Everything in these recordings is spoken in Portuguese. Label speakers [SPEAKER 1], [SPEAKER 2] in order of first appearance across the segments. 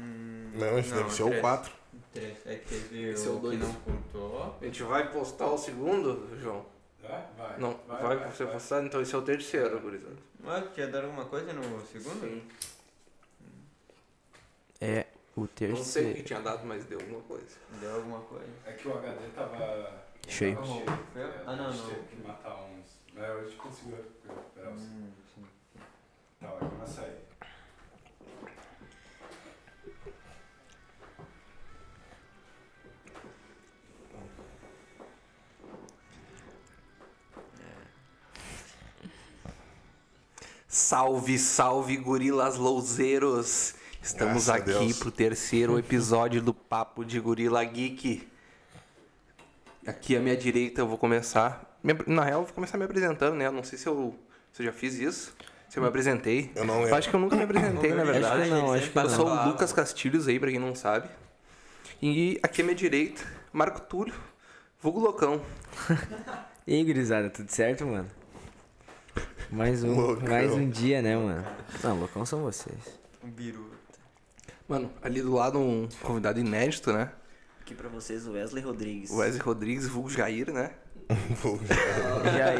[SPEAKER 1] Não, esse
[SPEAKER 2] Hum, Não,
[SPEAKER 1] deve ser o
[SPEAKER 3] é.
[SPEAKER 2] três.
[SPEAKER 1] 4.
[SPEAKER 2] Três. É que teve
[SPEAKER 3] Esse é
[SPEAKER 2] o
[SPEAKER 3] o
[SPEAKER 2] que
[SPEAKER 3] dois.
[SPEAKER 2] não contou.
[SPEAKER 3] A gente vai postar o segundo, João?
[SPEAKER 4] Vai, vai.
[SPEAKER 3] Não, vai, você postar, então esse é o terceiro, gurizada.
[SPEAKER 2] Mas quer dar alguma coisa no segundo? Hum,
[SPEAKER 3] Sim.
[SPEAKER 5] É o
[SPEAKER 3] Não sei o que
[SPEAKER 5] terceiro.
[SPEAKER 3] tinha dado, mas deu alguma coisa.
[SPEAKER 2] Deu alguma coisa.
[SPEAKER 4] É que o HD tava.
[SPEAKER 5] Cheio.
[SPEAKER 4] tava
[SPEAKER 2] Ah, não,
[SPEAKER 4] A gente
[SPEAKER 2] não.
[SPEAKER 4] teve que matar uns. Mas a gente conseguiu recuperar os.
[SPEAKER 2] Hum, sim.
[SPEAKER 4] Tá, vai começar aí.
[SPEAKER 3] Salve, salve, gorilas louzeiros! Estamos
[SPEAKER 1] Graças a
[SPEAKER 3] aqui
[SPEAKER 1] Deus.
[SPEAKER 3] pro terceiro episódio do Papo de Gorila Geek. Aqui à minha direita eu vou começar. me apre- Na real, eu vou começar me apresentando, né? Eu não sei se eu, se eu já fiz isso, se eu me apresentei.
[SPEAKER 1] Eu não lembro.
[SPEAKER 3] Eu acho que eu nunca me apresentei, na
[SPEAKER 5] Acho que
[SPEAKER 3] verdade.
[SPEAKER 5] não, acho que
[SPEAKER 2] tá
[SPEAKER 3] Eu sou
[SPEAKER 5] não.
[SPEAKER 3] o Lucas Castilhos aí, pra quem não sabe. E aqui à minha direita, Marco Túlio, vulgo loucão.
[SPEAKER 5] E aí, gurizada, tudo certo, mano? Mais um,
[SPEAKER 1] Loucão.
[SPEAKER 5] mais um dia, né, mano? Não, loucão são vocês.
[SPEAKER 2] Um biru.
[SPEAKER 3] Mano, ali do lado um convidado inédito, né?
[SPEAKER 6] Aqui pra vocês, o Wesley Rodrigues.
[SPEAKER 3] O Wesley Rodrigues, vulgo Jair, né?
[SPEAKER 5] Jair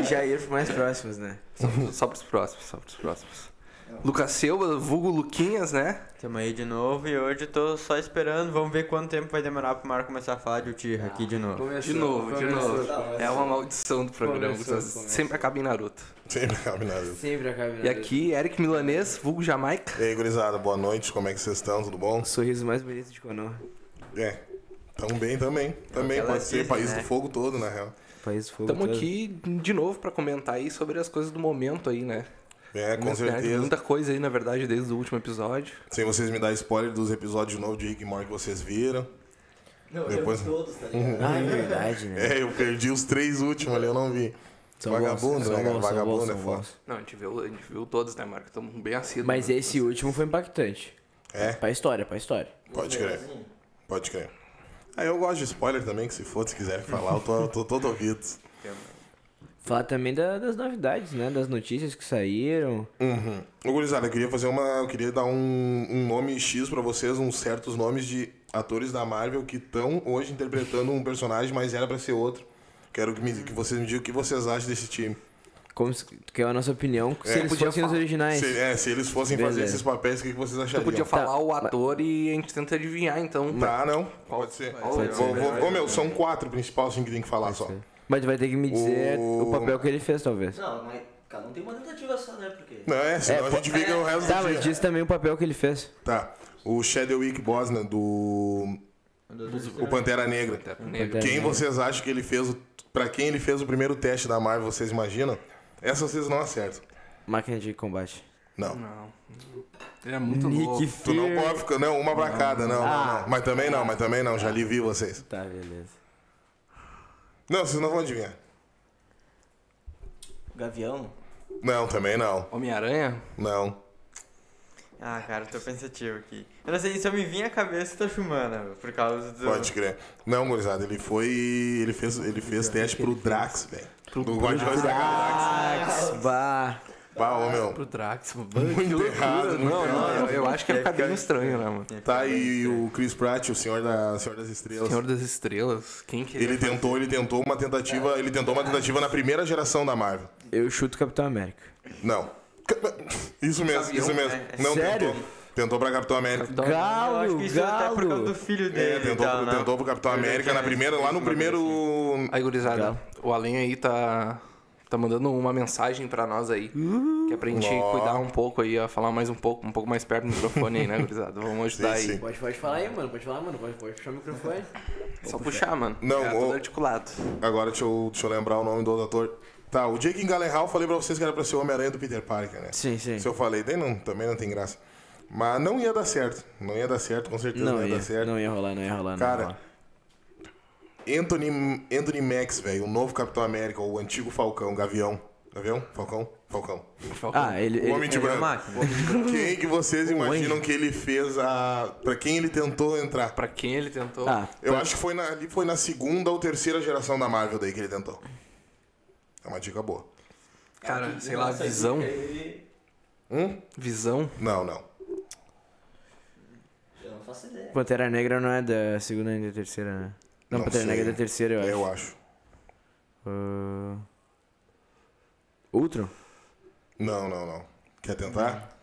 [SPEAKER 5] e Jair foram mais próximos, né?
[SPEAKER 3] Só, só pros próximos, só pros próximos.
[SPEAKER 5] É um
[SPEAKER 3] Lucas Silva, vulgo Luquinhas, né?
[SPEAKER 2] Tamo aí de novo e hoje eu tô só esperando. Vamos ver quanto tempo vai demorar pro Marco começar a falar de Utira aqui de novo.
[SPEAKER 3] de novo, de novo. É uma maldição do programa,
[SPEAKER 5] Começou,
[SPEAKER 3] vocês
[SPEAKER 5] começou.
[SPEAKER 3] sempre acaba em Naruto.
[SPEAKER 1] Sempre cabe na vida.
[SPEAKER 5] Sempre acaba
[SPEAKER 3] E aqui, Eric Milanês, vulgo Jamaica.
[SPEAKER 1] E aí, gurizada, boa noite, como é que vocês estão? Tudo bom?
[SPEAKER 5] O sorriso mais bonito de Konoha.
[SPEAKER 1] É. Tão bem também. Também
[SPEAKER 2] ela
[SPEAKER 1] pode ser
[SPEAKER 2] disse,
[SPEAKER 1] país
[SPEAKER 2] né?
[SPEAKER 1] do fogo todo, na real.
[SPEAKER 5] País do fogo
[SPEAKER 3] Estamos
[SPEAKER 5] todo.
[SPEAKER 3] aqui de novo pra comentar aí sobre as coisas do momento aí, né?
[SPEAKER 1] É, com
[SPEAKER 3] Mas, né, tem
[SPEAKER 1] certeza.
[SPEAKER 3] Muita coisa aí, na verdade, desde o último episódio.
[SPEAKER 1] Sem vocês me dar spoiler dos episódios novos de Rick and Morty que vocês viram. Depois...
[SPEAKER 6] Todos, tá ligado?
[SPEAKER 5] Ah, é verdade, né?
[SPEAKER 1] É, eu perdi os três últimos ali, eu não vi.
[SPEAKER 5] São
[SPEAKER 1] Vagabundo,
[SPEAKER 5] bons, são
[SPEAKER 1] né, cara?
[SPEAKER 5] bons, são
[SPEAKER 1] Vagabundo
[SPEAKER 5] bons,
[SPEAKER 1] é
[SPEAKER 5] são
[SPEAKER 1] foda.
[SPEAKER 5] bons.
[SPEAKER 3] Não, a gente viu, a gente viu todos, né, Marco? Estamos bem assíduos.
[SPEAKER 5] Mas
[SPEAKER 3] né?
[SPEAKER 5] esse último foi impactante.
[SPEAKER 1] É.
[SPEAKER 5] Pra história, pra história.
[SPEAKER 1] Pode crer.
[SPEAKER 6] assim,
[SPEAKER 1] Pode crer. Ah, eu gosto de spoiler também, que se for, se quiser falar, eu tô, eu tô todo ouvido.
[SPEAKER 5] Falar também da- das novidades, né? Das notícias que saíram.
[SPEAKER 1] Uhum. Ô, gurizada, eu queria fazer uma. Eu queria dar um, um nome X pra vocês, uns certos nomes de atores da Marvel que estão hoje interpretando um personagem, mas era pra ser outro. Quero que, me- que vocês me digam o que vocês acham desse time.
[SPEAKER 5] Como se, que é a nossa opinião, se
[SPEAKER 1] É,
[SPEAKER 5] eles
[SPEAKER 3] podia
[SPEAKER 5] fossem os
[SPEAKER 3] falar.
[SPEAKER 5] originais.
[SPEAKER 1] Se, é, se eles fossem fazer
[SPEAKER 5] Beleza.
[SPEAKER 1] esses papéis, o que, que vocês
[SPEAKER 3] Tu
[SPEAKER 1] achariam?
[SPEAKER 3] podia falar o
[SPEAKER 5] Tá,
[SPEAKER 3] ator e a gente tenta adivinhar, então.
[SPEAKER 1] Tá, não? Pode ser.
[SPEAKER 3] Pode
[SPEAKER 1] Vou- vou- ô, meu, um- são quatro principais assim, que tem que falar só.
[SPEAKER 5] Mas tu vai ter que me dizer
[SPEAKER 1] O-
[SPEAKER 5] o, papel que ele fez, talvez.
[SPEAKER 6] Não, mas cada um tem uma tentativa só, né? Porque.
[SPEAKER 1] Não, é, senão a gente fica o resto
[SPEAKER 5] Tá,
[SPEAKER 1] do dia.
[SPEAKER 5] mas diz também o papel que ele fez.
[SPEAKER 1] Tá. O Shadowick Bosna, do.
[SPEAKER 6] um,
[SPEAKER 1] O Pantera Negra.
[SPEAKER 3] Negro.
[SPEAKER 1] Quem vocês acham que ele fez. O... Pra quem ele fez o primeiro teste da Marvel, vocês imaginam? Essa vocês não acertam.
[SPEAKER 5] Máquina de combate.
[SPEAKER 1] Não.
[SPEAKER 3] Não. Ele é muito louco.
[SPEAKER 1] Tu não
[SPEAKER 5] Fury.
[SPEAKER 1] pode ficar. Não, uma pra cada. Não, não,
[SPEAKER 3] Ah.
[SPEAKER 1] não. Mas também não, mas também não. Já lhe vi vocês.
[SPEAKER 5] Tá, beleza.
[SPEAKER 1] Não, vocês não vão adivinhar.
[SPEAKER 6] Gavião.
[SPEAKER 1] Não, também não.
[SPEAKER 3] Homem-Aranha?
[SPEAKER 1] Não.
[SPEAKER 2] Ah, cara, eu tô pensativo aqui. Eu não sei, só me vinha a cabeça da Chumana, por causa do.
[SPEAKER 1] Pode crer. Não, gurizada. Ele foi. Ele fez, ele fez teste pro Drax, velho. Do Guardiões da Galáxia.
[SPEAKER 5] Bah.
[SPEAKER 1] Bah, ô, meu.
[SPEAKER 3] Pro Drax, mano.
[SPEAKER 1] Muito
[SPEAKER 3] Que loucura. né?
[SPEAKER 1] errado, muito
[SPEAKER 3] Não, não, eu, eu acho que é um caminho estranho, né, mano?
[SPEAKER 1] Tá, e o Chris Pratt, o Senhor, da, Senhor das Estrelas.
[SPEAKER 3] Senhor das Estrelas, quem que é?
[SPEAKER 1] Ele tentou, ele tentou uma tentativa, ele tentou uma tentativa na primeira geração da Marvel.
[SPEAKER 5] Eu chuto Capitão América.
[SPEAKER 1] Não. Isso mesmo, isso mesmo. Não
[SPEAKER 5] né? É Sério?
[SPEAKER 1] tentou. Tentou pra Capitão América.
[SPEAKER 3] Capitão-
[SPEAKER 2] Eu acho
[SPEAKER 5] Galo,
[SPEAKER 2] que isso é até por causa do
[SPEAKER 5] galo.
[SPEAKER 2] filho
[SPEAKER 1] É,
[SPEAKER 2] dele. e
[SPEAKER 1] tentou,
[SPEAKER 2] tal,
[SPEAKER 1] pro,
[SPEAKER 2] né?
[SPEAKER 1] tentou pro Capitão América
[SPEAKER 5] é
[SPEAKER 1] na primeira, lá no primeiro.
[SPEAKER 3] Aí, gurizada,
[SPEAKER 5] Galo.
[SPEAKER 3] o Além aí tá, tá mandando uma mensagem pra nós aí. Que é pra gente
[SPEAKER 1] Ó.
[SPEAKER 3] cuidar um pouco aí, ó, falar mais um pouco, um pouco mais perto do microfone aí, né, gurizada? Vamos ajudar
[SPEAKER 1] Sim,
[SPEAKER 3] aí.
[SPEAKER 1] sim.
[SPEAKER 5] Pode, pode falar aí, mano. Pode falar, mano. Pode, pode puxar o microfone.
[SPEAKER 3] Só puxar, mano.
[SPEAKER 1] Não,
[SPEAKER 3] é, tudo
[SPEAKER 1] ô.
[SPEAKER 3] articulado.
[SPEAKER 5] tipo-
[SPEAKER 1] Agora deixa eu, deixa eu lembrar o nome do outro ator. Tá, o Jake Gyllenhaal, falei pra vocês que era pra ser o Homem-Aranha do Peter Parker, né?
[SPEAKER 5] Sim, sim.
[SPEAKER 1] Se eu falei, daí não, também não tem graça. Mas não ia dar certo. Não ia dar certo, com certeza não,
[SPEAKER 5] Não
[SPEAKER 1] ia dar
[SPEAKER 5] ia,
[SPEAKER 1] certo.
[SPEAKER 5] não ia rolar, não ia rolar. não ia
[SPEAKER 1] Cara,
[SPEAKER 5] rolar.
[SPEAKER 1] Anthony, Anthony Max, velho, o novo Capitão América, o antigo Falcão, Gavião. Gavião? Falcão? Falcão.
[SPEAKER 3] um
[SPEAKER 5] Ah, ele...
[SPEAKER 1] O
[SPEAKER 5] ele-
[SPEAKER 1] Homem de
[SPEAKER 2] Ele é
[SPEAKER 1] Branco.
[SPEAKER 2] máquina.
[SPEAKER 1] Quem que vocês imaginam que ele fez a. Pra quem ele tentou
[SPEAKER 5] é.
[SPEAKER 1] entrar?
[SPEAKER 3] Pra quem ele tentou?
[SPEAKER 5] Ah,
[SPEAKER 1] Eu acho que foi na, ali foi na segunda ou terceira geração da Marvel daí que ele tentou. É uma dica boa.
[SPEAKER 3] cara, sei lá, visão.
[SPEAKER 1] Hum?
[SPEAKER 3] Visão.
[SPEAKER 1] Não, não.
[SPEAKER 6] faço ideia.
[SPEAKER 5] Pantera Negra não é da segunda nem da terceira, né? Não,
[SPEAKER 1] Não
[SPEAKER 5] Pantera
[SPEAKER 1] sei.
[SPEAKER 5] Negra é da terceira, eu acho.
[SPEAKER 1] Eu acho.
[SPEAKER 5] Ah, Ultron?
[SPEAKER 1] Não, não, não. Quer tentar?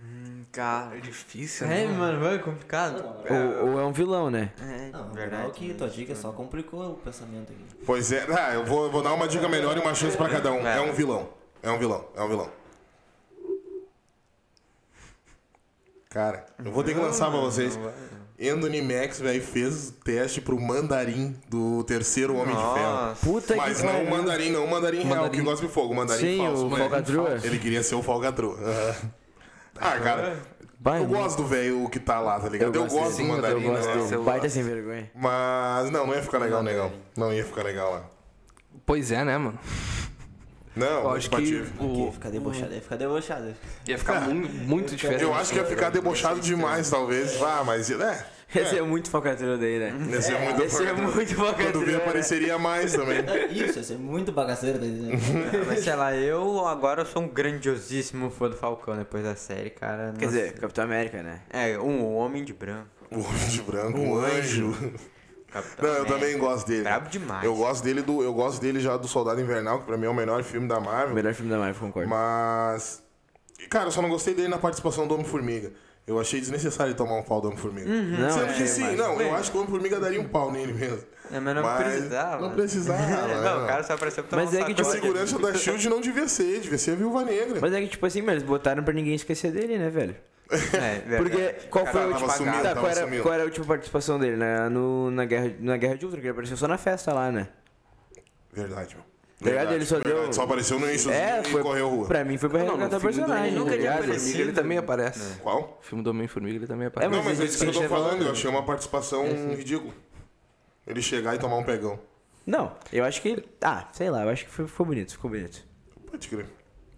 [SPEAKER 2] Hum, cara.
[SPEAKER 3] É difícil, né?
[SPEAKER 2] É, mano, vai, é complicado.
[SPEAKER 6] Não,
[SPEAKER 5] Ou, ou é um vilão, né?
[SPEAKER 2] É,
[SPEAKER 6] não, não,
[SPEAKER 2] verdade.
[SPEAKER 6] verdade, que tua dica só complicou o pensamento aqui.
[SPEAKER 1] Pois é. Ah, eu vou, vou dar uma dica melhor e uma chance pra cada um.
[SPEAKER 2] É.
[SPEAKER 1] É um vilão. É um vilão. É um vilão. Cara, eu vou ter que lançar pra vocês. Anthony Max, velho, fez o teste pro Mandarim do terceiro Homem de Ferro.
[SPEAKER 2] Nossa.
[SPEAKER 5] Puta
[SPEAKER 1] Mas
[SPEAKER 5] que
[SPEAKER 1] não o
[SPEAKER 5] pariu.
[SPEAKER 1] mandarim, não o mandarim, real,
[SPEAKER 3] Mandarim.
[SPEAKER 1] que gosta de fogo, o mandarim
[SPEAKER 5] Sim,
[SPEAKER 1] falso.
[SPEAKER 5] o
[SPEAKER 1] Mandarim
[SPEAKER 5] Falcatrua.
[SPEAKER 1] falso. Ele queria ser o Falcatrua. Aham. ah, cara,
[SPEAKER 5] Bah,
[SPEAKER 1] eu gosto do velho que tá lá, tá ligado? Eu,
[SPEAKER 5] dele.
[SPEAKER 1] gosto do
[SPEAKER 3] sim, eu
[SPEAKER 1] mandarim,
[SPEAKER 3] gosto
[SPEAKER 1] né?
[SPEAKER 3] dele.
[SPEAKER 5] Eu
[SPEAKER 3] Eu
[SPEAKER 5] gosto. Baita
[SPEAKER 3] gosto.
[SPEAKER 5] sem vergonha.
[SPEAKER 1] Mas não, não ia ficar legal, negão. Não ia ficar legal lá.
[SPEAKER 3] Pois é, né, mano?
[SPEAKER 1] Não, tipo,
[SPEAKER 3] Eu acho que
[SPEAKER 1] compatível.
[SPEAKER 6] Aqui,
[SPEAKER 3] o...
[SPEAKER 6] ficar
[SPEAKER 5] Hum.
[SPEAKER 6] debochado, ia ficar debochado.
[SPEAKER 3] ia ficar muito, muito diferente.
[SPEAKER 1] Eu acho que ia ficar debochado demais, talvez. Ah, mas é.
[SPEAKER 5] Esse é muito falcatrua daí, né?
[SPEAKER 1] Ia ser muito
[SPEAKER 5] Esse é muito
[SPEAKER 1] Quando vi,
[SPEAKER 5] falcatrua. né?
[SPEAKER 1] apareceria mais também.
[SPEAKER 6] Isso, ia ser muito bagaceiro, tá entendendo?
[SPEAKER 2] Mas sei lá, eu agora sou um grandiosíssimo fã do Falcão depois da série, cara.
[SPEAKER 5] Quer
[SPEAKER 2] nossa.
[SPEAKER 5] dizer, Capitão América, né?
[SPEAKER 2] É, um homem de branco.
[SPEAKER 1] O homem de branco, um anjo.
[SPEAKER 2] Capitão
[SPEAKER 1] Não, eu
[SPEAKER 2] América.
[SPEAKER 1] também gosto dele.
[SPEAKER 2] Brabo demais.
[SPEAKER 1] Eu gosto dele do. Eu gosto dele já do Soldado Invernal, que pra mim é o melhor filme da
[SPEAKER 5] O
[SPEAKER 1] Marvel.
[SPEAKER 5] melhor filme da Marvel, concordo.
[SPEAKER 1] Mas. Cara, eu só não gostei dele na participação do Homem-Formiga. Eu achei desnecessário ele tomar um pau do Homem-Formiga.
[SPEAKER 2] Uhum.
[SPEAKER 5] Não,
[SPEAKER 1] Sendo
[SPEAKER 5] é,
[SPEAKER 1] que sim,
[SPEAKER 5] mas-
[SPEAKER 1] não, eu acho que o Homem-Formiga daria um pau nele mesmo.
[SPEAKER 2] É, mas não
[SPEAKER 1] Mas
[SPEAKER 2] precisava.
[SPEAKER 1] não precisava,
[SPEAKER 2] É, não,
[SPEAKER 1] né?
[SPEAKER 2] o cara só apareceu pra tomar um
[SPEAKER 5] Mas é que,
[SPEAKER 1] A
[SPEAKER 5] tipo,
[SPEAKER 2] sacode.
[SPEAKER 1] segurança da Shield não devia ser, devia ser a viúva negra.
[SPEAKER 5] Mas é que, tipo assim, mas eles botaram pra ninguém esquecer dele, né, velho?
[SPEAKER 2] É, verdade.
[SPEAKER 5] Porque qual foi
[SPEAKER 1] Cara,
[SPEAKER 5] a
[SPEAKER 1] tava
[SPEAKER 5] última...
[SPEAKER 1] sumido,
[SPEAKER 5] tá,
[SPEAKER 1] tava
[SPEAKER 5] qual, era,
[SPEAKER 1] sumido.
[SPEAKER 5] qual era a última participação dele, né? No, na, guerra, na Guerra de Ultron, que ele apareceu só na festa lá, né?
[SPEAKER 1] Verdade, meu.
[SPEAKER 5] Verdade, ele só deu-
[SPEAKER 1] Só apareceu no Insta
[SPEAKER 5] É,
[SPEAKER 1] e
[SPEAKER 5] foi,
[SPEAKER 1] correu rua.
[SPEAKER 5] pra mim foi pra
[SPEAKER 3] Não, no
[SPEAKER 5] resgatar o
[SPEAKER 3] filme do
[SPEAKER 5] personagem,
[SPEAKER 3] Homem-Formiga,
[SPEAKER 5] tá
[SPEAKER 2] nunca tinha
[SPEAKER 5] ligado?
[SPEAKER 2] aparecido.
[SPEAKER 3] Ele também aparece.
[SPEAKER 1] Qual?
[SPEAKER 3] O filme do Homem-Formiga, ele também
[SPEAKER 5] É,
[SPEAKER 3] aparece.
[SPEAKER 1] Não, mas
[SPEAKER 5] mas
[SPEAKER 1] é
[SPEAKER 5] isso
[SPEAKER 1] isso que eu
[SPEAKER 5] que a
[SPEAKER 1] tô
[SPEAKER 5] gente tá
[SPEAKER 1] falando,
[SPEAKER 5] falando.
[SPEAKER 1] eu achei uma participação ridícula. Ele chegar e tomar um pegão.
[SPEAKER 5] Não, eu acho que... Ah, sei lá, eu acho que foi- ficou bonito, ficou bonito.
[SPEAKER 1] Pode crer.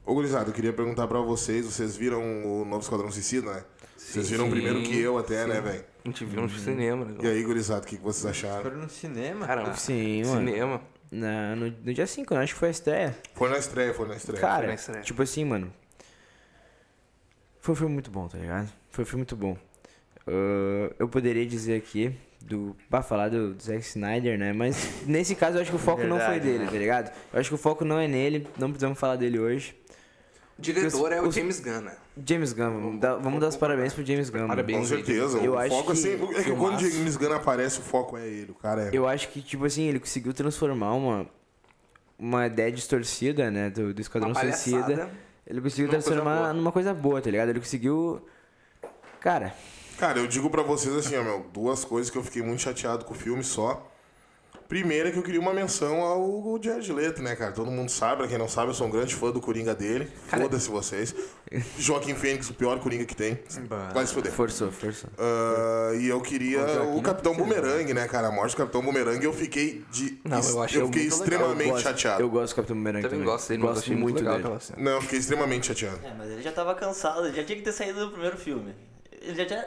[SPEAKER 1] Ô, gurizada, eu queria perguntar pra vocês, vocês viram o Novo Esquadrão Suicida, né? vocês viram
[SPEAKER 3] Sim.
[SPEAKER 1] primeiro que eu até, né, velho?
[SPEAKER 3] A gente viu
[SPEAKER 5] Uhum.
[SPEAKER 3] no cinema, né?
[SPEAKER 1] E aí, gurizada, o que, que vocês acharam?
[SPEAKER 2] Foram no cinema,
[SPEAKER 3] Cara,
[SPEAKER 2] cara.
[SPEAKER 5] Sim, mano.
[SPEAKER 3] Cinema.
[SPEAKER 5] Na, no, no dia 5, né? Acho que foi a estreia.
[SPEAKER 1] Foi na estreia, foi na estreia.
[SPEAKER 5] Cara,
[SPEAKER 3] na estreia.
[SPEAKER 5] tipo assim, mano. Foi um filme muito bom, tá ligado? Foi um filme muito bom. Ah, eu poderia dizer aqui, do, pra falar do, do Zack Snyder, né? Mas nesse caso eu acho que o foco não foi
[SPEAKER 2] Verdade,
[SPEAKER 5] dele,
[SPEAKER 2] né?
[SPEAKER 5] tá ligado? Eu acho que o foco não é nele, não precisamos falar dele hoje.
[SPEAKER 3] O diretor é o
[SPEAKER 5] Os-
[SPEAKER 3] James Gunn, né?
[SPEAKER 5] James Gunn, vamos dar, vamos dar os parabéns pro James Gunn. mano.
[SPEAKER 3] Parabéns.
[SPEAKER 1] Com certeza.
[SPEAKER 5] Eu
[SPEAKER 1] o
[SPEAKER 5] acho
[SPEAKER 1] foco
[SPEAKER 5] que
[SPEAKER 1] é sempre. É que quando o
[SPEAKER 5] filmaço.
[SPEAKER 1] James Gunn aparece, o foco é ele. O cara é.
[SPEAKER 5] Eu acho que, tipo assim, ele conseguiu transformar uma, uma ideia distorcida, né? Do, do Esquadrão
[SPEAKER 3] Uma palhaçada.
[SPEAKER 5] Suicida. Ele conseguiu
[SPEAKER 3] numa coisa
[SPEAKER 5] transformar
[SPEAKER 3] boa.
[SPEAKER 5] numa coisa boa, tá ligado? Ele conseguiu. Cara,
[SPEAKER 1] Cara, eu digo pra vocês assim, ó, meu, duas coisas que eu fiquei muito chateado com o filme só. Primeira é que eu queria uma menção ao Jared Leto, né, cara? Todo mundo sabe, pra quem não sabe, eu sou um grande fã do Coringa dele. Foda-se vocês. Joaquim Fênix, o pior Coringa que tem.
[SPEAKER 2] Bah.
[SPEAKER 1] Vai se foder.
[SPEAKER 5] forçou, forçou.
[SPEAKER 1] Ah, e eu queria o Capitão
[SPEAKER 5] é
[SPEAKER 1] Boomerang, né, cara? A morte do Capitão Boomerang eu fiquei de.
[SPEAKER 3] Não, eu achei
[SPEAKER 1] fiquei
[SPEAKER 3] muito legal.
[SPEAKER 1] extremamente
[SPEAKER 5] Eu gosto-
[SPEAKER 1] chateado.
[SPEAKER 5] Eu gosto do Capitão Boomerang
[SPEAKER 3] Também
[SPEAKER 5] também.
[SPEAKER 3] gosto dele, mas achei muito legal
[SPEAKER 5] dele.
[SPEAKER 3] aquela cena.
[SPEAKER 1] Não, eu fiquei extremamente chateado.
[SPEAKER 6] É, mas ele já tava cansado, ele já tinha que ter saído do primeiro filme. Ele já tinha.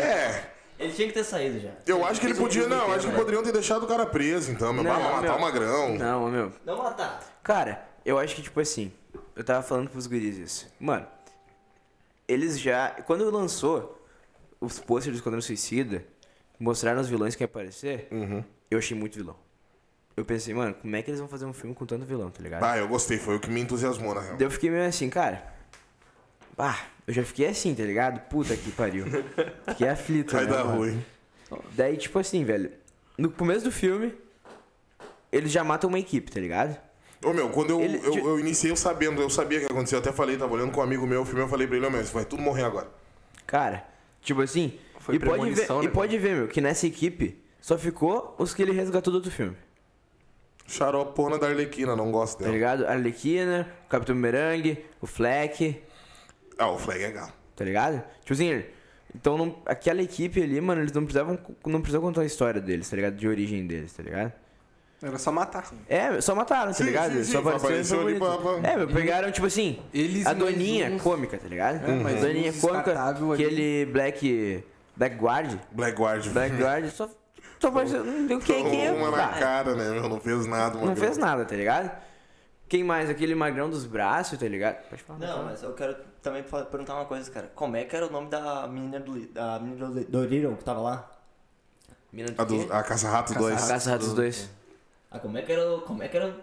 [SPEAKER 1] É,
[SPEAKER 6] Ele tinha que ter saído já.
[SPEAKER 1] eu acho que ele podia. Não, eu acho que poderiam ter deixado o cara preso, então, meu.
[SPEAKER 5] né? Não,
[SPEAKER 1] Vai matar
[SPEAKER 5] meu.
[SPEAKER 1] o magrão.
[SPEAKER 5] Não, meu.
[SPEAKER 6] Não matar.
[SPEAKER 5] Cara, eu acho que, tipo assim, eu tava falando pros guris isso. Mano, eles já. Quando lançou os posters do Esquadrão Suicida, mostraram os vilões que ia aparecer,
[SPEAKER 1] Uhum.
[SPEAKER 5] eu achei muito vilão. Eu pensei, mano, como é que eles vão fazer um filme com tanto vilão, tá ligado?
[SPEAKER 1] Ah, eu gostei, foi o que me entusiasmou, na real.
[SPEAKER 5] Daí eu fiquei meio assim, cara. Ah, eu já fiquei assim, tá ligado? Puta que pariu. Fiquei aflito,
[SPEAKER 1] Vai
[SPEAKER 5] né,
[SPEAKER 1] dar
[SPEAKER 5] mano?
[SPEAKER 1] ruim.
[SPEAKER 5] Daí, tipo assim, velho. No começo do filme, eles já matam uma equipe, tá ligado?
[SPEAKER 1] Ô meu, quando eu,
[SPEAKER 5] Ele-
[SPEAKER 1] eu, eu iniciei eu sabendo, eu sabia o que aconteceu, eu até falei, tava olhando com um amigo meu, o filme, eu falei pra ele, ô meu, isso vai tudo morrer agora.
[SPEAKER 5] Cara, tipo assim.
[SPEAKER 3] Foi
[SPEAKER 5] e pode ver,
[SPEAKER 3] premonição,
[SPEAKER 5] e
[SPEAKER 3] né,
[SPEAKER 5] pode ver, meu, que nessa equipe só ficou os que ele resgatou do outro filme.
[SPEAKER 1] Xaropona da Arlequina, não gosto
[SPEAKER 5] Tá
[SPEAKER 1] dela.
[SPEAKER 5] ligado? A Arlequina, o Capitão Merangue, o Fleck,
[SPEAKER 1] Ah, o Flag é legal.
[SPEAKER 5] tá ligado? Tipo assim, ele- então não- aquela equipe ali, mano, eles não precisavam não precisavam contar a história deles, tá ligado? De origem deles, tá ligado?
[SPEAKER 3] Era só matar.
[SPEAKER 5] É, só mataram, tá
[SPEAKER 1] Sim,
[SPEAKER 5] ligado?
[SPEAKER 1] sim, sim,
[SPEAKER 5] só apareceu,
[SPEAKER 1] apareceu ali
[SPEAKER 5] favorito.
[SPEAKER 1] pra- pra-
[SPEAKER 5] É, mas pegaram, tipo assim,
[SPEAKER 7] Eles
[SPEAKER 5] a
[SPEAKER 7] mais
[SPEAKER 5] doninha
[SPEAKER 7] uns-
[SPEAKER 5] cômica, tá ligado?
[SPEAKER 7] É, mais
[SPEAKER 5] A doninha
[SPEAKER 7] uns
[SPEAKER 5] cômica,
[SPEAKER 7] descartável ali.
[SPEAKER 5] aquele Black. Black Guard.
[SPEAKER 1] Black Guard.
[SPEAKER 5] Black Guard só. Só apareceu. Não deu quem,
[SPEAKER 1] Tomou
[SPEAKER 5] quem é.
[SPEAKER 1] uma na
[SPEAKER 5] tá,
[SPEAKER 1] cara, né, meu? Não fez nada,
[SPEAKER 5] Não
[SPEAKER 1] magrão.
[SPEAKER 5] fez nada, tá ligado? Quem mais? Aquele magrão dos braços, tá ligado? Pode falar.
[SPEAKER 6] Não, mas eu quero também fa- perguntar uma coisa, cara. Como é que era o nome da menina do, li- da menina do, do Little que tava lá?
[SPEAKER 5] Mina do
[SPEAKER 1] A, do,
[SPEAKER 5] quê?
[SPEAKER 1] a Caça Rato 2.
[SPEAKER 5] Caça Ratos 2.
[SPEAKER 6] Ah, como é que era, o- como é que era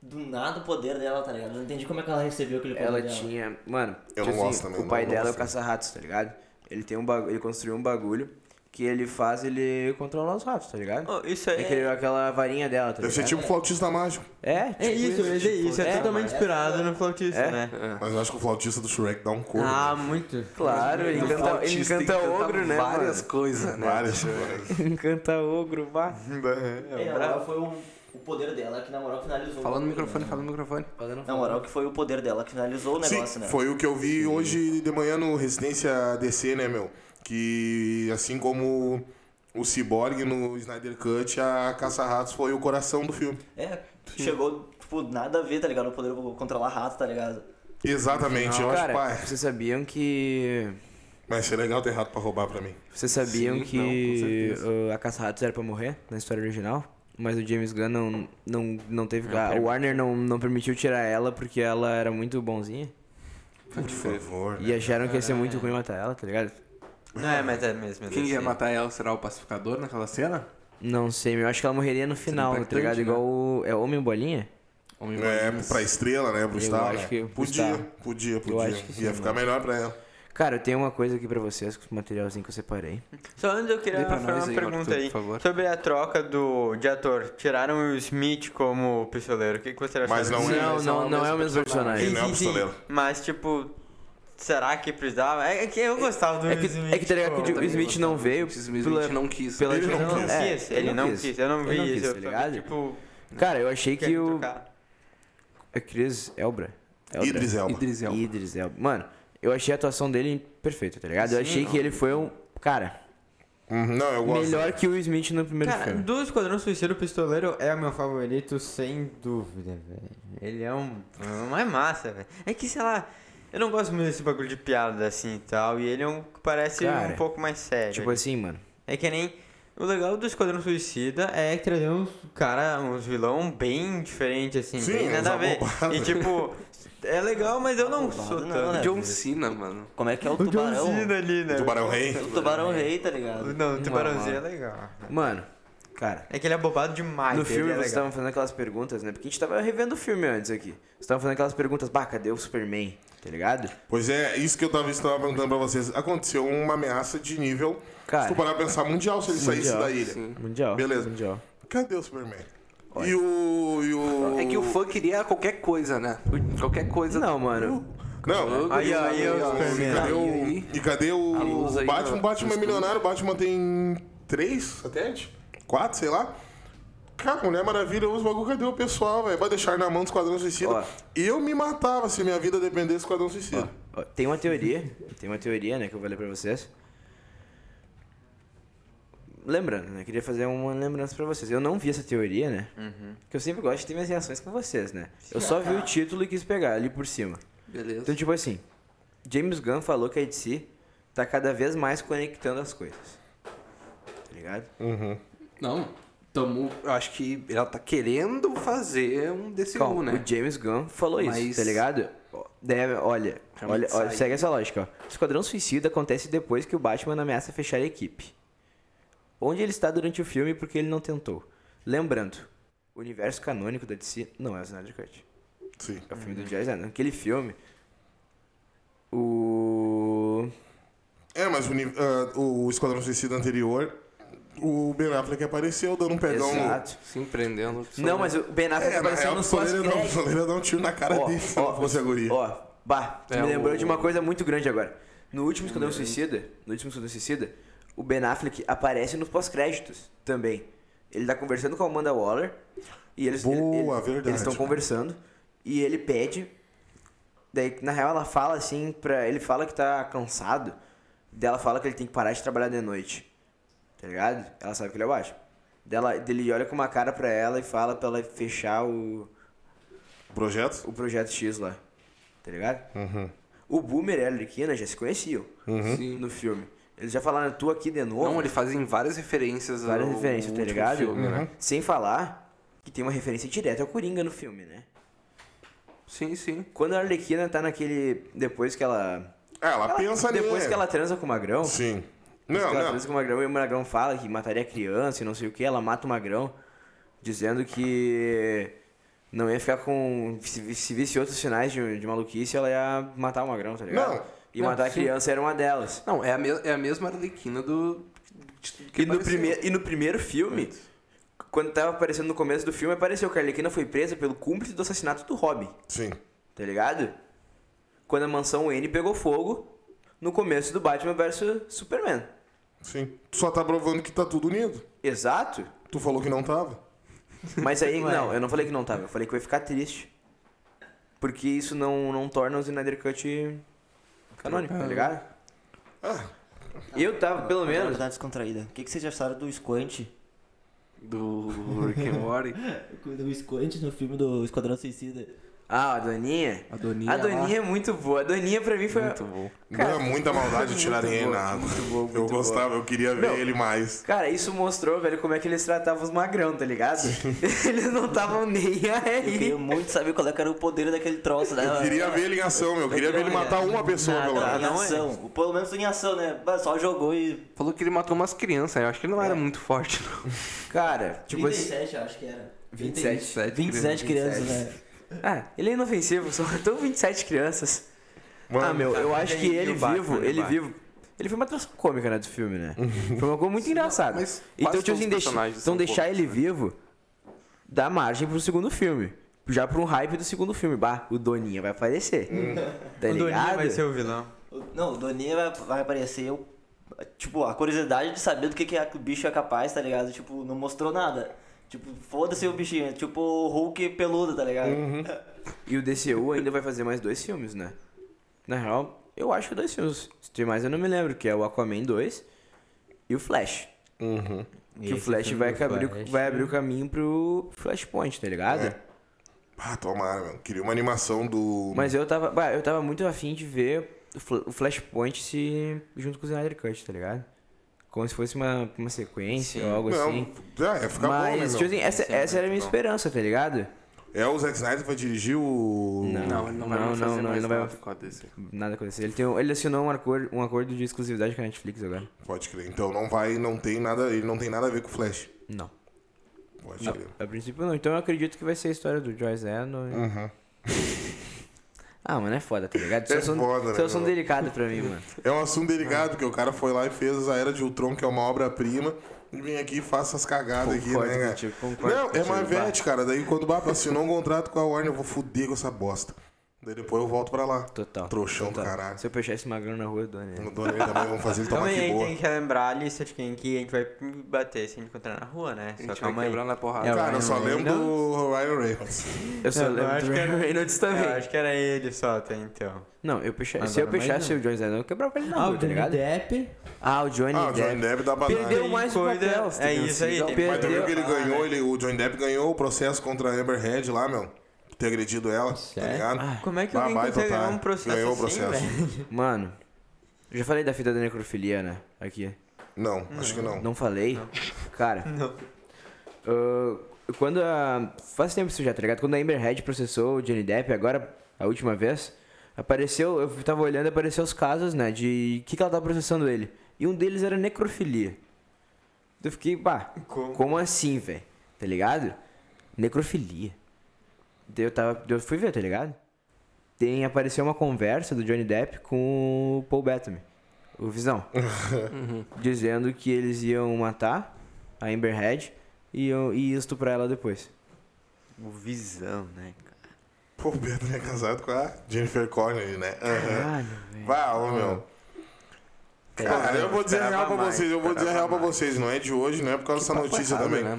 [SPEAKER 6] do nada o poder dela, tá ligado? Eu não entendi como é que ela recebeu aquele poder
[SPEAKER 5] Ela
[SPEAKER 6] dela.
[SPEAKER 5] tinha. Mano,
[SPEAKER 1] Eu
[SPEAKER 5] tipo
[SPEAKER 1] não gosto também,
[SPEAKER 5] o pai
[SPEAKER 1] não- não
[SPEAKER 5] dela é o
[SPEAKER 1] gosto.
[SPEAKER 5] caça-ratos, tá ligado? Ele tem um bagu- ele construiu um bagulho que ele faz ele controlar os ratos, tá ligado?
[SPEAKER 2] Oh, isso aí.
[SPEAKER 5] É aquele- aquela varinha dela, tá
[SPEAKER 1] Deve ser
[SPEAKER 5] ligado?
[SPEAKER 1] tipo o Flautista Mágico.
[SPEAKER 5] É, tipo
[SPEAKER 2] É isso, mas é isso. É,
[SPEAKER 5] é,
[SPEAKER 2] totalmente
[SPEAKER 6] mas-
[SPEAKER 2] inspirado no flautista,
[SPEAKER 5] É?
[SPEAKER 2] né?
[SPEAKER 1] Mas eu acho que o Flautista do Shrek dá um couro.
[SPEAKER 2] Ah, muito.
[SPEAKER 5] Claro,
[SPEAKER 3] é um
[SPEAKER 5] ele encanta, ele
[SPEAKER 3] Flautista
[SPEAKER 5] encanta
[SPEAKER 3] encantava
[SPEAKER 5] ogro, né?
[SPEAKER 3] Várias
[SPEAKER 5] mano?
[SPEAKER 3] coisas, né?
[SPEAKER 1] Várias coisas.
[SPEAKER 5] Encanta ogro, vá.
[SPEAKER 6] É, na moral, foi o, o poder dela que na moral finalizou.
[SPEAKER 3] Fala no
[SPEAKER 6] o-
[SPEAKER 3] microfone, fala no microfone.
[SPEAKER 6] Na moral, que foi o poder dela que finalizou o negócio,
[SPEAKER 1] Sim,
[SPEAKER 6] né?
[SPEAKER 1] Foi o que eu vi hoje de manhã no Residência DC, né, meu? Que assim como o Cyborg no Snyder Cut, a Caça-Ratos foi o coração do filme.
[SPEAKER 6] É, chegou, tipo, nada a ver, tá ligado? O poder controlar rato, tá ligado?
[SPEAKER 1] Exatamente, eu acho
[SPEAKER 5] Cara,
[SPEAKER 1] pai.
[SPEAKER 5] vocês sabiam que.
[SPEAKER 1] Mas seria legal ter rato pra roubar pra mim.
[SPEAKER 5] Vocês sabiam
[SPEAKER 3] Sim, não, com
[SPEAKER 5] que
[SPEAKER 3] certeza.
[SPEAKER 5] uh, a Caça-Ratos era pra morrer na história original? Mas o James Gunn não, não, não teve. a- o Warner não, não permitiu tirar ela porque ela era muito bonzinha.
[SPEAKER 1] Por favor.
[SPEAKER 5] E acharam que ia ser muito ruim matar ela, tá ligado?
[SPEAKER 2] Não é, mas é mesmo. é
[SPEAKER 3] Quem
[SPEAKER 2] desse-
[SPEAKER 3] ia matar ela será o pacificador naquela cena?
[SPEAKER 5] Não sei, meu. Eu acho que ela morreria no final, tá
[SPEAKER 3] impactante,
[SPEAKER 5] ligado?
[SPEAKER 3] né?
[SPEAKER 5] Igual o. É Homem Bolinha?
[SPEAKER 3] Homem
[SPEAKER 1] É,
[SPEAKER 3] Bolinhas.
[SPEAKER 1] pra estrela, né? Pro
[SPEAKER 5] Eu
[SPEAKER 1] Star.
[SPEAKER 5] acho
[SPEAKER 1] né?
[SPEAKER 5] que pro
[SPEAKER 1] podia,
[SPEAKER 5] Star.
[SPEAKER 1] podia, podia,
[SPEAKER 5] acho que sim, né?
[SPEAKER 1] Ia ficar melhor pra ela.
[SPEAKER 5] Cara, eu tenho uma coisa aqui pra vocês, com o materialzinho que eu separei.
[SPEAKER 2] Só antes eu queria
[SPEAKER 3] Lê pra
[SPEAKER 2] fazer uma
[SPEAKER 3] nós aí,
[SPEAKER 2] pergunta
[SPEAKER 3] Arthur,
[SPEAKER 2] aí.
[SPEAKER 3] por favor.
[SPEAKER 2] Sobre a troca do, de ator. Tiraram o Smith como pistoleiro. O que, que você achou?
[SPEAKER 1] Mas não
[SPEAKER 5] Não,
[SPEAKER 1] é,
[SPEAKER 5] não,
[SPEAKER 1] mas
[SPEAKER 5] não, é o mesmo personagem.
[SPEAKER 1] Ele não é pistoleiro.
[SPEAKER 2] Mas, tipo, será que precisava? É que eu gostava do
[SPEAKER 5] É que,
[SPEAKER 2] Smith.
[SPEAKER 5] é que tá ligado
[SPEAKER 2] como-
[SPEAKER 5] que o Smith não veio.
[SPEAKER 3] O Smith
[SPEAKER 5] pela-
[SPEAKER 3] não quis.
[SPEAKER 5] pela
[SPEAKER 1] Ele não quis.
[SPEAKER 5] é,
[SPEAKER 2] quis, ele não quis. Eu não
[SPEAKER 5] Ele
[SPEAKER 2] vi
[SPEAKER 5] não quis,
[SPEAKER 2] isso. eu só
[SPEAKER 5] tá
[SPEAKER 2] vi,
[SPEAKER 5] ligado?
[SPEAKER 2] tipo,
[SPEAKER 5] Cara, eu achei que
[SPEAKER 2] querem
[SPEAKER 5] o.
[SPEAKER 2] trocar.
[SPEAKER 5] É Chris Elbra. Elbra.
[SPEAKER 1] Idris Elba.
[SPEAKER 3] Idris Elba.
[SPEAKER 5] Idris Elba. Mano, eu achei a atuação dele perfeita, tá ligado? Eu achei que ele foi um. Cara,
[SPEAKER 1] Uhum, Não, eu gosto.
[SPEAKER 5] melhor que o Smith no primeiro
[SPEAKER 2] Cara,
[SPEAKER 5] filme.
[SPEAKER 2] do Esquadrão Suicida, o Pistoleiro é o meu favorito, sem dúvida, velho. Ele é um. Não é massa, velho. É que, sei lá, eu não gosto muito desse bagulho de piada assim e tal. E ele é um que parece
[SPEAKER 5] Cara,
[SPEAKER 2] um pouco mais sério.
[SPEAKER 5] Tipo assim, mano.
[SPEAKER 2] É que nem. O legal do Esquadrão Suicida é trazer uns cara, uns vilão bem diferente, assim,
[SPEAKER 1] Sim,
[SPEAKER 2] bem
[SPEAKER 1] uns
[SPEAKER 2] nada a ver.
[SPEAKER 1] abobados.
[SPEAKER 2] E tipo, é lelegal, mas eu não
[SPEAKER 6] Abobado
[SPEAKER 2] sou
[SPEAKER 6] não,
[SPEAKER 2] tanto.
[SPEAKER 6] né?
[SPEAKER 2] John-
[SPEAKER 3] John Cena, mano.
[SPEAKER 6] Como é que é o,
[SPEAKER 2] O John
[SPEAKER 6] tubarão?
[SPEAKER 2] Cena ali,
[SPEAKER 3] É.
[SPEAKER 2] né?
[SPEAKER 1] Tubarão um Rei.
[SPEAKER 6] O tubarão rei, tá ligado?
[SPEAKER 2] Não, o tubarãozinho é legal.
[SPEAKER 5] Mano, cara.
[SPEAKER 2] É que ele é bobado demais.
[SPEAKER 5] No
[SPEAKER 2] ele
[SPEAKER 5] filme
[SPEAKER 2] é
[SPEAKER 5] vocês
[SPEAKER 2] legal.
[SPEAKER 5] estavam fazendo aquelas perguntas, né? Porque a gente tava revendo o filme antes aqui. Vocês estavam fazendo aquelas perguntas, bah, cadê o Superman? Tá ligado?
[SPEAKER 1] Pois é, isso que eu tava, isso que eu tava perguntando pra vocês. Aconteceu uma ameaça de nível.
[SPEAKER 5] Cara,
[SPEAKER 1] se tu parar pra pensar mundial se ele saísse
[SPEAKER 5] mundial,
[SPEAKER 1] da ilha.
[SPEAKER 5] Mundial.
[SPEAKER 1] Beleza.
[SPEAKER 5] Mundial.
[SPEAKER 1] Cadê o Superman? E o, e o.
[SPEAKER 3] É que o fã queria qualquer coisa, né? Qualquer coisa.
[SPEAKER 5] Não, mano.
[SPEAKER 1] Não,
[SPEAKER 2] Aí, aí,
[SPEAKER 1] e
[SPEAKER 2] aí,
[SPEAKER 1] o-
[SPEAKER 2] Superman.
[SPEAKER 1] E cadê o,
[SPEAKER 3] Aí,
[SPEAKER 1] e cadê o
[SPEAKER 3] A luz aí,
[SPEAKER 1] Batman?
[SPEAKER 3] ó,
[SPEAKER 1] Batman é
[SPEAKER 3] escuro.
[SPEAKER 1] milionário, Batman tem três satélites? Quatro, sei lá. Cara, Mulher Maravilha, os bagulho, cadê o pessoal, velho? Vai deixar na mão do Esquadrão Suicida.
[SPEAKER 5] Ó.
[SPEAKER 1] Eu me matava se minha vida dependesse do Esquadrão Suicida.
[SPEAKER 5] Ó, Tem uma teoria, tem uma teoria, né, que eu vou ler pra vocês. Lembrando, né, queria fazer uma lembrança pra vocês. Eu não vi essa teoria, né, que eu sempre gosto de ter minhas reações com vocês, né. Eu só vi o título e quis pegar ali por cima. Então,
[SPEAKER 3] Beleza.
[SPEAKER 5] tipo assim, James Gunn falou que a DC tá cada vez mais conectando as coisas. Tá ligado?
[SPEAKER 3] Não. Tamo, eu acho que ela tá querendo fazer um DCU,
[SPEAKER 5] Calma,
[SPEAKER 3] né?
[SPEAKER 5] O James Gunn falou
[SPEAKER 3] Mas-
[SPEAKER 5] isso, tá ligado? Ó, Deve, olha,
[SPEAKER 3] Realmente
[SPEAKER 5] olha, olha,
[SPEAKER 3] sai.
[SPEAKER 5] segue essa lógica, ó. Esquadrão Suicida acontece depois que o Batman ameaça fechar a equipe. Onde ele está durante o filme porque ele não tentou. Lembrando, o universo canônico da DC não é o Snyder Cut.
[SPEAKER 1] Sim.
[SPEAKER 5] É o filme do James Gunn. Aquele filme, o...
[SPEAKER 1] É, mas o, ni- ah, o Esquadrão Suicida anterior, o Ben Affleck apareceu dando um pegão no.
[SPEAKER 5] Exato.
[SPEAKER 3] Se empreendendo.
[SPEAKER 5] Não, mas o Ben Affleck
[SPEAKER 1] É, na
[SPEAKER 5] apareceu
[SPEAKER 1] real,
[SPEAKER 5] nos
[SPEAKER 1] o Soleil dá- o
[SPEAKER 5] pós-créditos.
[SPEAKER 1] Soleil dá um tiro na cara dele se não fosse a guria.
[SPEAKER 5] Ó, bah, tu
[SPEAKER 3] É,
[SPEAKER 5] me lembrou
[SPEAKER 3] o-
[SPEAKER 5] de uma coisa muito grande agora. No último Esquadrão Suicida, no último Esquadrão Suicida, o Ben Affleck aparece nos pós-créditos também. Ele tá conversando com a Amanda Waller e eles
[SPEAKER 1] Boa,
[SPEAKER 5] ele- ele-
[SPEAKER 1] verdade,
[SPEAKER 5] eles estão
[SPEAKER 1] cara.
[SPEAKER 5] conversando e ele pede daí na real ela fala assim para ele fala que tá cansado, dela fala que ele tem que parar de trabalhar de noite. Tá ligado? Ela sabe que ele é baixo. Dela, dele olha com uma cara pra ela e fala pra ela fechar o
[SPEAKER 1] Projeto?
[SPEAKER 5] o Projeto X lá. Tá ligado? O Boomer e a Arlequina já se conheciam
[SPEAKER 3] Sim.
[SPEAKER 5] no filme. Eles já falaram tu aqui de novo.
[SPEAKER 3] Não, eles fazem várias referências
[SPEAKER 5] Várias
[SPEAKER 3] ao
[SPEAKER 5] referências, tá
[SPEAKER 3] último
[SPEAKER 1] Uhum.
[SPEAKER 5] ligado?
[SPEAKER 3] filme, né?
[SPEAKER 5] Sem falar que tem uma referência direta ao Coringa no filme, né?
[SPEAKER 3] Sim, sim.
[SPEAKER 5] Quando a Arlequina tá naquele. Depois que ela.
[SPEAKER 1] É, ela,
[SPEAKER 5] ela-
[SPEAKER 1] pensa nele.
[SPEAKER 5] Depois que ela transa com o Magrão.
[SPEAKER 1] Sim.
[SPEAKER 5] Diz
[SPEAKER 1] Não,
[SPEAKER 5] que ela
[SPEAKER 1] não.
[SPEAKER 5] transa com o Magrão e o Magrão fala que mataria criança e não sei o que, ela mata o Magrão, dizendo que não ia ficar com. Se, se visse outros sinais de, de maluquice, ela ia matar o Magrão, tá ligado?
[SPEAKER 1] Não.
[SPEAKER 5] E
[SPEAKER 3] Não,
[SPEAKER 5] matar a
[SPEAKER 3] sim.
[SPEAKER 5] criança era uma delas.
[SPEAKER 3] Não, é a, me é a mesma Arlequina do. de- que
[SPEAKER 5] E no,
[SPEAKER 3] apareceu.
[SPEAKER 5] prime e no primeiro filme, quando tava aparecendo no começo do filme, apareceu que a Arlequina foi presa pelo cúmplice do assassinato do Robin,
[SPEAKER 1] Sim.
[SPEAKER 5] tá ligado? Quando a mansão N pegou fogo no começo do Batman vs Superman.
[SPEAKER 1] Sim. Tu só tá provando que tá tudo unido.
[SPEAKER 5] Exato.
[SPEAKER 1] Tu falou que não tava.
[SPEAKER 5] Mas aí,
[SPEAKER 2] Ué.
[SPEAKER 5] não, eu não falei que não tava, eu falei que eu ia ficar triste. Porque isso não, não torna o Snyder Cut canônico,
[SPEAKER 3] Ah.
[SPEAKER 5] tá ligado? Ah. Eu tava, pelo
[SPEAKER 6] Uma
[SPEAKER 5] menos.
[SPEAKER 6] verdade tá descontraída. O que, que vocês acharam do Squant?
[SPEAKER 3] Do Rick and Morty.
[SPEAKER 6] Do Squant no filme do Esquadrão Suicida.
[SPEAKER 5] Ah, a Doninha.
[SPEAKER 3] A Doninha.
[SPEAKER 5] A Doninha é muito boa. A Doninha pra mim foi.
[SPEAKER 3] Muito bom.
[SPEAKER 5] Cara,
[SPEAKER 1] não é muita maldade
[SPEAKER 5] muito
[SPEAKER 1] tirarem ele
[SPEAKER 5] boa,
[SPEAKER 1] nada.
[SPEAKER 5] muito boa, muito
[SPEAKER 1] eu gostava, eu queria ver
[SPEAKER 5] Não.
[SPEAKER 1] ele mais.
[SPEAKER 5] Cara, isso mostrou, velho, como é que eles tratavam os magrão, tá ligado? eles não estavam nem
[SPEAKER 6] Eu
[SPEAKER 5] aí.
[SPEAKER 6] queria muito saber qual é que era o poder daquele troço, né?
[SPEAKER 1] Eu queria ver ele em ação, meu. Eu queria ver ele matar uma pessoa, pelo
[SPEAKER 6] Nada, em
[SPEAKER 1] menos.
[SPEAKER 2] não é.
[SPEAKER 6] ação. O- Pelo menos em ação, né? Bah, Só jogou e.
[SPEAKER 3] Falou que ele matou umas crianças, eu acho que ele não era muito forte, não.
[SPEAKER 5] Cara, tipo assim.
[SPEAKER 6] 27, acho que era.
[SPEAKER 5] 27.
[SPEAKER 6] 27 crianças, né?
[SPEAKER 5] Ah, ele é inofensivo, só matou 27 crianças.
[SPEAKER 1] Mano,
[SPEAKER 5] ah, meu, eu
[SPEAKER 2] Tá,
[SPEAKER 5] acho
[SPEAKER 2] e
[SPEAKER 5] que
[SPEAKER 2] o
[SPEAKER 5] ele
[SPEAKER 2] Batman,
[SPEAKER 5] vivo,
[SPEAKER 2] né,
[SPEAKER 5] ele
[SPEAKER 2] Batman? Uhum.
[SPEAKER 5] vivo. Ele foi uma atração cômica, né, do filme, né? Foi uma coisa muito engraçada.
[SPEAKER 3] mas
[SPEAKER 5] então,
[SPEAKER 3] quase
[SPEAKER 5] tipo
[SPEAKER 3] todos
[SPEAKER 5] assim,
[SPEAKER 3] os
[SPEAKER 5] deixa-
[SPEAKER 3] personagens
[SPEAKER 5] então
[SPEAKER 3] são
[SPEAKER 5] deixar
[SPEAKER 3] cômicos, né?
[SPEAKER 5] ele vivo dá margem pro segundo filme. Já pra um hype do segundo filme. Bah, o Doninha vai aparecer.
[SPEAKER 3] Uhum.
[SPEAKER 5] Tá
[SPEAKER 2] o Doninha
[SPEAKER 5] ligado?
[SPEAKER 2] vai ser o vilão.
[SPEAKER 6] O- Não, o Doninha vai, vai aparecer. eu- tipo, a curiosidade de saber do que, que a- o bicho é capaz, tá ligado? Tipo, não mostrou nada. Tipo, foda-se o bichinho. é Tipo, o Hulk peludo, tá ligado?
[SPEAKER 5] Hum, E o DCU ainda vai fazer mais dois filmes, né? Na real, eu acho que dois filmes. Se tem mais, eu não me lembro, que é o Aquaman 2 e o Flash.
[SPEAKER 1] Uhum.
[SPEAKER 5] Que o Flash vai, abrir, o- vai abrir o caminho pro Flashpoint, tá ligado?
[SPEAKER 1] É. Ah, tomara, meu. Queria uma animação do.
[SPEAKER 5] Mas eu tava, bah, eu tava muito afim de ver o Fl- o Flashpoint se junto com o Snyder Cut, tá ligado? Como se fosse uma, uma sequência ou algo
[SPEAKER 1] não,
[SPEAKER 5] assim.
[SPEAKER 1] é, ia ficar bom, né,
[SPEAKER 5] Mas, tipo
[SPEAKER 1] meu?
[SPEAKER 5] assim, essa,
[SPEAKER 3] Sim,
[SPEAKER 5] essa era a
[SPEAKER 3] muito
[SPEAKER 5] minha
[SPEAKER 3] bom.
[SPEAKER 5] esperança, tá ligado?
[SPEAKER 1] É o Zack Snyder que vai dirigir o.
[SPEAKER 3] Não, ele não vai
[SPEAKER 5] Não,
[SPEAKER 3] mais
[SPEAKER 5] não,
[SPEAKER 3] fazer
[SPEAKER 5] não,
[SPEAKER 3] mais
[SPEAKER 5] ele não vai-
[SPEAKER 3] nada com a DC.
[SPEAKER 5] Nada aconteceu. Ele, tem, um- ele assinou um acordo, um acordo de exclusividade com a Netflix agora.
[SPEAKER 1] Pode crer. Então não vai, não tem nada. Ele não tem nada a ver com o Flash.
[SPEAKER 5] Não.
[SPEAKER 1] Pode crer.
[SPEAKER 5] A princípio não. Então eu acredito que vai ser a história do Joyce Zeno. e-
[SPEAKER 1] Uhum.
[SPEAKER 5] Ah, mano, é foda, tá ligado?
[SPEAKER 1] É
[SPEAKER 5] Situação,
[SPEAKER 1] foda, né,
[SPEAKER 5] situação
[SPEAKER 1] meu?
[SPEAKER 5] delicada pra mim, mano.
[SPEAKER 1] É um assunto delicado, que o cara foi lá e fez a Era de Ultron, que é uma obra-prima, e vem aqui e faz essas cagadas aqui,
[SPEAKER 5] Concordo
[SPEAKER 1] né, cara?
[SPEAKER 5] contigo, concordo
[SPEAKER 1] Não, é
[SPEAKER 5] contigo,
[SPEAKER 1] Marvete, cara. Daí quando o Bapa assinou um contrato com a Warner, eu vou fuder com essa bosta. Daí depois eu volto pra lá.
[SPEAKER 5] Total.
[SPEAKER 1] Trouxão do
[SPEAKER 5] total.
[SPEAKER 1] caralho.
[SPEAKER 5] Se eu fechar esse magrão na rua, eu dou nele.
[SPEAKER 1] No Dona Helena também vamos fazer ele tomar
[SPEAKER 2] Calma aí,
[SPEAKER 1] que
[SPEAKER 2] a gente
[SPEAKER 1] boa.
[SPEAKER 2] tem que relembrar a lista de quem que a gente vai bater se a gente encontrar na rua, né?
[SPEAKER 3] A
[SPEAKER 2] Só
[SPEAKER 3] gente vai
[SPEAKER 2] calma aí.
[SPEAKER 3] quebrando a porrada.
[SPEAKER 5] É,
[SPEAKER 1] Cara, eu só
[SPEAKER 5] Ryan
[SPEAKER 1] lembro do Ryan Reynolds.
[SPEAKER 5] Eu só
[SPEAKER 2] Não, eu
[SPEAKER 5] lembro
[SPEAKER 2] acho
[SPEAKER 5] do
[SPEAKER 2] que era-
[SPEAKER 5] Ryan Reynolds
[SPEAKER 2] Eu
[SPEAKER 5] também.
[SPEAKER 2] acho que era ele só até então.
[SPEAKER 5] Não, eu fechar,
[SPEAKER 2] Mas
[SPEAKER 5] se eu
[SPEAKER 2] agora mais
[SPEAKER 5] fechasse
[SPEAKER 2] não.
[SPEAKER 5] o Johnny Depp, eu quebrava ele na
[SPEAKER 7] Ah,
[SPEAKER 5] rua,
[SPEAKER 7] o
[SPEAKER 5] tá
[SPEAKER 7] Johnny
[SPEAKER 5] ligado?
[SPEAKER 7] Depp.
[SPEAKER 5] Ah, o Johnny
[SPEAKER 1] Ah, o Johnny
[SPEAKER 5] Depp.
[SPEAKER 1] Depp dá
[SPEAKER 5] Perdeu
[SPEAKER 1] banana.
[SPEAKER 5] mais o
[SPEAKER 2] Coisa-
[SPEAKER 5] papel.
[SPEAKER 2] É isso aí. tem que
[SPEAKER 1] Mas tu viu
[SPEAKER 5] um Perdeu.
[SPEAKER 1] que ele
[SPEAKER 2] Ah,
[SPEAKER 1] ganhou,
[SPEAKER 2] né?
[SPEAKER 1] ele, o Johnny Depp ganhou o processo contra a Amber Heard lá, meu. por Ter agredido ela, tá
[SPEAKER 7] Sério?
[SPEAKER 5] Ah.
[SPEAKER 1] ligado?
[SPEAKER 2] Como é que
[SPEAKER 1] Bah,
[SPEAKER 2] alguém
[SPEAKER 1] baita
[SPEAKER 2] consegue ganhar
[SPEAKER 1] otário.
[SPEAKER 2] um processo
[SPEAKER 1] Ganhou o
[SPEAKER 2] assim,
[SPEAKER 1] processo.
[SPEAKER 2] velho?
[SPEAKER 5] Mano, eu já falei da fita da necrofilia, né? Aqui.
[SPEAKER 1] Não, acho que não.
[SPEAKER 5] Não falei? Cara.
[SPEAKER 2] Não.
[SPEAKER 5] ah, quando a. Faz tempo isso já, tá ligado? Quando a Amber Heard processou o Johnny Depp, agora, a última vez, apareceu. Eu tava olhando, apareceu os casos, né? De. O que, que ela tava processando ele? E um deles era necrofilia. Eu fiquei, pá,
[SPEAKER 2] Como?
[SPEAKER 5] como assim, velho? Tá ligado? Necrofilia. Daí eu tava. daí Eu fui ver, tá ligado? Tem apareceu uma conversa do Johnny Depp com o Paul Bettany, o Visão,
[SPEAKER 1] Uhum.
[SPEAKER 5] dizendo que eles iam matar a Amber Heard e iam e estuprar ela depois.
[SPEAKER 2] O Visão, né?
[SPEAKER 1] Pô, o Pedro é casado com a Jennifer Connelly, né? Aham.
[SPEAKER 5] Caralho, velho.
[SPEAKER 1] Vai, ô, meu. Cara, eu vou dizer a real pra vocês, eu vou dizer a real pra vocês. Não é de hoje, não é por causa dessa notícia também.
[SPEAKER 3] né,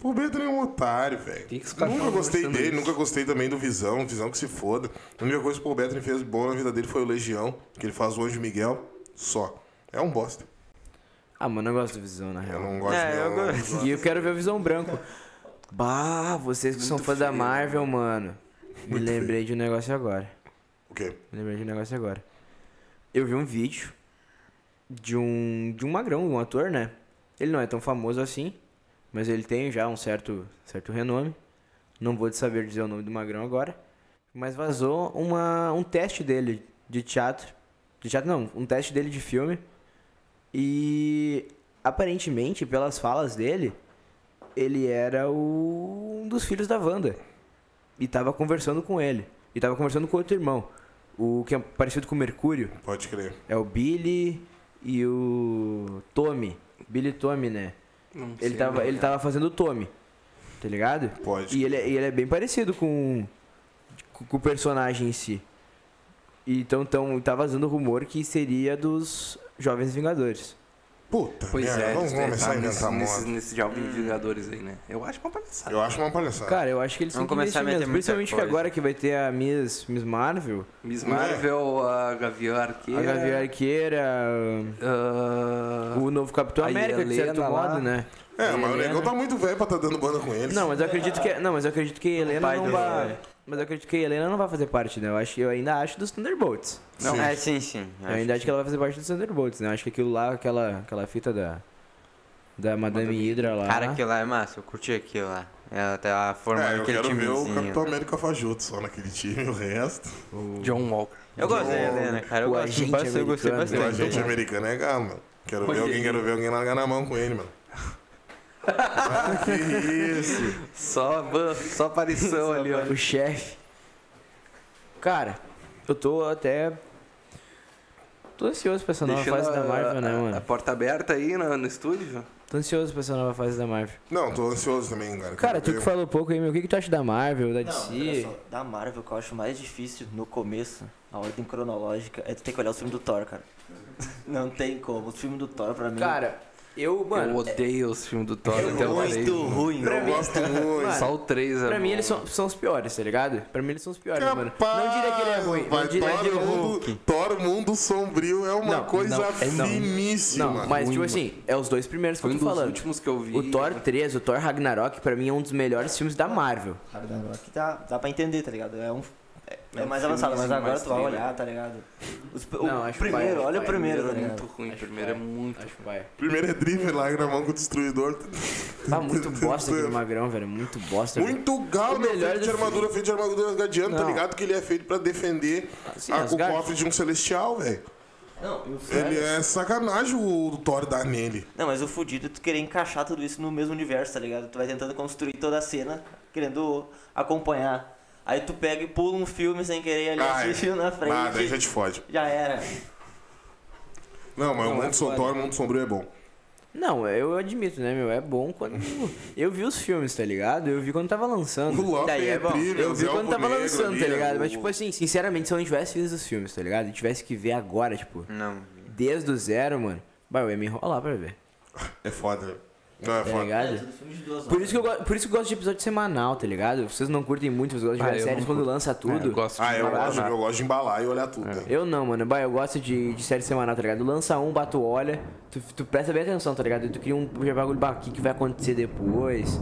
[SPEAKER 1] Pô, o Pedro é um otário, velho.
[SPEAKER 3] Que que os caras
[SPEAKER 1] Nunca
[SPEAKER 3] tão
[SPEAKER 1] gostei
[SPEAKER 3] gostando
[SPEAKER 1] dele,
[SPEAKER 3] disso?
[SPEAKER 1] nunca gostei também do Visão, Visão que se foda. A única coisa que o Paul Bettany fez boa na vida dele foi o Legião, que ele faz o Anjo Miguel, só. É um bosta.
[SPEAKER 5] Ah, mano, eu gosto do Visão, na
[SPEAKER 1] Eu
[SPEAKER 5] real.
[SPEAKER 1] não gosto
[SPEAKER 2] É, eu
[SPEAKER 1] não,
[SPEAKER 2] gosto.
[SPEAKER 5] E eu quero ver o Visão Branco. Bah, vocês que são fã da Marvel, mano. Me
[SPEAKER 1] Muito
[SPEAKER 5] lembrei de um negócio agora.
[SPEAKER 1] O quê?
[SPEAKER 5] Me lembrei de um negócio agora. Eu vi um vídeo de um de um magrão, um ator, né? Ele não é tão famoso assim, mas ele tem já um certo certo renome. Não vou saber dizer o nome do magrão agora, Mas vazou uma, um teste dele de teatro. De teatro não, um teste dele de filme. E aparentemente, pelas falas dele, ele era o, um dos filhos da Wanda. E tava conversando com ele. E tava conversando com outro irmão. O que é parecido com o Mercúrio.
[SPEAKER 1] Pode crer.
[SPEAKER 5] É o Billy e o Tommy. Billy e Tommy, né?
[SPEAKER 3] Não sei,
[SPEAKER 5] Ele, tava,
[SPEAKER 3] né?
[SPEAKER 5] ele tava fazendo o Tommy. Tá ligado?
[SPEAKER 1] Pode.
[SPEAKER 5] E ele, é- e ele é bem parecido com, com, com o personagem em si. E Então, então tá vazando o rumor que seria dos Jovens Vingadores.
[SPEAKER 1] Puta,
[SPEAKER 3] Pois
[SPEAKER 1] merda,
[SPEAKER 3] é,
[SPEAKER 1] vamos
[SPEAKER 3] eles devem
[SPEAKER 1] começar
[SPEAKER 3] tá
[SPEAKER 1] a inventar
[SPEAKER 3] nesse, nesse,
[SPEAKER 1] moda.
[SPEAKER 3] nesse de alguns Vingadores aí, né? Eu acho uma palhaçada.
[SPEAKER 1] Eu acho uma palhaçada.
[SPEAKER 5] Cara, eu acho que eles
[SPEAKER 2] Vamos
[SPEAKER 5] têm que
[SPEAKER 2] começar a meter
[SPEAKER 5] investir mesmo.
[SPEAKER 2] muita
[SPEAKER 5] Principalmente que
[SPEAKER 2] coisa.
[SPEAKER 5] agora que vai ter a Miss, Miss Marvel,
[SPEAKER 3] Miss
[SPEAKER 1] é?
[SPEAKER 3] Marvel, a Gavião Arqueira.
[SPEAKER 5] a Gavião Arqueira,
[SPEAKER 3] ah,
[SPEAKER 5] o novo Capitão
[SPEAKER 3] a
[SPEAKER 5] América, de certo
[SPEAKER 3] Helena lá.
[SPEAKER 5] modo, né?
[SPEAKER 1] é, mas o
[SPEAKER 5] Helena.
[SPEAKER 1] negão tá muito velho pra tá dando banda com eles.
[SPEAKER 5] Não, é mas eu acredito que. Não, mas eu acredito que a Helena
[SPEAKER 2] pai
[SPEAKER 5] não
[SPEAKER 2] do-
[SPEAKER 5] vai. Mas eu acredito que a Helena não vai fazer parte, né? Eu, acho, eu ainda acho dos Thunderbolts.
[SPEAKER 2] Não,
[SPEAKER 1] Sim.
[SPEAKER 2] é, sim, sim.
[SPEAKER 5] Eu
[SPEAKER 2] acho
[SPEAKER 5] ainda acho
[SPEAKER 2] sim.
[SPEAKER 5] que ela vai fazer parte dos Thunderbolts, né? Eu acho que aquilo lá, aquela, aquela fita da. Da Madame, Hydra lá.
[SPEAKER 2] Cara, aquilo lá é massa, eu curti aquilo lá. Ela tá formando
[SPEAKER 1] É, eu
[SPEAKER 2] aquele
[SPEAKER 1] quero ver o
[SPEAKER 2] timezinho.
[SPEAKER 1] Capitão América Fajuto só naquele time, o resto.
[SPEAKER 3] John Walker.
[SPEAKER 2] Eu gosto da Helena, cara. Eu
[SPEAKER 5] O
[SPEAKER 2] gosto
[SPEAKER 5] agente
[SPEAKER 2] bastante, eu gostei
[SPEAKER 1] um
[SPEAKER 5] americano,
[SPEAKER 1] né? O
[SPEAKER 2] bastante.
[SPEAKER 1] agente americano é galo, mano. Quero
[SPEAKER 3] Pois
[SPEAKER 1] ver alguém,
[SPEAKER 3] é.
[SPEAKER 1] quero ver alguém largar na mão com ele, mano. ah, que isso!
[SPEAKER 3] Só, ban- só aparição ali, ó.
[SPEAKER 5] O chefe. Cara, eu tô até. Tô ansioso pra essa nova
[SPEAKER 3] Deixando
[SPEAKER 5] é fase
[SPEAKER 3] a-
[SPEAKER 5] da Marvel, né,
[SPEAKER 3] a- A
[SPEAKER 5] mano?
[SPEAKER 3] porta aberta aí no, no estúdio.
[SPEAKER 5] Tô ansioso pra essa nova fase da Marvel.
[SPEAKER 1] Não, tô ansioso também, cara. Quero
[SPEAKER 5] Cara, tu
[SPEAKER 1] ver. um-
[SPEAKER 5] que falou pouco aí, meu, o que, que tu acha da Marvel, da
[SPEAKER 6] Não,
[SPEAKER 5] DC?
[SPEAKER 6] olha só, da Marvel, que eu acho mais difícil no começo, a ordem cronológica, é tu ter que olhar o filme do Thor, cara. Não tem como. O filme do Thor, pra mim,
[SPEAKER 5] Cara, eu,
[SPEAKER 3] eu
[SPEAKER 5] mano.
[SPEAKER 3] odeio os filmes do Thor.
[SPEAKER 6] é
[SPEAKER 3] até eu falei.
[SPEAKER 6] muito ruim.
[SPEAKER 1] Eu gosto muito.
[SPEAKER 3] Só o é 3
[SPEAKER 5] Pra mim eles são, são os piores, tá ligado? Pra mim eles são os piores, mano.
[SPEAKER 1] Capaz,
[SPEAKER 5] Não diria que ele é ruim,
[SPEAKER 1] Vai,
[SPEAKER 5] não diria que
[SPEAKER 1] Thor,
[SPEAKER 5] ele é ruim.
[SPEAKER 1] mundo, Thor Mundo Sombrio é uma
[SPEAKER 5] Não,
[SPEAKER 1] coisa
[SPEAKER 5] não, é não.
[SPEAKER 1] finíssima.
[SPEAKER 5] Não, mas
[SPEAKER 3] Ruim,
[SPEAKER 5] tipo assim, é os dois primeiros que
[SPEAKER 3] Foi
[SPEAKER 5] eu
[SPEAKER 3] um
[SPEAKER 5] tô
[SPEAKER 3] dos
[SPEAKER 5] falando.
[SPEAKER 3] últimos que eu vi.
[SPEAKER 5] O Thor 3, o Thor Ragnarok, pra mim é um dos melhores filmes da Marvel.
[SPEAKER 6] Ragnarok dá, dá pra entender, tá ligado? É um. É, é
[SPEAKER 3] É um
[SPEAKER 6] mais avançado, mas
[SPEAKER 3] filmezinho
[SPEAKER 6] agora
[SPEAKER 3] mais
[SPEAKER 6] tu vai
[SPEAKER 3] thriller.
[SPEAKER 6] olhar, tá ligado? Os- o
[SPEAKER 5] Não, acho
[SPEAKER 6] primeiro,
[SPEAKER 5] pai,
[SPEAKER 6] olha o
[SPEAKER 5] pai,
[SPEAKER 6] primeiro,
[SPEAKER 3] primeiro
[SPEAKER 6] tá
[SPEAKER 3] é
[SPEAKER 6] ligado?
[SPEAKER 3] muito ruim. O
[SPEAKER 5] Acho
[SPEAKER 3] primeiro é muito.
[SPEAKER 5] Acho que vai.
[SPEAKER 1] Primeiro é Driver, larga na mão com o Destruidor.
[SPEAKER 5] Tá muito bosta aquele magrão, velho. Muito bosta. velho.
[SPEAKER 1] Muito galo,
[SPEAKER 5] O
[SPEAKER 1] meu
[SPEAKER 5] melhor
[SPEAKER 1] feito de
[SPEAKER 5] do
[SPEAKER 1] armadura, feito de armadura gadiano, tá
[SPEAKER 5] Não.
[SPEAKER 1] ligado? Que ele é feito pra defender
[SPEAKER 5] Sim,
[SPEAKER 3] Ah,
[SPEAKER 1] a- o
[SPEAKER 5] Asgard.
[SPEAKER 1] cofre de um celestial, velho.
[SPEAKER 6] Não, e o sério?
[SPEAKER 1] Ele é sacanagem o Thor dar nele.
[SPEAKER 6] Não, mas o fudido é tu querer encaixar tudo isso no mesmo universo, tá ligado? Tu vai tentando construir toda a cena, querendo acompanhar. Aí tu pega e pula um filme sem querer ali
[SPEAKER 1] Ah, é.
[SPEAKER 6] assistir na frente.
[SPEAKER 1] Ah, daí já te fode.
[SPEAKER 6] Já
[SPEAKER 5] Tá
[SPEAKER 6] era.
[SPEAKER 1] Não, mas
[SPEAKER 5] Não,
[SPEAKER 1] o Mundo
[SPEAKER 5] é
[SPEAKER 1] Som-
[SPEAKER 5] foda.
[SPEAKER 1] Thor, o Mundo Sombrio é bom.
[SPEAKER 5] Não, eu admito, né, meu? É bom quando. Eu vi os filmes, tá ligado? Eu vi quando tava
[SPEAKER 1] O
[SPEAKER 5] lançando.
[SPEAKER 1] Loki
[SPEAKER 2] Daí é
[SPEAKER 1] é
[SPEAKER 2] bom.
[SPEAKER 1] incrível,
[SPEAKER 5] Eu
[SPEAKER 1] os
[SPEAKER 5] vi
[SPEAKER 1] Elfo
[SPEAKER 5] quando tava
[SPEAKER 1] Negro
[SPEAKER 5] lançando,
[SPEAKER 1] ali,
[SPEAKER 5] tá
[SPEAKER 1] é
[SPEAKER 5] ligado?
[SPEAKER 1] o-
[SPEAKER 5] Mas, tipo assim, sinceramente, se eu não tivesse visto os filmes, tá ligado? E tivesse que ver agora, tipo,
[SPEAKER 2] Não.
[SPEAKER 5] desde o zero, mano. Bah, eu ia me enrolar pra ver.
[SPEAKER 1] É foda, velho. Não, é
[SPEAKER 5] Tá
[SPEAKER 1] foda.
[SPEAKER 5] ligado? Por isso, que eu go- por isso que eu gosto de episódio semanal, tá ligado? Vocês não curtem muito, vocês gostam de
[SPEAKER 3] Ah,
[SPEAKER 5] ver as
[SPEAKER 3] eu
[SPEAKER 5] séries
[SPEAKER 3] não
[SPEAKER 5] quando
[SPEAKER 3] curto.
[SPEAKER 5] lança
[SPEAKER 3] É,
[SPEAKER 5] tudo.
[SPEAKER 3] eu gosto
[SPEAKER 1] Ah, eu
[SPEAKER 3] de
[SPEAKER 1] gosto,
[SPEAKER 3] maratonar.
[SPEAKER 1] eu gosto de embalar e olhar tudo, né?
[SPEAKER 5] Eu não, mano. Bah, eu gosto de, de série semanal, tá ligado? Lança um, bato olha, tu, tu presta bem atenção, tá ligado? Tu cria um já bagulho, bah, o que, que vai acontecer depois?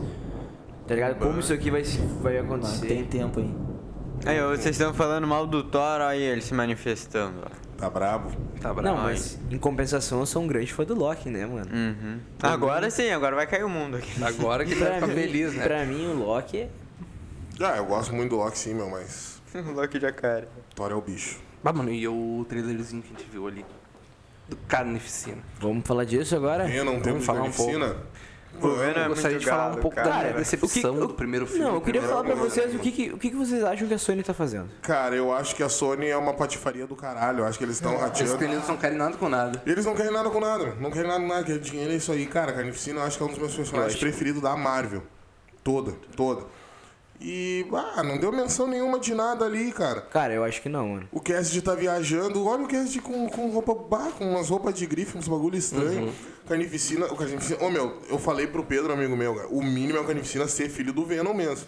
[SPEAKER 5] Tá ligado? Como isso aqui vai, se- vai acontecer?
[SPEAKER 6] Tem tempo aí.
[SPEAKER 2] Aí, ô, vocês estão falando mal do Thor, olha ele se manifestando. ó.
[SPEAKER 1] Tá brabo.
[SPEAKER 3] Tá bravo.
[SPEAKER 5] Não, mas em compensação eu sou um grande fã do Loki, né, mano?
[SPEAKER 2] Uhum. Agora sim, agora vai cair o mundo aqui.
[SPEAKER 3] Agora Hum. que vai ficar feliz, né?
[SPEAKER 5] pra mim, o Loki é.
[SPEAKER 1] Ah, eu gosto muito do Loki sim, meu, mas
[SPEAKER 2] o Loki de cara.
[SPEAKER 1] Thor é o bicho.
[SPEAKER 3] Ah, mano, e o trailerzinho que a gente viu ali? Do Carnificina.
[SPEAKER 5] Vamos falar disso agora?
[SPEAKER 1] Eu não tenho
[SPEAKER 3] falar um pouco.
[SPEAKER 1] piscina.
[SPEAKER 2] Venom é
[SPEAKER 3] Eu gostaria
[SPEAKER 2] muito
[SPEAKER 3] de falar
[SPEAKER 2] gado,
[SPEAKER 3] um pouco
[SPEAKER 2] cara.
[SPEAKER 3] da minha
[SPEAKER 5] Cara,
[SPEAKER 3] decepção
[SPEAKER 5] o que-
[SPEAKER 3] do primeiro filme.
[SPEAKER 5] Não, eu queria
[SPEAKER 1] primeiro
[SPEAKER 5] falar pra
[SPEAKER 1] lugar.
[SPEAKER 5] vocês o que, que- o que, que vocês acham que a Sony tá fazendo.
[SPEAKER 1] Cara, eu acho que a Sony é uma patifaria do caralho. Eu acho que eles estão
[SPEAKER 3] Os
[SPEAKER 1] rateando.
[SPEAKER 3] meninos não querem nada com nada.
[SPEAKER 1] Eles não querem nada com nada, não querem nada com nada, querem dinheiro, é isso aí, cara. Carnificina eu acho que é um dos meus personagens preferidos da Marvel. Toda, toda. E, ah, não deu menção nenhuma de nada ali, cara.
[SPEAKER 5] Cara, eu acho que não, mano.
[SPEAKER 1] O Cassidy tá viajando, olha o Cassidy com, com roupa, bah, com umas roupas de grife, uns bagulho
[SPEAKER 3] Uhum.
[SPEAKER 1] estranho. Carnificina, o Carnificina, ô meu, eu falei pro Pedro, amigo meu, cara, o mínimo é o Carnificina ser filho do Venom mesmo.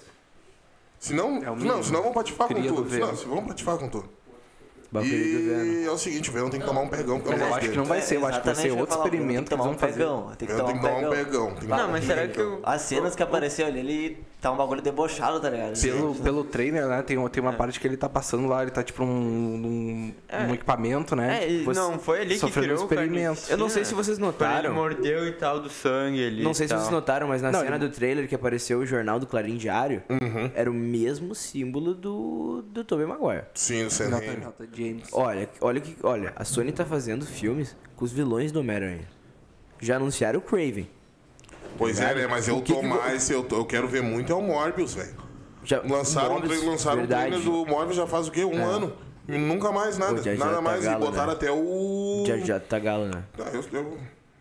[SPEAKER 1] Senão,
[SPEAKER 3] É o mínimo.
[SPEAKER 1] não, senão vão patifar com
[SPEAKER 3] Cria do
[SPEAKER 1] tudo.
[SPEAKER 3] Venom.
[SPEAKER 1] Não, se vão patifar com tudo.
[SPEAKER 5] Bagulho do Venom.
[SPEAKER 1] E é o seguinte, o Venom tem que tomar um pegão, porque eu
[SPEAKER 3] Mas
[SPEAKER 1] não
[SPEAKER 3] eu
[SPEAKER 1] gosto
[SPEAKER 3] acho que
[SPEAKER 1] dele.
[SPEAKER 3] não vai
[SPEAKER 6] É,
[SPEAKER 3] ser, eu acho que vai ser
[SPEAKER 6] exatamente, eu ia
[SPEAKER 3] outro
[SPEAKER 6] falar, tem que
[SPEAKER 3] experimento que
[SPEAKER 6] tomar
[SPEAKER 3] eles
[SPEAKER 6] um
[SPEAKER 3] vão fazer.
[SPEAKER 6] pegão. Tem que
[SPEAKER 1] Venom
[SPEAKER 6] tomar um
[SPEAKER 1] Tem que tomar um
[SPEAKER 6] pegão.
[SPEAKER 1] pegão. tem que
[SPEAKER 2] Não, mas será que o.
[SPEAKER 6] As cenas que apareceu ali, ele Tá um bagulho debochado, tá ligado?
[SPEAKER 3] Pelo, pelo trailer, né? Tem, uma- tem uma parte que ele tá passando lá, ele tá tipo num, num- num equipamento, né?
[SPEAKER 2] É, ele-
[SPEAKER 3] Você-
[SPEAKER 2] não, foi ali que
[SPEAKER 3] sofreu um
[SPEAKER 2] criou o
[SPEAKER 3] experimento.
[SPEAKER 2] carnificina.
[SPEAKER 5] Eu não sei se vocês
[SPEAKER 2] Quando ele
[SPEAKER 5] notaram.
[SPEAKER 2] mordeu e tal do sangue ali.
[SPEAKER 5] Não sei se
[SPEAKER 2] e tal.
[SPEAKER 1] Então.
[SPEAKER 5] vocês notaram, mas na
[SPEAKER 3] Não,
[SPEAKER 5] cena
[SPEAKER 3] ele-
[SPEAKER 5] do trailer que apareceu o jornal do Clarim Diário,
[SPEAKER 1] Uhum.
[SPEAKER 5] era o mesmo símbolo do, do Tobey Maguire.
[SPEAKER 1] Sim, do Sam
[SPEAKER 3] Jonathan-
[SPEAKER 1] Raimi.
[SPEAKER 3] Jonathan James.
[SPEAKER 5] Olha, olha que. Olha, a Sony tá fazendo filmes com os vilões do Homem-Aranha. Já anunciaram o Craven.
[SPEAKER 1] Pois é, né? Mas eu
[SPEAKER 5] O que
[SPEAKER 1] tô
[SPEAKER 5] que vo-
[SPEAKER 1] mais, eu, tô- eu quero ver muito é o Morbius, velho.
[SPEAKER 5] Já,
[SPEAKER 1] Lançaram,
[SPEAKER 5] Morbius,
[SPEAKER 1] Morbius, lançaram o
[SPEAKER 5] verdade. É.
[SPEAKER 1] trailer do Morbius já faz o quê? Um ano. E nunca mais nada.
[SPEAKER 5] O Jar Jar
[SPEAKER 1] nada mais.
[SPEAKER 5] Tagala,
[SPEAKER 1] e botaram
[SPEAKER 5] né?
[SPEAKER 1] até o.
[SPEAKER 5] Já, já tá galo, né?
[SPEAKER 1] Ah, eu, eu-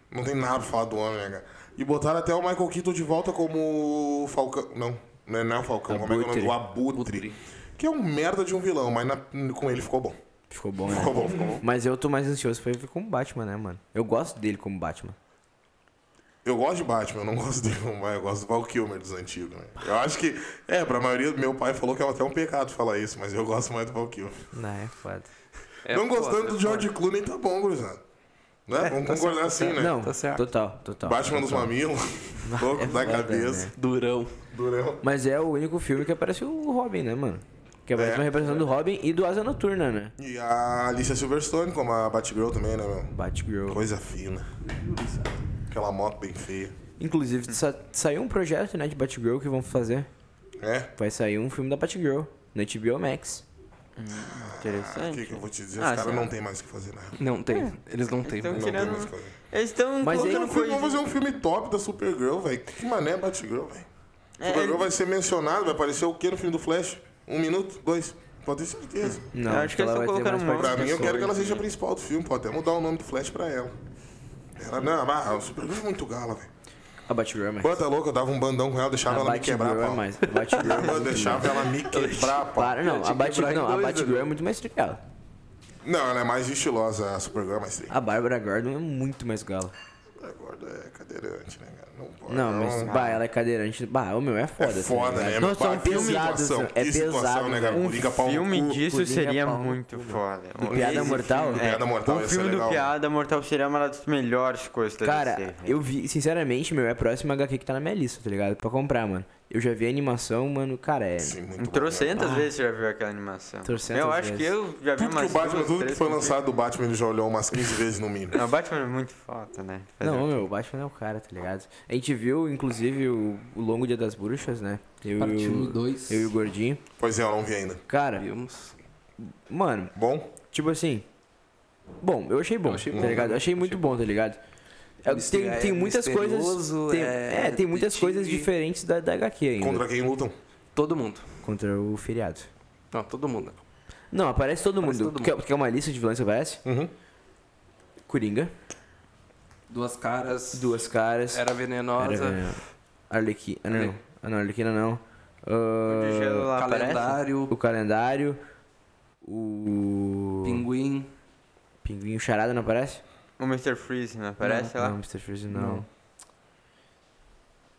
[SPEAKER 1] não tem nada pra falar do homem, né, cara? E botaram até o Michael Keaton de volta como Falcão. Não, não é, não é o Falcão, como é que é o nome? O Abutre. Que é um merda de um vilão, mas na- com ele ficou bom.
[SPEAKER 5] Ficou bom, né?
[SPEAKER 1] Ficou bom, ficou bom.
[SPEAKER 5] Mas eu tô mais ansioso pra ver como Batman, né, mano? Eu gosto dele como Batman.
[SPEAKER 1] Eu gosto de Batman, eu não gosto dele, mas eu gosto do Val Kilmer dos antigos, né? Eu acho que, é, pra maioria, meu pai falou que é até um pecado falar isso, mas eu gosto mais do Val Kilmer.
[SPEAKER 5] Não, é foda.
[SPEAKER 3] É
[SPEAKER 1] não
[SPEAKER 3] foda,
[SPEAKER 1] gostando
[SPEAKER 3] é
[SPEAKER 1] do
[SPEAKER 3] foda.
[SPEAKER 1] George Clooney, tá bom, gurizada. Né? Vamos concordar assim, né?
[SPEAKER 5] Não,
[SPEAKER 3] Tá certo.
[SPEAKER 5] total, total.
[SPEAKER 1] Batman dos
[SPEAKER 5] total.
[SPEAKER 1] mamilos, louco da
[SPEAKER 5] foda,
[SPEAKER 1] cabeça,
[SPEAKER 5] né?
[SPEAKER 3] Durão.
[SPEAKER 1] durão.
[SPEAKER 5] Mas é o único filme que aparece o Robin, né, mano? Que aparece
[SPEAKER 1] É.
[SPEAKER 5] uma representação do Robin e do Asa Noturna, né?
[SPEAKER 1] E a Alicia Silverstone, como a Batgirl também, né, meu?
[SPEAKER 5] Batgirl.
[SPEAKER 1] Coisa fina. Aquela moto bem feia.
[SPEAKER 5] Inclusive, sa- saiu um projeto, né, de Batgirl que vão fazer.
[SPEAKER 1] É?
[SPEAKER 5] Vai sair um filme da Batgirl, na HBO Max.
[SPEAKER 2] Hum,
[SPEAKER 1] O
[SPEAKER 2] Interessante.
[SPEAKER 1] que, que eu vou te dizer?
[SPEAKER 2] Ah,
[SPEAKER 1] Os caras
[SPEAKER 2] sim.
[SPEAKER 1] não tem mais o que fazer, né?
[SPEAKER 3] Não tem. Eles não têm.
[SPEAKER 2] Então,
[SPEAKER 1] Não tem
[SPEAKER 2] Tirando-
[SPEAKER 1] mais o que fazer.
[SPEAKER 2] Eles estão
[SPEAKER 5] Mas aí
[SPEAKER 1] Um
[SPEAKER 2] colocando
[SPEAKER 1] filme- Vamos fazer
[SPEAKER 2] coisa.
[SPEAKER 1] um filme top da Supergirl, velho. Que mané é Batgirl, velho?
[SPEAKER 2] É,
[SPEAKER 1] Supergirl
[SPEAKER 2] ele-
[SPEAKER 1] vai ser mencionado, vai aparecer o quê no filme do Flash? Um minuto? Dois? Pode ter certeza.
[SPEAKER 5] Não,
[SPEAKER 2] Eu acho que eles
[SPEAKER 5] ela
[SPEAKER 2] tão
[SPEAKER 5] vai Hum, ter
[SPEAKER 2] colocando
[SPEAKER 5] mais
[SPEAKER 2] um monte
[SPEAKER 1] Pra mim, eu quero que ela
[SPEAKER 2] Pessoas,
[SPEAKER 1] seja a
[SPEAKER 2] né?
[SPEAKER 1] principal do filme. Pode até mudar o nome do Flash pra ela. Ela, não, ah, o Supergirl é muito gala, velho.
[SPEAKER 5] A Batgirl é mais.
[SPEAKER 1] Quanta louca, eu dava um bandão com ela, deixava
[SPEAKER 5] a
[SPEAKER 1] ela me quebrar,
[SPEAKER 5] Batgirl é
[SPEAKER 1] pau.
[SPEAKER 5] mais. A Batgirl é
[SPEAKER 1] Eu
[SPEAKER 5] muito mais.
[SPEAKER 1] deixava ela me quebrar, pau.
[SPEAKER 5] Para, não. A Batgirl, não, a
[SPEAKER 2] né?
[SPEAKER 5] Batgirl é muito mais tri que ela.
[SPEAKER 1] Não, ela é mais estilosa, a Supergirl é mais tri.
[SPEAKER 5] A Bárbara Gordon é muito mais gala.
[SPEAKER 1] A gorda é cadeirante, né, cara? Não pode.
[SPEAKER 5] Não, mas,
[SPEAKER 1] não-
[SPEAKER 5] bah, ela é cadeirante. Bah, o meu é foda.
[SPEAKER 1] ah. É foda,
[SPEAKER 5] tá
[SPEAKER 1] né?
[SPEAKER 5] ligado? Nossa, é um
[SPEAKER 1] Bah, que
[SPEAKER 5] filme
[SPEAKER 1] situação,
[SPEAKER 5] pesado, é
[SPEAKER 1] que situação,
[SPEAKER 5] pesado.
[SPEAKER 1] né, cara?
[SPEAKER 5] velho.
[SPEAKER 2] Um
[SPEAKER 1] Coringa pau no
[SPEAKER 2] filme
[SPEAKER 1] cu,
[SPEAKER 2] disso
[SPEAKER 5] Coringa
[SPEAKER 2] seria
[SPEAKER 5] pau no
[SPEAKER 2] muito foda.
[SPEAKER 5] Do Piada
[SPEAKER 2] Esse
[SPEAKER 5] Mortal?
[SPEAKER 2] filme-
[SPEAKER 1] Do
[SPEAKER 2] é,
[SPEAKER 1] Piada Mortal,
[SPEAKER 2] O
[SPEAKER 1] ia ser
[SPEAKER 2] filme do
[SPEAKER 1] legal.
[SPEAKER 2] Piada Mortal seria uma das melhores coisas da DC,
[SPEAKER 5] Cara,
[SPEAKER 2] velho.
[SPEAKER 5] eu vi, sinceramente, meu, é a próxima HQ que tá na minha lista, tá ligado? Pra comprar, mano. Eu já vi a animação, mano, cara, é.
[SPEAKER 1] Sim, muito bom, né?
[SPEAKER 2] Trocentas vezes você já viu aquela animação.
[SPEAKER 5] Trocentas
[SPEAKER 2] eu acho
[SPEAKER 5] vezes.
[SPEAKER 2] que eu já vi
[SPEAKER 1] Tudo que
[SPEAKER 2] umas
[SPEAKER 1] o Batman,
[SPEAKER 2] duas,
[SPEAKER 1] tudo que
[SPEAKER 2] três,
[SPEAKER 1] foi
[SPEAKER 2] quatro
[SPEAKER 1] lançado do Batman, ele já olhou umas 15 vezes no mínimo.
[SPEAKER 2] vezes. Não, o Batman é muito foda, né? Fazer
[SPEAKER 5] Não,
[SPEAKER 2] o quê?
[SPEAKER 5] meu, o Batman é o cara, tá ligado? A gente viu, inclusive, o, o Longo Dia das Bruxas, né? Eu, e
[SPEAKER 3] Parte um,
[SPEAKER 5] o-
[SPEAKER 3] 2.
[SPEAKER 5] eu e o Gordinho.
[SPEAKER 1] Pois é, eu não vi ainda.
[SPEAKER 5] Cara,
[SPEAKER 3] Vimos.
[SPEAKER 5] mano,
[SPEAKER 1] Bom?
[SPEAKER 5] tipo assim. Bom, eu achei bom,
[SPEAKER 3] Eu achei
[SPEAKER 5] tá
[SPEAKER 3] bom.
[SPEAKER 5] ligado? Eu achei muito bom, tá ligado? É, Tem,
[SPEAKER 3] Misteri-
[SPEAKER 5] tem muitas coisas.
[SPEAKER 3] misterioso,
[SPEAKER 5] Tem,
[SPEAKER 3] é,
[SPEAKER 5] é, tem muitas
[SPEAKER 3] detetive.
[SPEAKER 5] coisas diferentes da, da HQ ainda.
[SPEAKER 1] Contra quem lutam?
[SPEAKER 3] Todo mundo.
[SPEAKER 5] Contra o feriado.
[SPEAKER 3] Não, todo mundo.
[SPEAKER 5] Não, aparece todo
[SPEAKER 3] Aparece
[SPEAKER 5] mundo.
[SPEAKER 3] todo
[SPEAKER 5] Quer, quer uma lista de vilões que aparece?
[SPEAKER 1] Uhum.
[SPEAKER 5] Coringa,
[SPEAKER 3] Duas caras.
[SPEAKER 5] Duas Caras,
[SPEAKER 3] Era venenosa.
[SPEAKER 5] Era- Arlequina, ah, não,
[SPEAKER 3] Ale-
[SPEAKER 5] Ah, não, Arlequina não.
[SPEAKER 2] O de gelo
[SPEAKER 5] Ah,
[SPEAKER 2] lá aparece?
[SPEAKER 3] calendário.
[SPEAKER 5] o calendário, o
[SPEAKER 3] Pinguim.
[SPEAKER 5] pinguim, o charada não aparece?
[SPEAKER 2] O Mr. Freeze, não aparece
[SPEAKER 5] não,
[SPEAKER 2] lá?
[SPEAKER 5] Não, Mr. Freeze não.
[SPEAKER 3] Não.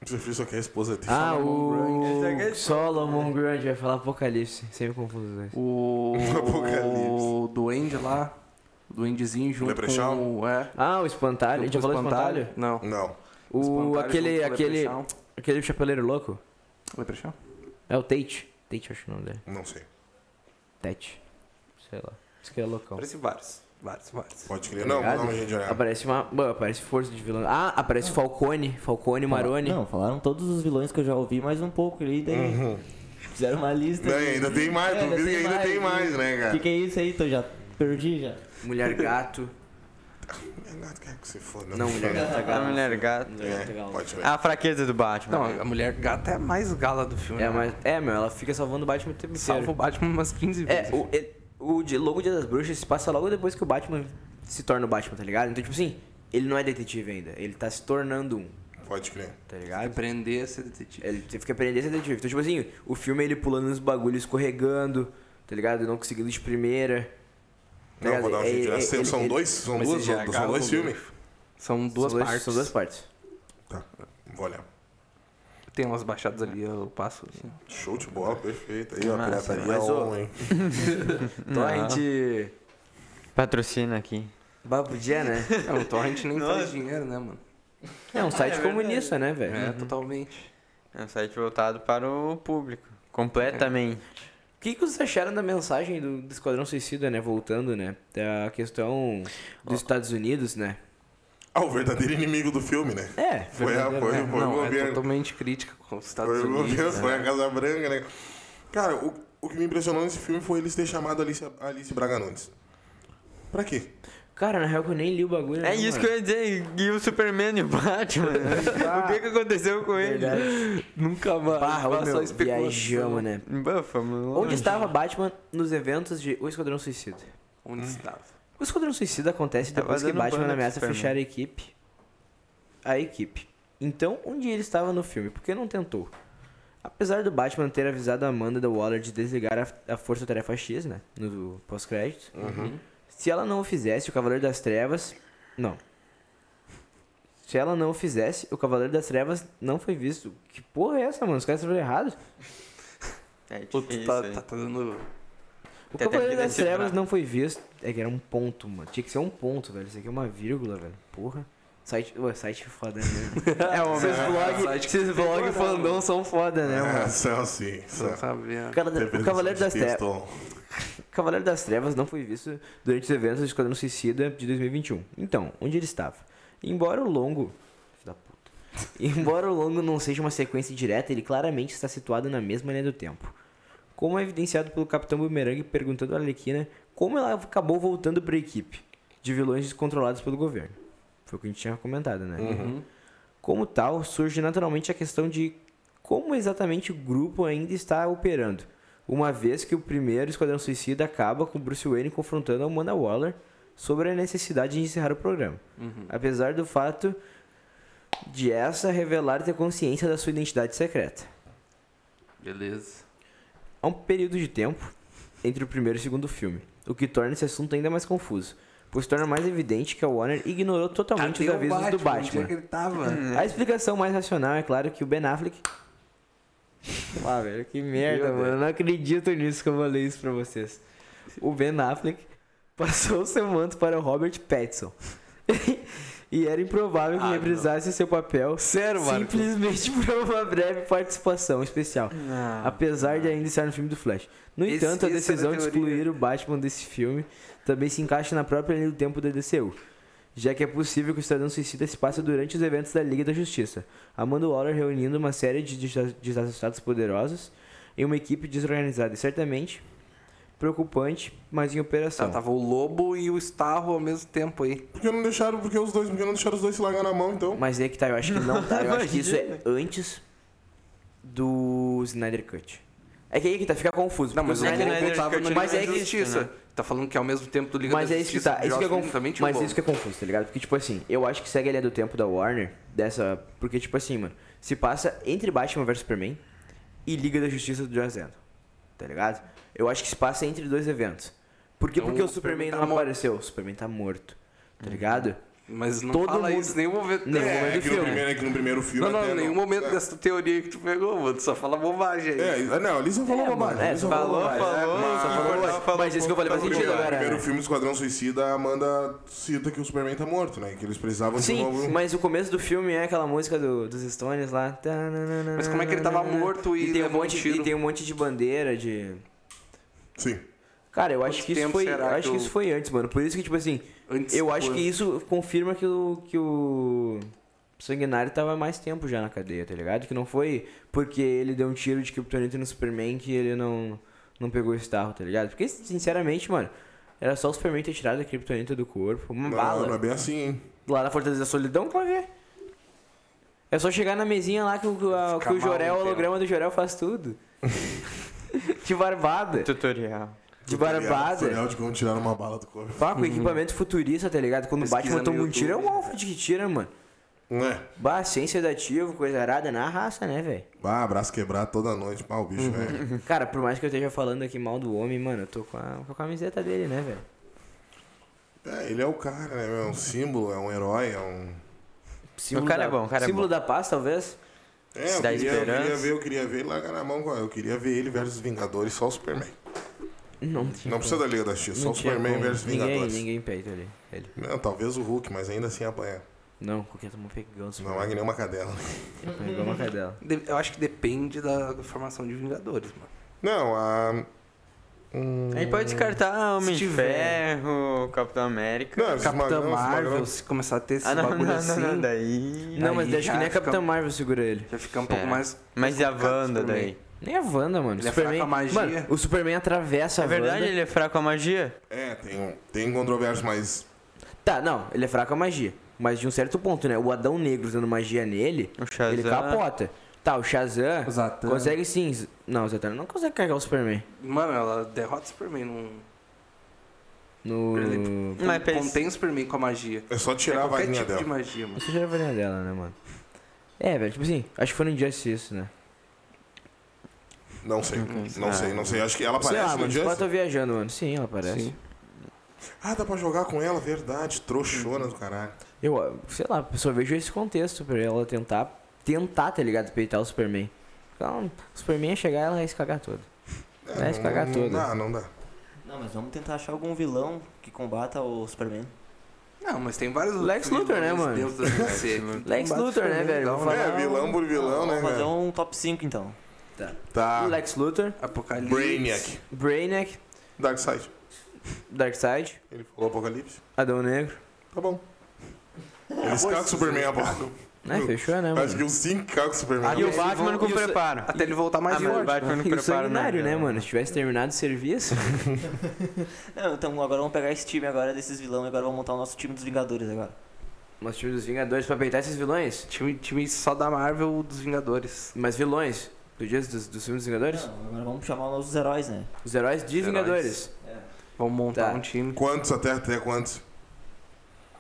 [SPEAKER 1] Você fez só que a esposa dele.
[SPEAKER 5] Ah,
[SPEAKER 2] Grande. Esse aqui é
[SPEAKER 5] o
[SPEAKER 2] esse-
[SPEAKER 5] Solomon Grande vai falar Apocalipse, sempre confundo os dois.
[SPEAKER 3] O.
[SPEAKER 1] Apocalipse.
[SPEAKER 3] O duende lá. O duendezinho junto
[SPEAKER 1] Leprechaun?
[SPEAKER 3] com o. É.
[SPEAKER 5] Ah, o Espantalho, a gente já
[SPEAKER 3] junto com
[SPEAKER 5] falou
[SPEAKER 3] o
[SPEAKER 5] do Espantalho?
[SPEAKER 3] Não.
[SPEAKER 1] Não.
[SPEAKER 5] O,
[SPEAKER 3] Espantalho
[SPEAKER 5] aquele,
[SPEAKER 3] junto com o
[SPEAKER 5] aquele,
[SPEAKER 3] Leprechaun.
[SPEAKER 5] aquele chapeleiro louco,
[SPEAKER 3] Leprechaun?
[SPEAKER 5] é o Tate, Tate acho é o nome dele,
[SPEAKER 1] Não sei.
[SPEAKER 5] Tate, sei lá, isso que é loucão.
[SPEAKER 3] Parece vários. Vários, vários.
[SPEAKER 1] Pode crer. Não, não, gente. olha.
[SPEAKER 5] Aparece uma. Bom, aparece força de vilão. Ah, aparece Falcone. Falcone Maroni.
[SPEAKER 6] Não, falaram todos os vilões que eu já ouvi, mais um pouco ali, daí fizeram uma lista.
[SPEAKER 1] Não, ainda tem mais,
[SPEAKER 6] É,
[SPEAKER 1] Uhum. ah, tu viu que
[SPEAKER 6] tem
[SPEAKER 1] ainda
[SPEAKER 6] mais,
[SPEAKER 1] tem
[SPEAKER 6] né?
[SPEAKER 1] mais, né,
[SPEAKER 6] O que,
[SPEAKER 1] cara?
[SPEAKER 6] que é isso aí? Tô já perdi já.
[SPEAKER 5] Mulher gato.
[SPEAKER 1] Renato, É quer que você for,
[SPEAKER 5] Não, mulher gata.
[SPEAKER 2] Tá A mulher Ah. gata.
[SPEAKER 1] É, pode ver.
[SPEAKER 2] A fraqueza do Batman.
[SPEAKER 3] Não, a mulher gata é a mais gala do filme.
[SPEAKER 5] É,
[SPEAKER 3] né?
[SPEAKER 5] mas, é, meu, ela fica salvando o Batman o tempo
[SPEAKER 3] Salva o
[SPEAKER 5] inteiro.
[SPEAKER 3] Batman umas 15 vezes.
[SPEAKER 5] É, o, ele- o de- Longo Dia das Bruxas se passa logo depois que o Batman se torna o Batman, tá ligado? Então, tipo assim, ele não é detetive ainda. Ele tá se tornando um,
[SPEAKER 1] Pode crer.
[SPEAKER 5] tá
[SPEAKER 3] Vai
[SPEAKER 5] ligado?
[SPEAKER 3] prender esse detetive.
[SPEAKER 5] Ele fica aprendendo a ser detetive. Então, tipo assim, o filme é ele pulando nos bagulhos, escorregando, tá ligado? Não conseguindo de primeira. tá
[SPEAKER 1] Não,
[SPEAKER 5] ligado?
[SPEAKER 1] vou dar um
[SPEAKER 5] É-
[SPEAKER 1] jeito.
[SPEAKER 5] é-
[SPEAKER 1] São-
[SPEAKER 5] ele-
[SPEAKER 1] São
[SPEAKER 5] ele-
[SPEAKER 1] dois, são
[SPEAKER 3] Mas
[SPEAKER 1] duas,
[SPEAKER 3] ele já
[SPEAKER 1] são
[SPEAKER 3] acaba
[SPEAKER 1] dois
[SPEAKER 3] com
[SPEAKER 1] filmes.
[SPEAKER 3] São duas
[SPEAKER 5] são dois-
[SPEAKER 3] partes.
[SPEAKER 5] São duas partes.
[SPEAKER 1] Tá, vou olhar.
[SPEAKER 3] Tem umas baixadas ali, eu passo. assim.
[SPEAKER 1] Show de bola, perfeito. Aí, ó,
[SPEAKER 2] Massa,
[SPEAKER 1] pirataria
[SPEAKER 5] mas, ô,
[SPEAKER 1] on, hein?
[SPEAKER 5] Então a gente.
[SPEAKER 2] Patrocina aqui.
[SPEAKER 5] Bah, podia, né?
[SPEAKER 3] É, o Torrent nem faz dinheiro, né, mano?
[SPEAKER 5] É um site comunista, né, velho?
[SPEAKER 3] É, totalmente.
[SPEAKER 2] É um site voltado para o público. Completamente.
[SPEAKER 5] O que, que vocês acharam da mensagem do, do Esquadrão Suicida, né? Voltando, né? Da questão dos Estados Unidos, né?
[SPEAKER 1] Ah, o verdadeiro inimigo do filme, né?
[SPEAKER 5] É,
[SPEAKER 1] Foi a-
[SPEAKER 5] verdadeiro,
[SPEAKER 1] foi-
[SPEAKER 5] né?
[SPEAKER 1] foi-
[SPEAKER 3] Não, é
[SPEAKER 1] governo.
[SPEAKER 3] totalmente crítica com os Estados
[SPEAKER 1] Foi, o
[SPEAKER 3] Unidos.
[SPEAKER 1] Deus,
[SPEAKER 3] né?
[SPEAKER 1] foi a Casa Branca, né? Cara, o, o que me impressionou nesse filme foi eles terem chamado Alice, Alice Braga Nunes. Pra quê?
[SPEAKER 5] Cara, na real que eu nem li o bagulho. né,
[SPEAKER 2] É isso que eu ia dizer. E o Superman e o Batman. o que, que aconteceu com ele?
[SPEAKER 3] Nunca mais.
[SPEAKER 5] Barra, ô,
[SPEAKER 3] Passou
[SPEAKER 5] meu,
[SPEAKER 3] a especulação.
[SPEAKER 5] viajamos, né?
[SPEAKER 2] Bah, fomos longe.
[SPEAKER 5] Onde estava Batman nos eventos de O Esquadrão Suicida?
[SPEAKER 3] Onde estava?
[SPEAKER 5] O Esquadrão Suicida acontece
[SPEAKER 2] Tava
[SPEAKER 5] depois que
[SPEAKER 2] dando
[SPEAKER 5] Batman
[SPEAKER 2] banda pro
[SPEAKER 5] ameaça
[SPEAKER 2] Superman.
[SPEAKER 5] fechar a equipe. A equipe. Então, onde ele estava no filme? Por que não tentou? Apesar do Batman ter avisado a Amanda da Waller de desligar a, a Força Tarefa X, né? No pós-crédito.
[SPEAKER 3] Uhum.
[SPEAKER 5] Se ela não o fizesse, o Cavaleiro das Trevas. Não. Se ela não o fizesse, o Cavaleiro das Trevas não foi visto. Que porra é essa, mano? Os caras estavam errados.
[SPEAKER 2] É
[SPEAKER 3] Pô, tu
[SPEAKER 2] difícil,
[SPEAKER 3] tá,
[SPEAKER 2] hein?
[SPEAKER 3] tá, tá dando.
[SPEAKER 5] O
[SPEAKER 2] Tem até
[SPEAKER 5] Cavaleiro
[SPEAKER 2] que
[SPEAKER 5] das
[SPEAKER 2] decifrar.
[SPEAKER 5] Trevas não foi visto. É que era um ponto, mano. Tinha que ser um ponto, velho. Isso aqui é uma vírgula, velho. Porra. Site, ué, site foda, né? é, o Esses vlog, esses vlog fandom são foda, né, mano?
[SPEAKER 1] Ah, são sim. São.
[SPEAKER 3] Não sabia.
[SPEAKER 5] O, cara- É, o Cavaleiro das Trevas.
[SPEAKER 1] Pistol.
[SPEAKER 5] Cavaleiro das Trevas não foi visto durante os eventos do Esquadrão Suicida de 2021. Então, onde ele estava? Embora o longo. Filho da puta. Embora o longo não seja uma sequência direta, ele claramente está situado na mesma linha do tempo. Como é evidenciado pelo Capitão Boomerang perguntando à Arlequina como ela acabou voltando para a equipe de vilões descontrolados pelo governo. Foi o que a gente tinha comentado, né?
[SPEAKER 1] Uhum.
[SPEAKER 5] Como tal, surge naturalmente a questão de como exatamente o grupo ainda está operando, uma vez que o primeiro Esquadrão Suicida acaba com Bruce Wayne confrontando a Amanda Waller sobre a necessidade de encerrar o programa.
[SPEAKER 3] Uhum,
[SPEAKER 5] Apesar do fato de essa revelar ter consciência da sua identidade secreta.
[SPEAKER 3] Beleza.
[SPEAKER 5] Há um período de tempo entre o primeiro e o segundo filme, o que torna esse assunto ainda mais confuso, pois torna mais evidente que a Warner ignorou totalmente os
[SPEAKER 3] Cadê o
[SPEAKER 5] avisos
[SPEAKER 3] Onde
[SPEAKER 5] do
[SPEAKER 3] é
[SPEAKER 5] Batman. Hum.
[SPEAKER 3] que ele tava?
[SPEAKER 5] A explicação mais racional é claro que o Ben Affleck. Ah, velho, que merda,
[SPEAKER 3] Meu
[SPEAKER 5] mano.
[SPEAKER 3] Deus.
[SPEAKER 5] Eu não acredito nisso que eu falei isso pra vocês. O Ben Affleck passou seu manto para o Robert Pattinson. e era improvável que
[SPEAKER 3] Ah,
[SPEAKER 5] reprisasse seu papel
[SPEAKER 3] Sério, mano.
[SPEAKER 5] simplesmente por uma breve participação especial.
[SPEAKER 2] Não.
[SPEAKER 5] Apesar de ainda estar no filme do Flash. No
[SPEAKER 3] Ah, Esse-
[SPEAKER 5] entanto, a
[SPEAKER 3] essa
[SPEAKER 5] decisão
[SPEAKER 3] era a
[SPEAKER 5] de
[SPEAKER 3] teoria.
[SPEAKER 5] excluir o Batman desse filme também se encaixa na própria linha do tempo da DCU, já que é possível que o Estadão Suicida se passe durante os eventos da Liga da Justiça, Amanda Waller reunindo uma série de desa- desajustados poderosos em uma equipe desorganizada e certamente preocupante, mas em operação.
[SPEAKER 3] Tá, tava o lobo e o Starro ao mesmo tempo aí.
[SPEAKER 1] Por que não deixaram, por que os dois, por que não deixaram os dois se largar na mão, então?
[SPEAKER 5] Mas é que tá, eu acho que não tá. Eu acho que isso é antes do Snyder Cut. É que aí que tá, fica confuso.
[SPEAKER 3] Não,
[SPEAKER 5] porque
[SPEAKER 3] mas o
[SPEAKER 5] o Snyder-
[SPEAKER 3] lobo
[SPEAKER 2] Snyder
[SPEAKER 3] tava
[SPEAKER 2] Cut
[SPEAKER 3] no
[SPEAKER 5] Mas
[SPEAKER 3] Liga
[SPEAKER 5] é
[SPEAKER 3] da
[SPEAKER 5] que-
[SPEAKER 3] Justiça. Tá falando que é ao mesmo tempo do Liga
[SPEAKER 5] mas
[SPEAKER 3] da
[SPEAKER 5] é isso que
[SPEAKER 3] Justiça.
[SPEAKER 5] tá. Isso que é
[SPEAKER 3] Joss
[SPEAKER 5] conf...
[SPEAKER 3] Whedon também tinha um
[SPEAKER 5] Mas
[SPEAKER 3] lobo.
[SPEAKER 5] isso que é confuso, tá ligado? Porque, tipo assim, eu acho que segue a linha do tempo da Warner, dessa. Porque, tipo assim, mano, se passa entre Batman vs Superman e Liga da Justiça do Joss Whedon, Tá ligado? Eu acho que se passa entre dois eventos. Por quê?
[SPEAKER 3] Então,
[SPEAKER 5] Porque o
[SPEAKER 3] o Superman
[SPEAKER 5] Superman
[SPEAKER 3] tá
[SPEAKER 5] não
[SPEAKER 3] morto.
[SPEAKER 5] apareceu. O Superman tá morto. Tá ligado?
[SPEAKER 3] Mas não
[SPEAKER 5] Todo
[SPEAKER 3] fala
[SPEAKER 5] mundo-
[SPEAKER 3] isso, nenhum momento.
[SPEAKER 5] Nenhum
[SPEAKER 3] É.
[SPEAKER 5] momento
[SPEAKER 1] é,
[SPEAKER 5] do
[SPEAKER 1] que no
[SPEAKER 5] filme.
[SPEAKER 1] primeiro, é que no primeiro filme.
[SPEAKER 3] Não, não,
[SPEAKER 1] até
[SPEAKER 3] nenhum momento
[SPEAKER 1] é,
[SPEAKER 3] dessa teoria que tu pegou, mano. Tu Só fala bobagem aí.
[SPEAKER 1] É, não, ali só falou
[SPEAKER 5] É,
[SPEAKER 1] bobagem.
[SPEAKER 5] mano, é,
[SPEAKER 1] ali só
[SPEAKER 5] falou,
[SPEAKER 1] bobagem.
[SPEAKER 2] falou,
[SPEAKER 1] mas-
[SPEAKER 2] só falou.
[SPEAKER 1] mas-
[SPEAKER 5] Mas isso que eu falei faz
[SPEAKER 1] No
[SPEAKER 5] sentido
[SPEAKER 1] primeiro,
[SPEAKER 5] agora.
[SPEAKER 1] primeiro filme, Esquadrão Suicida, a Amanda cita que o Superman tá morto, né? Que eles precisavam de
[SPEAKER 5] Sim,
[SPEAKER 1] uma...
[SPEAKER 5] mas o começo do filme é aquela música do- dos Stones lá.
[SPEAKER 3] Mas como é que ele tava morto e
[SPEAKER 5] tem um
[SPEAKER 3] levou um
[SPEAKER 5] monte
[SPEAKER 3] tiro?
[SPEAKER 5] E tem um monte de bandeira, de...
[SPEAKER 1] Sim.
[SPEAKER 5] Cara, eu
[SPEAKER 3] Quanto
[SPEAKER 5] acho que isso
[SPEAKER 3] tempo
[SPEAKER 5] foi,
[SPEAKER 3] será
[SPEAKER 5] eu acho
[SPEAKER 3] que
[SPEAKER 5] que
[SPEAKER 3] eu-
[SPEAKER 5] isso foi antes, mano. Por isso que tipo assim,
[SPEAKER 3] Antes
[SPEAKER 5] eu
[SPEAKER 3] do
[SPEAKER 5] acho que
[SPEAKER 3] quanto?
[SPEAKER 5] isso confirma que o que o Sanguinário tava mais tempo já na cadeia, tá ligado? Que não foi porque ele deu um tiro de Kryptonita no Superman que ele não não pegou o Starro, tá ligado? Porque sinceramente, mano, era só o Superman ter tirado a Kryptonita do corpo, uma
[SPEAKER 1] Não,
[SPEAKER 5] bala.
[SPEAKER 1] não é bem assim, hein?
[SPEAKER 5] Lá na Fortaleza da Solidão, vai ver. É só chegar na mesinha lá que o, que a-
[SPEAKER 3] Fica
[SPEAKER 5] que
[SPEAKER 3] mal,
[SPEAKER 5] o Jorel, o
[SPEAKER 3] então.
[SPEAKER 5] holograma do Jorel faz tudo. de barbada.
[SPEAKER 2] Tutorial.
[SPEAKER 5] De
[SPEAKER 1] Tutorial
[SPEAKER 5] barbada.
[SPEAKER 1] de como tirar uma bala do corpo.
[SPEAKER 5] Pá, com equipamento futurista, tá ligado? Quando o
[SPEAKER 3] Pesquisa
[SPEAKER 5] Batman
[SPEAKER 3] no
[SPEAKER 5] toma um
[SPEAKER 3] YouTube,
[SPEAKER 5] tiro, é um
[SPEAKER 3] né?
[SPEAKER 5] Alfred que tira, mano.
[SPEAKER 1] É.
[SPEAKER 5] Bah, sem sedativo, coisa arada, na raça, né, velho?
[SPEAKER 1] Ah, braço quebrado toda noite. Pau, o bicho, velho.
[SPEAKER 5] Cara, por mais que eu esteja falando aqui mal do homem, mano, eu tô com a, com a camiseta dele, né, velho?
[SPEAKER 1] É, ele é o cara, né? meu? É um símbolo, é um herói, é um...
[SPEAKER 5] Símbolo
[SPEAKER 2] cara
[SPEAKER 5] da-
[SPEAKER 2] é bom, o cara é
[SPEAKER 5] Símbolo
[SPEAKER 2] bom.
[SPEAKER 5] da paz, talvez?
[SPEAKER 1] É, eu
[SPEAKER 2] Dá
[SPEAKER 1] queria, eu
[SPEAKER 2] esperança.
[SPEAKER 1] queria ver, eu queria ver ele largar na mão. com- Eu queria ver ele versus Vingadores, só o Superman.
[SPEAKER 5] Não tinha.
[SPEAKER 1] Não precisa da Liga da X, só o
[SPEAKER 5] tinha
[SPEAKER 1] Superman
[SPEAKER 5] como.
[SPEAKER 1] versus
[SPEAKER 5] Ninguém,
[SPEAKER 1] Vingadores.
[SPEAKER 5] ninguém peita ali. Ele.
[SPEAKER 1] Não, talvez o Hulk, mas ainda assim apanha.
[SPEAKER 5] Não, qualquer tomou pegando. se
[SPEAKER 1] Não é que nem uma cadela.
[SPEAKER 5] Pegou uma cadela.
[SPEAKER 3] De- Eu acho que depende da formação de Vingadores, mano.
[SPEAKER 1] Não, a. Hum...
[SPEAKER 2] Aí pode descartar Homem de
[SPEAKER 3] tiver.
[SPEAKER 2] Ferro, Capitão América.
[SPEAKER 1] Não, esses
[SPEAKER 3] Capitã
[SPEAKER 1] magrão- esses magrão-
[SPEAKER 3] Marvel, se começar a ter esse
[SPEAKER 2] ah, não, não,
[SPEAKER 3] bagulho
[SPEAKER 2] não,
[SPEAKER 3] assim,
[SPEAKER 2] não, daí.
[SPEAKER 5] Não,
[SPEAKER 3] Aí
[SPEAKER 5] mas acho
[SPEAKER 3] já
[SPEAKER 5] que nem a
[SPEAKER 3] fica-
[SPEAKER 5] Capitã Marvel segura ele.
[SPEAKER 3] já fica um pouco
[SPEAKER 2] Pera.
[SPEAKER 3] mais...
[SPEAKER 2] Mas e a
[SPEAKER 3] complicado
[SPEAKER 2] Wanda
[SPEAKER 3] pro
[SPEAKER 2] daí?
[SPEAKER 3] meio.
[SPEAKER 5] Nem a Wanda, mano.
[SPEAKER 3] Ele é
[SPEAKER 5] Superman...
[SPEAKER 3] fraco à magia.
[SPEAKER 5] Mano, o Superman atravessa
[SPEAKER 2] É
[SPEAKER 5] a
[SPEAKER 2] verdade,
[SPEAKER 5] Wanda.
[SPEAKER 2] ele é fraco à magia?
[SPEAKER 1] É, tem, tem controvérsia, mas.
[SPEAKER 5] Tá, não, ele é fraco a magia. Mas de um certo ponto, né? O Adão Negro usando magia nele,
[SPEAKER 2] O Shazam.
[SPEAKER 5] ele capota. Tá, o Shazam
[SPEAKER 3] O Zatan.
[SPEAKER 5] consegue sim. z- Não, o Zatan não consegue carregar o Superman.
[SPEAKER 3] Mano, ela derrota o Superman. Não...
[SPEAKER 5] No.
[SPEAKER 3] Ele-
[SPEAKER 2] Mas pensa-
[SPEAKER 3] Contém o Superman com a magia.
[SPEAKER 1] É só tirar
[SPEAKER 3] é
[SPEAKER 1] a
[SPEAKER 3] qualquer
[SPEAKER 1] varinha
[SPEAKER 3] tipo
[SPEAKER 1] dela.
[SPEAKER 3] de magia, mano.
[SPEAKER 5] Isso já é varinha dela, né, mano? É, velho, tipo assim, acho que foi no Injustice isso, né?
[SPEAKER 1] Não sei. Não
[SPEAKER 2] Ah.
[SPEAKER 1] sei, não sei. Acho que ela
[SPEAKER 5] Sei lá,
[SPEAKER 1] aparece no
[SPEAKER 5] mano, tipo, ela
[SPEAKER 1] Just.
[SPEAKER 5] tá viajando, mano. Sim, ela aparece.
[SPEAKER 3] Sim.
[SPEAKER 1] Ah, dá pra jogar com ela, verdade. Trouxona do caralho.
[SPEAKER 5] Eu, sei lá, só vejo esse contexto pra ela tentar, tentar, tá ligado? Peitar o Superman. Ela, o Superman ia chegar ela ia se cagar toda. Vai se cagar
[SPEAKER 1] É, não,
[SPEAKER 5] toda.
[SPEAKER 1] Não dá, não dá.
[SPEAKER 6] Não, mas vamos tentar achar algum vilão que combata o Superman.
[SPEAKER 3] Não, mas tem vários
[SPEAKER 5] Lex
[SPEAKER 3] outros
[SPEAKER 5] Luthor, né,
[SPEAKER 3] vilões
[SPEAKER 5] mano?
[SPEAKER 3] Dentro do DC.
[SPEAKER 5] Lex
[SPEAKER 3] Combate
[SPEAKER 5] Luthor, né,
[SPEAKER 3] Superman,
[SPEAKER 5] velho?
[SPEAKER 3] não,
[SPEAKER 5] Vou
[SPEAKER 1] É,
[SPEAKER 5] falar-
[SPEAKER 1] vilão por vilão, né,
[SPEAKER 6] vamos fazer
[SPEAKER 1] velho?
[SPEAKER 6] um top 5 então.
[SPEAKER 1] Tá.
[SPEAKER 5] Lex Luthor,
[SPEAKER 3] então, Apocalipse.
[SPEAKER 1] Brainiac.
[SPEAKER 5] Brainiac,
[SPEAKER 1] Darkseid.
[SPEAKER 5] Darkseid,
[SPEAKER 1] Ele falou Apocalipse.
[SPEAKER 5] Adão Negro.
[SPEAKER 1] Tá bom. Eles cagam com o Superman a bola.
[SPEAKER 5] Né, fechou, né,
[SPEAKER 1] Acho que
[SPEAKER 5] mano?
[SPEAKER 1] os 5 cagam com o Superman.
[SPEAKER 5] Ah,
[SPEAKER 2] E
[SPEAKER 5] e
[SPEAKER 2] o
[SPEAKER 5] o
[SPEAKER 2] Batman
[SPEAKER 5] Ivan-
[SPEAKER 2] com
[SPEAKER 5] e o-
[SPEAKER 2] preparo.
[SPEAKER 3] Até ele voltar mais
[SPEAKER 2] Ah, mas o
[SPEAKER 3] forte.
[SPEAKER 2] Batman não
[SPEAKER 5] E o
[SPEAKER 2] prepara, É.
[SPEAKER 5] sanguinário, né, mano? Se tivesse terminado assim. o serviço...
[SPEAKER 6] Não, então agora vamos pegar esse time agora desses vilões e agora vamos montar o nosso time dos Vingadores agora.
[SPEAKER 5] Nosso time dos Vingadores pra peitar esses vilões?
[SPEAKER 3] Time, time só da Marvel dos Vingadores.
[SPEAKER 5] Mas vilões? Do dia dos, dos filmes dos Vingadores?
[SPEAKER 6] Não, agora vamos chamar os nossos heróis, né?
[SPEAKER 5] Os heróis de
[SPEAKER 3] Heróis.
[SPEAKER 5] Vingadores.
[SPEAKER 3] Vamos montar
[SPEAKER 5] Tá.
[SPEAKER 3] um time.
[SPEAKER 1] Quantos até, até quantos?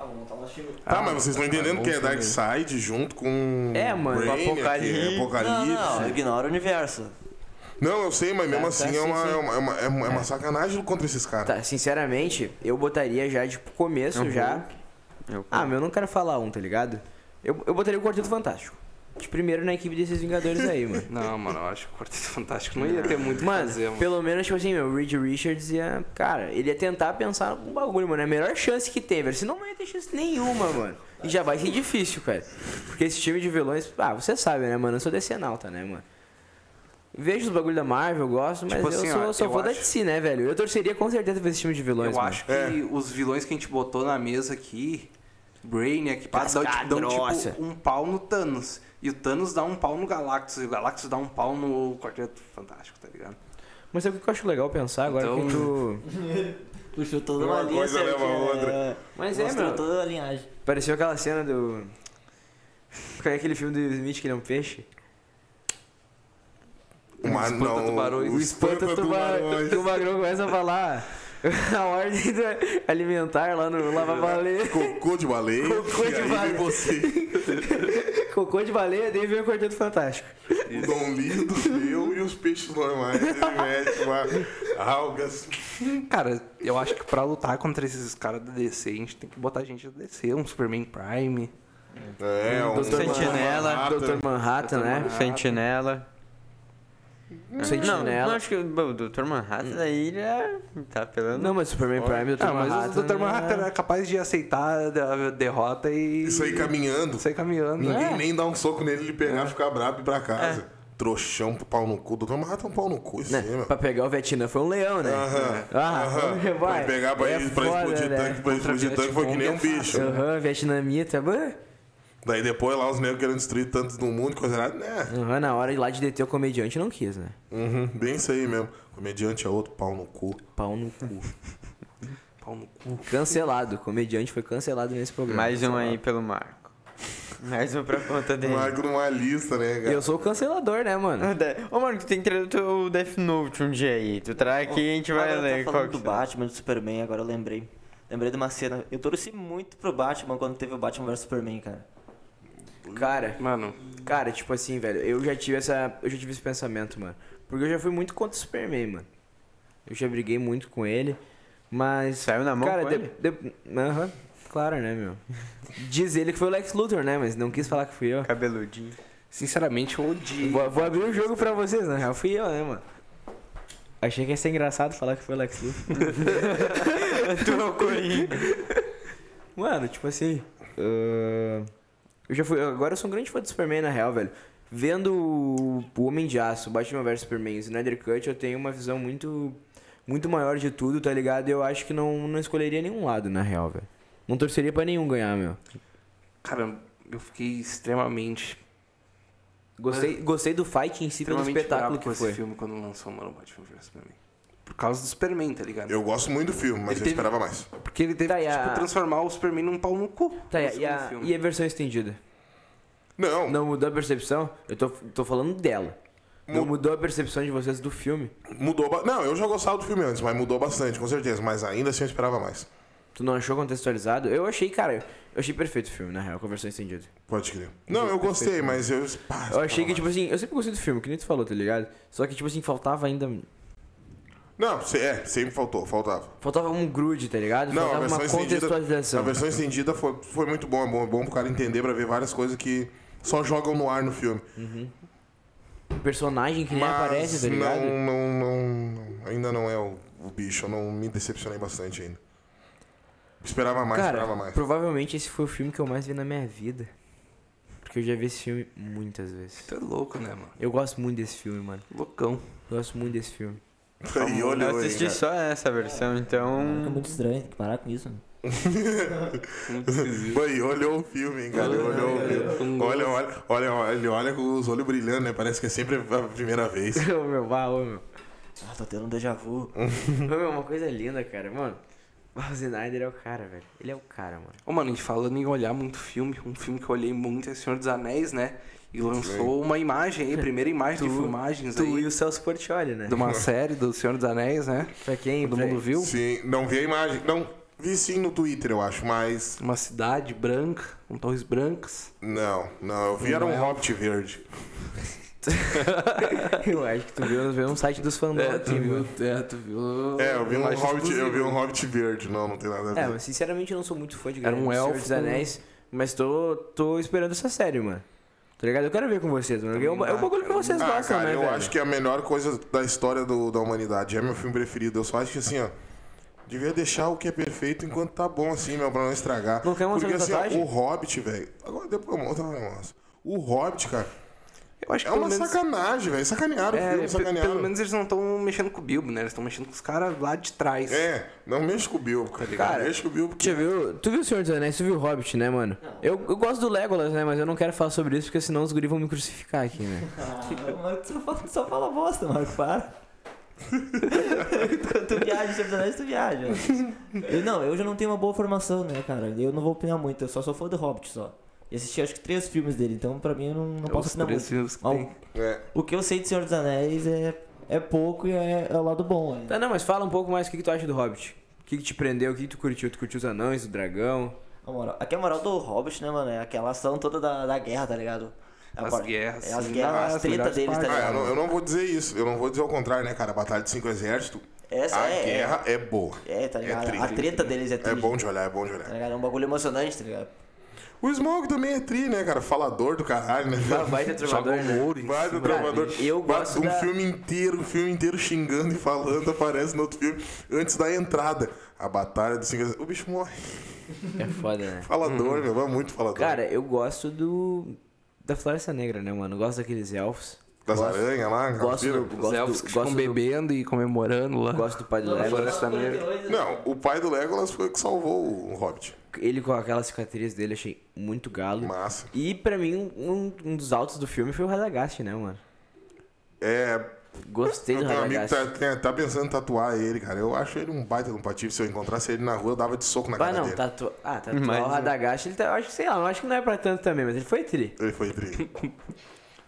[SPEAKER 6] Ah, vamos montar o nosso time.
[SPEAKER 1] Tá,
[SPEAKER 3] Ah,
[SPEAKER 1] mas vocês estão
[SPEAKER 3] tá
[SPEAKER 1] entendendo
[SPEAKER 3] bom
[SPEAKER 1] que é
[SPEAKER 3] também.
[SPEAKER 1] Darkseid junto com.
[SPEAKER 5] É, mano, com
[SPEAKER 1] Brainiac,
[SPEAKER 5] Apocalipse.
[SPEAKER 6] Não,
[SPEAKER 1] Apocalipse.
[SPEAKER 6] não, ignora o universo.
[SPEAKER 1] Não, eu sei, mas mesmo
[SPEAKER 5] Tá, tá,
[SPEAKER 1] assim é,
[SPEAKER 5] sim,
[SPEAKER 1] uma,
[SPEAKER 5] sim.
[SPEAKER 1] é uma- é uma- é uma- é uma sacanagem contra esses caras.
[SPEAKER 5] Tá, sinceramente, eu botaria já, tipo, começo
[SPEAKER 2] Uhum.
[SPEAKER 5] já...
[SPEAKER 2] Eu-
[SPEAKER 5] Ah, meu, eu não quero falar um, tá ligado? Eu, eu botaria o Quarteto Fantástico. De primeiro na equipe desses Vingadores aí, mano.
[SPEAKER 3] Não, mano, eu acho que o Quarteto Fantástico não ia ter muito o que
[SPEAKER 5] Mano,
[SPEAKER 3] fazer, mano.
[SPEAKER 5] Pelo menos, tipo assim, meu, o Reed Richards ia. Cara, ele ia tentar pensar um bagulho, mano. É a melhor chance que tem, velho. Senão não ia ter chance nenhuma, mano. E já vai ser difícil, cara. Porque esse time de vilões. Ah, você sabe, né, mano? Eu sou decenalta, né, mano? Vejo os bagulhos da Marvel, eu gosto, mas
[SPEAKER 3] Tipo
[SPEAKER 5] eu
[SPEAKER 3] assim,
[SPEAKER 5] sou,
[SPEAKER 3] ó,
[SPEAKER 5] só
[SPEAKER 3] eu
[SPEAKER 5] vou da
[SPEAKER 3] acho-
[SPEAKER 5] DC, né, velho? Eu torceria com certeza pra esse time de vilões,
[SPEAKER 3] Eu
[SPEAKER 5] mano.
[SPEAKER 3] acho que
[SPEAKER 1] É.
[SPEAKER 3] os vilões que a gente botou na mesa aqui, Brainiac, pá, dão,
[SPEAKER 5] Casca
[SPEAKER 3] dão
[SPEAKER 5] grossa.
[SPEAKER 3] tipo um pau no Thanos. E o Thanos dá um pau no Galactus, e o Galactus dá um pau no Quarteto Fantástico, tá ligado?
[SPEAKER 5] Mas sabe o que eu acho legal pensar agora
[SPEAKER 3] Então-
[SPEAKER 5] que tu.
[SPEAKER 6] Puxou toda
[SPEAKER 1] Uma
[SPEAKER 6] uma, linha
[SPEAKER 1] coisa leva a
[SPEAKER 6] certinha,
[SPEAKER 1] outra.
[SPEAKER 6] né?
[SPEAKER 5] Mas é,
[SPEAKER 6] Mostrou
[SPEAKER 5] mano.
[SPEAKER 6] toda a linhagem.
[SPEAKER 5] Pareceu aquela cena do. Qual é aquele filme do Will Smith que ele é um peixe?
[SPEAKER 1] O mar
[SPEAKER 3] espanta
[SPEAKER 1] não.
[SPEAKER 3] tubarões.
[SPEAKER 1] O
[SPEAKER 3] O
[SPEAKER 1] espanta tubarões.
[SPEAKER 5] O magrão começa a falar a ordem do alimentar lá no Lava Baleia.
[SPEAKER 1] Cocô de baleia.
[SPEAKER 5] Cocô
[SPEAKER 1] e
[SPEAKER 5] de
[SPEAKER 1] aí vem
[SPEAKER 5] baleia.
[SPEAKER 1] você.
[SPEAKER 5] Cocô de baleia, daí vem o Quarteto Fantástico.
[SPEAKER 1] O Dom Lido, eu e os peixes normais. Ele mete uma algas.
[SPEAKER 3] Cara, eu acho que pra lutar contra esses caras da DC, a gente tem que botar gente da DC, um Superman Prime.
[SPEAKER 1] É, um
[SPEAKER 5] Hum, Doutor
[SPEAKER 2] Sentinela,
[SPEAKER 1] Manhattan.
[SPEAKER 5] Dr. Manhattan, né?
[SPEAKER 2] Sentinela. Ah,
[SPEAKER 5] Sentinela.
[SPEAKER 2] Não, não, acho que o Dr.
[SPEAKER 6] Hum.
[SPEAKER 2] Manhattan aí já tá apelando.
[SPEAKER 5] Não, mas Superman Prime, Dr.
[SPEAKER 3] Ah, mas
[SPEAKER 5] Manhattan. né? é
[SPEAKER 3] o Dr. Manhattan era capaz de aceitar a derrota e
[SPEAKER 1] Isso aí caminhando.
[SPEAKER 3] sair caminhando.
[SPEAKER 5] É.
[SPEAKER 1] Ninguém nem dá um soco nele, ele pegar, ficar brabo e ir pra casa. Trouxão, pau no cu. Doutor Manhattan é um pau no cu, isso aí,
[SPEAKER 5] Né?
[SPEAKER 1] meu.
[SPEAKER 5] Pra pegar o Vietnã foi um leão, né?
[SPEAKER 1] Aham.
[SPEAKER 5] Ah,
[SPEAKER 1] Aham.
[SPEAKER 5] vai.
[SPEAKER 1] Pra pegar pra,
[SPEAKER 5] É
[SPEAKER 1] ir- pra
[SPEAKER 5] foda,
[SPEAKER 1] explodir
[SPEAKER 5] né? é
[SPEAKER 1] tanque, pra explodir tanque foi que nem um bicho.
[SPEAKER 5] Aham, vietnamita. bah.
[SPEAKER 1] Daí depois lá os negros querendo destruir tantos no mundo, coisa nada, né?
[SPEAKER 5] Aham, na hora de lá de deter o comediante não quis, né?
[SPEAKER 1] Uhum, bem isso aí mesmo. Comediante é outro pau no cu.
[SPEAKER 5] Pau no cu.
[SPEAKER 3] Pau no cu.
[SPEAKER 5] Cancelado. O comediante foi cancelado nesse programa.
[SPEAKER 2] Mais um aí pelo Marco. Mais um pra conta dele.
[SPEAKER 1] Marco numa lista, é né,
[SPEAKER 5] E
[SPEAKER 1] cara?
[SPEAKER 5] eu sou o cancelador, né, mano?
[SPEAKER 2] Ô, De- Ô, Marco, tu tem que trazer o teu Death Note um dia aí. Tu traz aqui e a gente vai
[SPEAKER 6] agora
[SPEAKER 2] ler
[SPEAKER 6] tá
[SPEAKER 2] qual
[SPEAKER 6] falando
[SPEAKER 2] que é.
[SPEAKER 6] do Batman, do Superman, agora eu lembrei. Lembrei de uma cena. Eu torci muito pro Batman quando teve o Batman vs Superman, cara.
[SPEAKER 5] Cara,
[SPEAKER 3] Mano,
[SPEAKER 5] cara, tipo assim, velho, eu já tive essa. Eu já tive esse pensamento, mano. Porque eu já fui muito contra o Superman, mano. Eu já briguei muito com ele. Mas.
[SPEAKER 2] Saiu na mão
[SPEAKER 5] cara,
[SPEAKER 2] é com
[SPEAKER 5] de-
[SPEAKER 2] ele?
[SPEAKER 5] de- Aham, claro, né, meu? Diz ele que foi o Lex Luthor, né? Mas não quis falar que fui eu.
[SPEAKER 2] Cabeludinho.
[SPEAKER 3] sinceramente, eu odiei.
[SPEAKER 5] Vou, vou abrir o jogo pra vocês, na real, fui eu, né, mano? Achei que ia ser engraçado falar que foi o Lex Luthor.
[SPEAKER 2] tu é o Coringa.
[SPEAKER 5] Mano, tipo assim. ah, eu já fui. Agora eu sou um grande fã do Superman, na real, velho. Vendo o o Homem de Aço, Batman vs Superman e Snyder Cut, eu tenho uma visão muito. Muito maior de tudo, tá ligado? E eu acho que não, não escolheria nenhum lado, na real, velho. Não torceria pra nenhum ganhar, meu.
[SPEAKER 3] Cara, eu fiquei extremamente.
[SPEAKER 5] Gostei, gostei do fight em si, pelo
[SPEAKER 3] extremamente
[SPEAKER 5] espetáculo
[SPEAKER 3] bravo com
[SPEAKER 5] que foi.
[SPEAKER 3] esse filme quando lançou Mano Batman vs Superman. Por causa do Superman, tá ligado?
[SPEAKER 1] Eu gosto muito do filme, mas
[SPEAKER 3] Ele
[SPEAKER 1] eu
[SPEAKER 3] teve-
[SPEAKER 1] esperava mais.
[SPEAKER 3] Porque ele teve
[SPEAKER 5] Tá,
[SPEAKER 3] que,
[SPEAKER 5] e a-
[SPEAKER 3] tipo, transformar o Superman num pau no cu.
[SPEAKER 5] Tá,
[SPEAKER 3] no
[SPEAKER 5] e a- e
[SPEAKER 3] segundo
[SPEAKER 5] a,
[SPEAKER 3] filme.
[SPEAKER 5] e a versão estendida?
[SPEAKER 1] Não,
[SPEAKER 5] Não mudou a percepção? Eu tô, tô falando dela. Não
[SPEAKER 1] Mu-
[SPEAKER 5] mudou a percepção de vocês do filme?
[SPEAKER 1] mudou. ba- Não, eu já gostava do filme antes, mas mudou bastante, com certeza. Mas ainda assim eu esperava mais.
[SPEAKER 5] Tu não achou contextualizado? Eu achei, cara, eu achei perfeito o filme, na real, com a versão estendida.
[SPEAKER 1] Pode crer. Não, eu gostei, mas eu. pá,
[SPEAKER 5] Eu achei
[SPEAKER 1] esperava
[SPEAKER 5] que, tipo assim, eu sempre gostei do filme, que nem tu falou, tá ligado? Só que, tipo assim, faltava ainda.
[SPEAKER 1] Não, se- é, sempre faltou, faltava.
[SPEAKER 5] Faltava um grude, tá ligado?
[SPEAKER 1] Não, a
[SPEAKER 5] faltava
[SPEAKER 1] versão
[SPEAKER 5] uma
[SPEAKER 1] estendida. A
[SPEAKER 5] contextualização.
[SPEAKER 1] versão estendida foi, foi muito bom, é bom, é bom pro cara entender pra ver várias coisas que só jogam no ar no filme.
[SPEAKER 5] O personagem que nem
[SPEAKER 1] mas
[SPEAKER 5] aparece, tá ligado?
[SPEAKER 1] Não, não, não, não, ainda não é o, o bicho, eu não me decepcionei bastante ainda. Esperava mais,
[SPEAKER 5] cara,
[SPEAKER 1] esperava mais.
[SPEAKER 5] provavelmente esse foi o filme que eu mais vi na minha vida. Porque eu já vi esse filme muitas vezes.
[SPEAKER 3] Tu é louco, né, mano?
[SPEAKER 5] Eu gosto muito desse filme, mano.
[SPEAKER 3] Loucão.
[SPEAKER 5] Gosto muito desse filme.
[SPEAKER 1] E olhou,
[SPEAKER 2] Eu assisti
[SPEAKER 1] hein,
[SPEAKER 2] só essa versão,
[SPEAKER 6] Fica
[SPEAKER 2] então.
[SPEAKER 6] é muito estranho, tem que parar com isso. né?
[SPEAKER 1] cara. Oi, olhou o filme, hein, cara. Olhou o filme. Olha, olha, olha, olha, ele olha com os olhos brilhando, né? Parece que é sempre a primeira vez.
[SPEAKER 5] Ô meu, vá, ô meu.
[SPEAKER 6] Ah, tô tendo um déjà vu.
[SPEAKER 5] Ô meu, é uma coisa linda, cara, mano. O Snyder é o cara, velho. Ele é o cara, mano.
[SPEAKER 3] Ô, mano, a gente falando em olhar muito filme, um filme que eu olhei muito é Senhor dos Anéis, né? E lançou uma imagem aí, primeira imagem de filmagens
[SPEAKER 5] Tu
[SPEAKER 3] aí.
[SPEAKER 5] e o Celso Portioli, né?
[SPEAKER 3] De uma série do Senhor dos Anéis, né?
[SPEAKER 5] Pra quem?
[SPEAKER 3] Todo
[SPEAKER 5] pra-
[SPEAKER 3] mundo viu?
[SPEAKER 1] Sim, não vi a imagem. Não, vi sim no Twitter, eu acho, mas.
[SPEAKER 3] Uma cidade branca, com torres brancas.
[SPEAKER 1] Não, não, eu vi era
[SPEAKER 5] é?
[SPEAKER 1] um hobbit verde.
[SPEAKER 5] Eu acho que tu viu, viu um site dos fandom.
[SPEAKER 3] é, tu viu.
[SPEAKER 1] É, eu vi um
[SPEAKER 3] imagem
[SPEAKER 1] hobbit, eu vi
[SPEAKER 3] exclusiva.
[SPEAKER 1] um hobbit verde, não, não tem nada a ver.
[SPEAKER 5] É, mas sinceramente eu não sou muito fã de
[SPEAKER 3] Era um
[SPEAKER 5] Senhor
[SPEAKER 3] elfo
[SPEAKER 5] dos
[SPEAKER 3] com-
[SPEAKER 5] Anéis, mas tô, tô esperando essa série, mano. Tá ligado? Eu quero ver com vocês, mano. É um é um bagulho que vocês
[SPEAKER 1] Ah,
[SPEAKER 5] gostam,
[SPEAKER 1] cara,
[SPEAKER 5] né,
[SPEAKER 1] eu
[SPEAKER 5] velho?
[SPEAKER 1] acho que é a melhor coisa da história do- da humanidade. É meu filme preferido. Eu só acho que assim, ó. Devia deixar o que é perfeito enquanto tá bom, assim, meu, pra não estragar.
[SPEAKER 5] Não quer mostrar
[SPEAKER 1] Porque assim, ó,
[SPEAKER 5] tatuagem?
[SPEAKER 1] o Hobbit, velho. Agora depois eu mostro pra nós. O Hobbit, cara,
[SPEAKER 3] Eu acho que
[SPEAKER 1] é uma
[SPEAKER 3] pelo menos...
[SPEAKER 1] sacanagem, velho. Sacanearam o
[SPEAKER 3] É,
[SPEAKER 1] filme,
[SPEAKER 3] pe- pelo
[SPEAKER 1] sacanearam.
[SPEAKER 3] menos eles não estão mexendo com o Bilbo, né? Eles estão mexendo com os caras lá de trás.
[SPEAKER 1] É, não mexe com o Bilbo, cara.
[SPEAKER 3] Tá ligado?
[SPEAKER 1] Não mexe com o Bilbo.
[SPEAKER 5] Tu viu, tu viu o Senhor dos Anéis, tu viu o Hobbit, né, mano? Eu, eu gosto do Legolas, né, mas eu não quero falar sobre isso porque senão os guris vão me crucificar aqui, né?
[SPEAKER 6] Ah, Marco, tu só fala, tu só fala bosta, Marco, para. Quando tu viaja, se anéis, tu viaja. Eu, não, eu já não tenho uma boa formação, né, cara? Eu não vou opinar muito, eu só sou fã do Hobbit só. E assisti acho que três filmes dele, então pra mim eu não, não
[SPEAKER 3] É
[SPEAKER 6] posso
[SPEAKER 3] os
[SPEAKER 6] opinar
[SPEAKER 3] três
[SPEAKER 6] muito.
[SPEAKER 3] filmes que
[SPEAKER 6] Mas
[SPEAKER 3] tem.
[SPEAKER 1] É.
[SPEAKER 6] O, o que eu sei de Senhor dos Anéis é, é pouco e é, é o lado bom, né?
[SPEAKER 5] Tá, não, mas fala um pouco mais o que, que tu acha do Hobbit. O que, que te prendeu, o que, que tu curtiu? Tu curtiu os anões, o dragão?
[SPEAKER 6] A moral, aqui é a moral do Hobbit, né, mano? É aquela ação toda da, da guerra, tá ligado? É a
[SPEAKER 3] As
[SPEAKER 6] parte-
[SPEAKER 3] guerras,
[SPEAKER 6] É, as
[SPEAKER 3] sim.
[SPEAKER 6] guerras,
[SPEAKER 3] Ah,
[SPEAKER 6] as
[SPEAKER 3] as
[SPEAKER 6] tretas
[SPEAKER 3] melhores
[SPEAKER 6] deles, tá
[SPEAKER 3] partes.
[SPEAKER 1] Ah, eu, não,
[SPEAKER 6] ligado?
[SPEAKER 1] eu não vou dizer isso. Eu não vou dizer o contrário, né, cara? Batalha de cinco exércitos.
[SPEAKER 6] Essa
[SPEAKER 1] a
[SPEAKER 6] é-
[SPEAKER 1] guerra é, boa.
[SPEAKER 6] É, tá ligado?
[SPEAKER 1] triste.
[SPEAKER 6] a treta deles é
[SPEAKER 1] É
[SPEAKER 6] triste,
[SPEAKER 1] bom de olhar, é bom de
[SPEAKER 6] tá
[SPEAKER 1] olhar.
[SPEAKER 6] ligado? É um bagulho emocionante, tá ligado?
[SPEAKER 1] O Smaug também é tri, né, cara? Falador do caralho, né?
[SPEAKER 5] Vai ter
[SPEAKER 3] Joga
[SPEAKER 5] trovador,
[SPEAKER 3] um
[SPEAKER 5] né?
[SPEAKER 3] ouro em
[SPEAKER 1] Vai do
[SPEAKER 3] cima.
[SPEAKER 1] Trovador.
[SPEAKER 5] eu
[SPEAKER 1] Vai-
[SPEAKER 5] gosto
[SPEAKER 1] um
[SPEAKER 5] da-
[SPEAKER 1] filme inteiro, o filme inteiro xingando e falando, aparece no outro filme antes da entrada. A batalha dos cinco. O bicho morre.
[SPEAKER 5] É foda, né?
[SPEAKER 1] Falador, meu. É muito falador.
[SPEAKER 5] Cara, eu gosto do. Da Floresta Negra, né, mano? Eu Gosto daqueles elfos.
[SPEAKER 1] das aranhas lá,
[SPEAKER 5] Gosto
[SPEAKER 1] capira.
[SPEAKER 5] do.
[SPEAKER 3] Os elfos
[SPEAKER 5] Gosto
[SPEAKER 3] que
[SPEAKER 5] do,
[SPEAKER 3] ficam
[SPEAKER 5] gosto do,
[SPEAKER 3] bebendo e comemorando lá.
[SPEAKER 5] gosto do pai do
[SPEAKER 6] é
[SPEAKER 5] Legolas.
[SPEAKER 3] Floresta Negra.
[SPEAKER 1] Não, o pai do Legolas foi o que salvou o Hobbit.
[SPEAKER 5] Ele com aquela cicatriz dele, achei muito galo.
[SPEAKER 1] Massa.
[SPEAKER 5] E pra mim, um, um dos altos do filme foi o Radagast, né, mano?
[SPEAKER 1] É.
[SPEAKER 5] Gostei
[SPEAKER 1] Eu
[SPEAKER 5] do
[SPEAKER 1] tenho um amigo que
[SPEAKER 5] Radagast.
[SPEAKER 1] tá, tem- tá pensando em tatuar ele, cara. Eu acho ele um baita de um patife. Se eu encontrasse ele na rua, eu dava de soco na
[SPEAKER 5] Ah,
[SPEAKER 1] cara
[SPEAKER 5] não,
[SPEAKER 1] dele.
[SPEAKER 5] tatu... Ah, tatuar
[SPEAKER 2] Mais
[SPEAKER 5] o
[SPEAKER 2] um.
[SPEAKER 5] Radagast, ele tá... eu acho que, sei lá, eu acho que não é pra tanto também, mas ele foi tri.
[SPEAKER 1] Ele foi tri.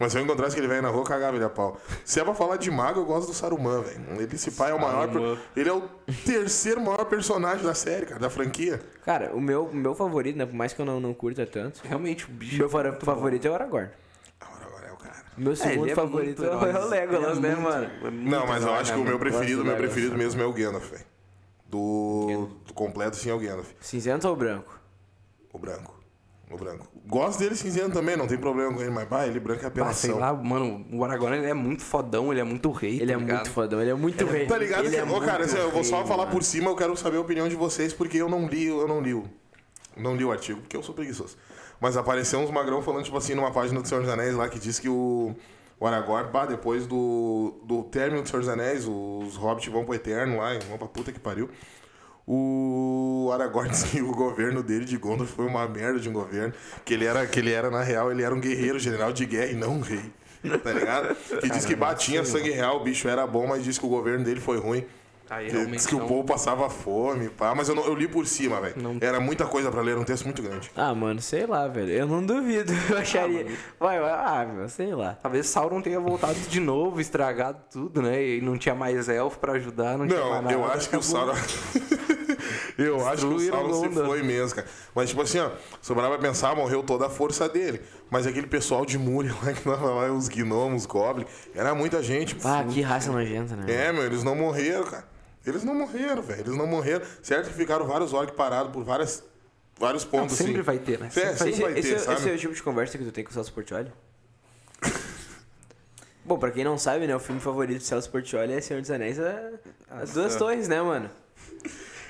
[SPEAKER 1] Mas se eu encontrasse aquele velho na rua, eu cagava ele a pau. Se é pra falar de mago, eu gosto do Saruman, velho. Ele, esse pai é o maior.
[SPEAKER 3] Saruman.
[SPEAKER 1] Ele é o terceiro maior personagem da série, cara, da franquia.
[SPEAKER 5] Cara, o meu, o meu favorito, né, por mais que eu não, não curta tanto,
[SPEAKER 3] Realmente, o
[SPEAKER 5] o
[SPEAKER 3] bicho.
[SPEAKER 5] meu faro- favorito é o Aragorn.
[SPEAKER 1] Agora, agora é o cara.
[SPEAKER 5] O meu segundo
[SPEAKER 3] ele é
[SPEAKER 5] favorito
[SPEAKER 3] muito
[SPEAKER 5] é o
[SPEAKER 3] herói.
[SPEAKER 5] Legolas,
[SPEAKER 3] Ele é
[SPEAKER 5] né,
[SPEAKER 3] muito-
[SPEAKER 5] mano?
[SPEAKER 3] é muito
[SPEAKER 1] Não, mas eu
[SPEAKER 3] herói,
[SPEAKER 1] acho
[SPEAKER 3] né,
[SPEAKER 1] que o meu
[SPEAKER 3] mano?
[SPEAKER 1] preferido,
[SPEAKER 5] do
[SPEAKER 1] meu
[SPEAKER 5] Legolas.
[SPEAKER 1] preferido
[SPEAKER 3] né?
[SPEAKER 1] mesmo é o Gandalf, velho. Do... do completo, sim, é o Gandalf.
[SPEAKER 5] Cinzento ou branco?
[SPEAKER 1] O branco. O branco. Gosto dele cinzento também, não tem problema com ele, mas bah, ele branco é
[SPEAKER 3] Ah, sei
[SPEAKER 1] apelação.
[SPEAKER 3] lá, mano, o Aragorn ele é muito fodão, ele é muito rei,
[SPEAKER 5] Ele
[SPEAKER 3] tá
[SPEAKER 5] é
[SPEAKER 3] ligado?
[SPEAKER 5] muito fodão, ele é muito rei.
[SPEAKER 1] Tá ligado?
[SPEAKER 5] Ele
[SPEAKER 1] Ô, cara, assim, eu vou só
[SPEAKER 5] rei,
[SPEAKER 1] falar
[SPEAKER 5] mano.
[SPEAKER 1] por cima, eu quero saber a opinião de vocês, porque eu não li, eu não li o. Não li o artigo, porque eu sou preguiçoso. Mas apareceu uns magrão falando, tipo assim, numa página do Senhor dos Anéis lá que diz que o, o Aragorn, pá, depois do, do término do Senhor dos Anéis, os hobbits vão pro Eterno lá, e vão pra puta que pariu. O Aragorn disse que o governo dele de Gondor foi uma merda de um governo. Que ele era, que ele era na real, ele era um guerreiro, general de guerra e não um rei. Tá ligado? Que diz que batia sangue real, o bicho era bom, mas diz que o governo dele foi ruim.
[SPEAKER 3] Aí
[SPEAKER 1] Que-
[SPEAKER 3] realmente
[SPEAKER 1] Diz que o
[SPEAKER 3] não-
[SPEAKER 1] povo passava fome, pá. Mas eu, não- eu li por cima, velho. Era muita coisa pra ler, era um texto muito grande.
[SPEAKER 5] Ah, mano, sei lá, velho. Eu não duvido. Eu acharia. vai, vai, ah, meu, sei lá.
[SPEAKER 3] Talvez Sauron tenha voltado de novo, estragado tudo, né? E não tinha mais elfo pra ajudar, não, tinha mais
[SPEAKER 1] Não,
[SPEAKER 3] nada.
[SPEAKER 1] eu acho que o Sauron. eu acho que o
[SPEAKER 3] né? Destruíram
[SPEAKER 1] Sauron se
[SPEAKER 3] Gondor.
[SPEAKER 1] foi mesmo, cara. Mas, tipo assim, ó, sobrava pra pensar, morreu toda a força dele. Mas aquele pessoal de Múria lá que tava lá, os gnomos, goblin, era muita gente.
[SPEAKER 5] Ah, que raça nojenta, né?
[SPEAKER 1] É, meu, eles não morreram, cara. Eles não morreram, velho. Eles não morreram. Certo que ficaram vários orcs parados por várias, vários
[SPEAKER 3] Não,
[SPEAKER 1] pontos,
[SPEAKER 3] sempre
[SPEAKER 1] assim.
[SPEAKER 3] vai ter, né?
[SPEAKER 1] É,
[SPEAKER 3] Sempre vai
[SPEAKER 1] sim.
[SPEAKER 3] ter.
[SPEAKER 5] Esse,
[SPEAKER 1] Não vai
[SPEAKER 5] esse
[SPEAKER 1] ter,
[SPEAKER 5] é-
[SPEAKER 1] sabe?
[SPEAKER 5] esse é o tipo de conversa que tu tem com o Celso Portioli? Bom, pra quem não sabe, né, o filme favorito do Celso Portioli é Senhor dos Anéis a- As Duas Torres, né, mano?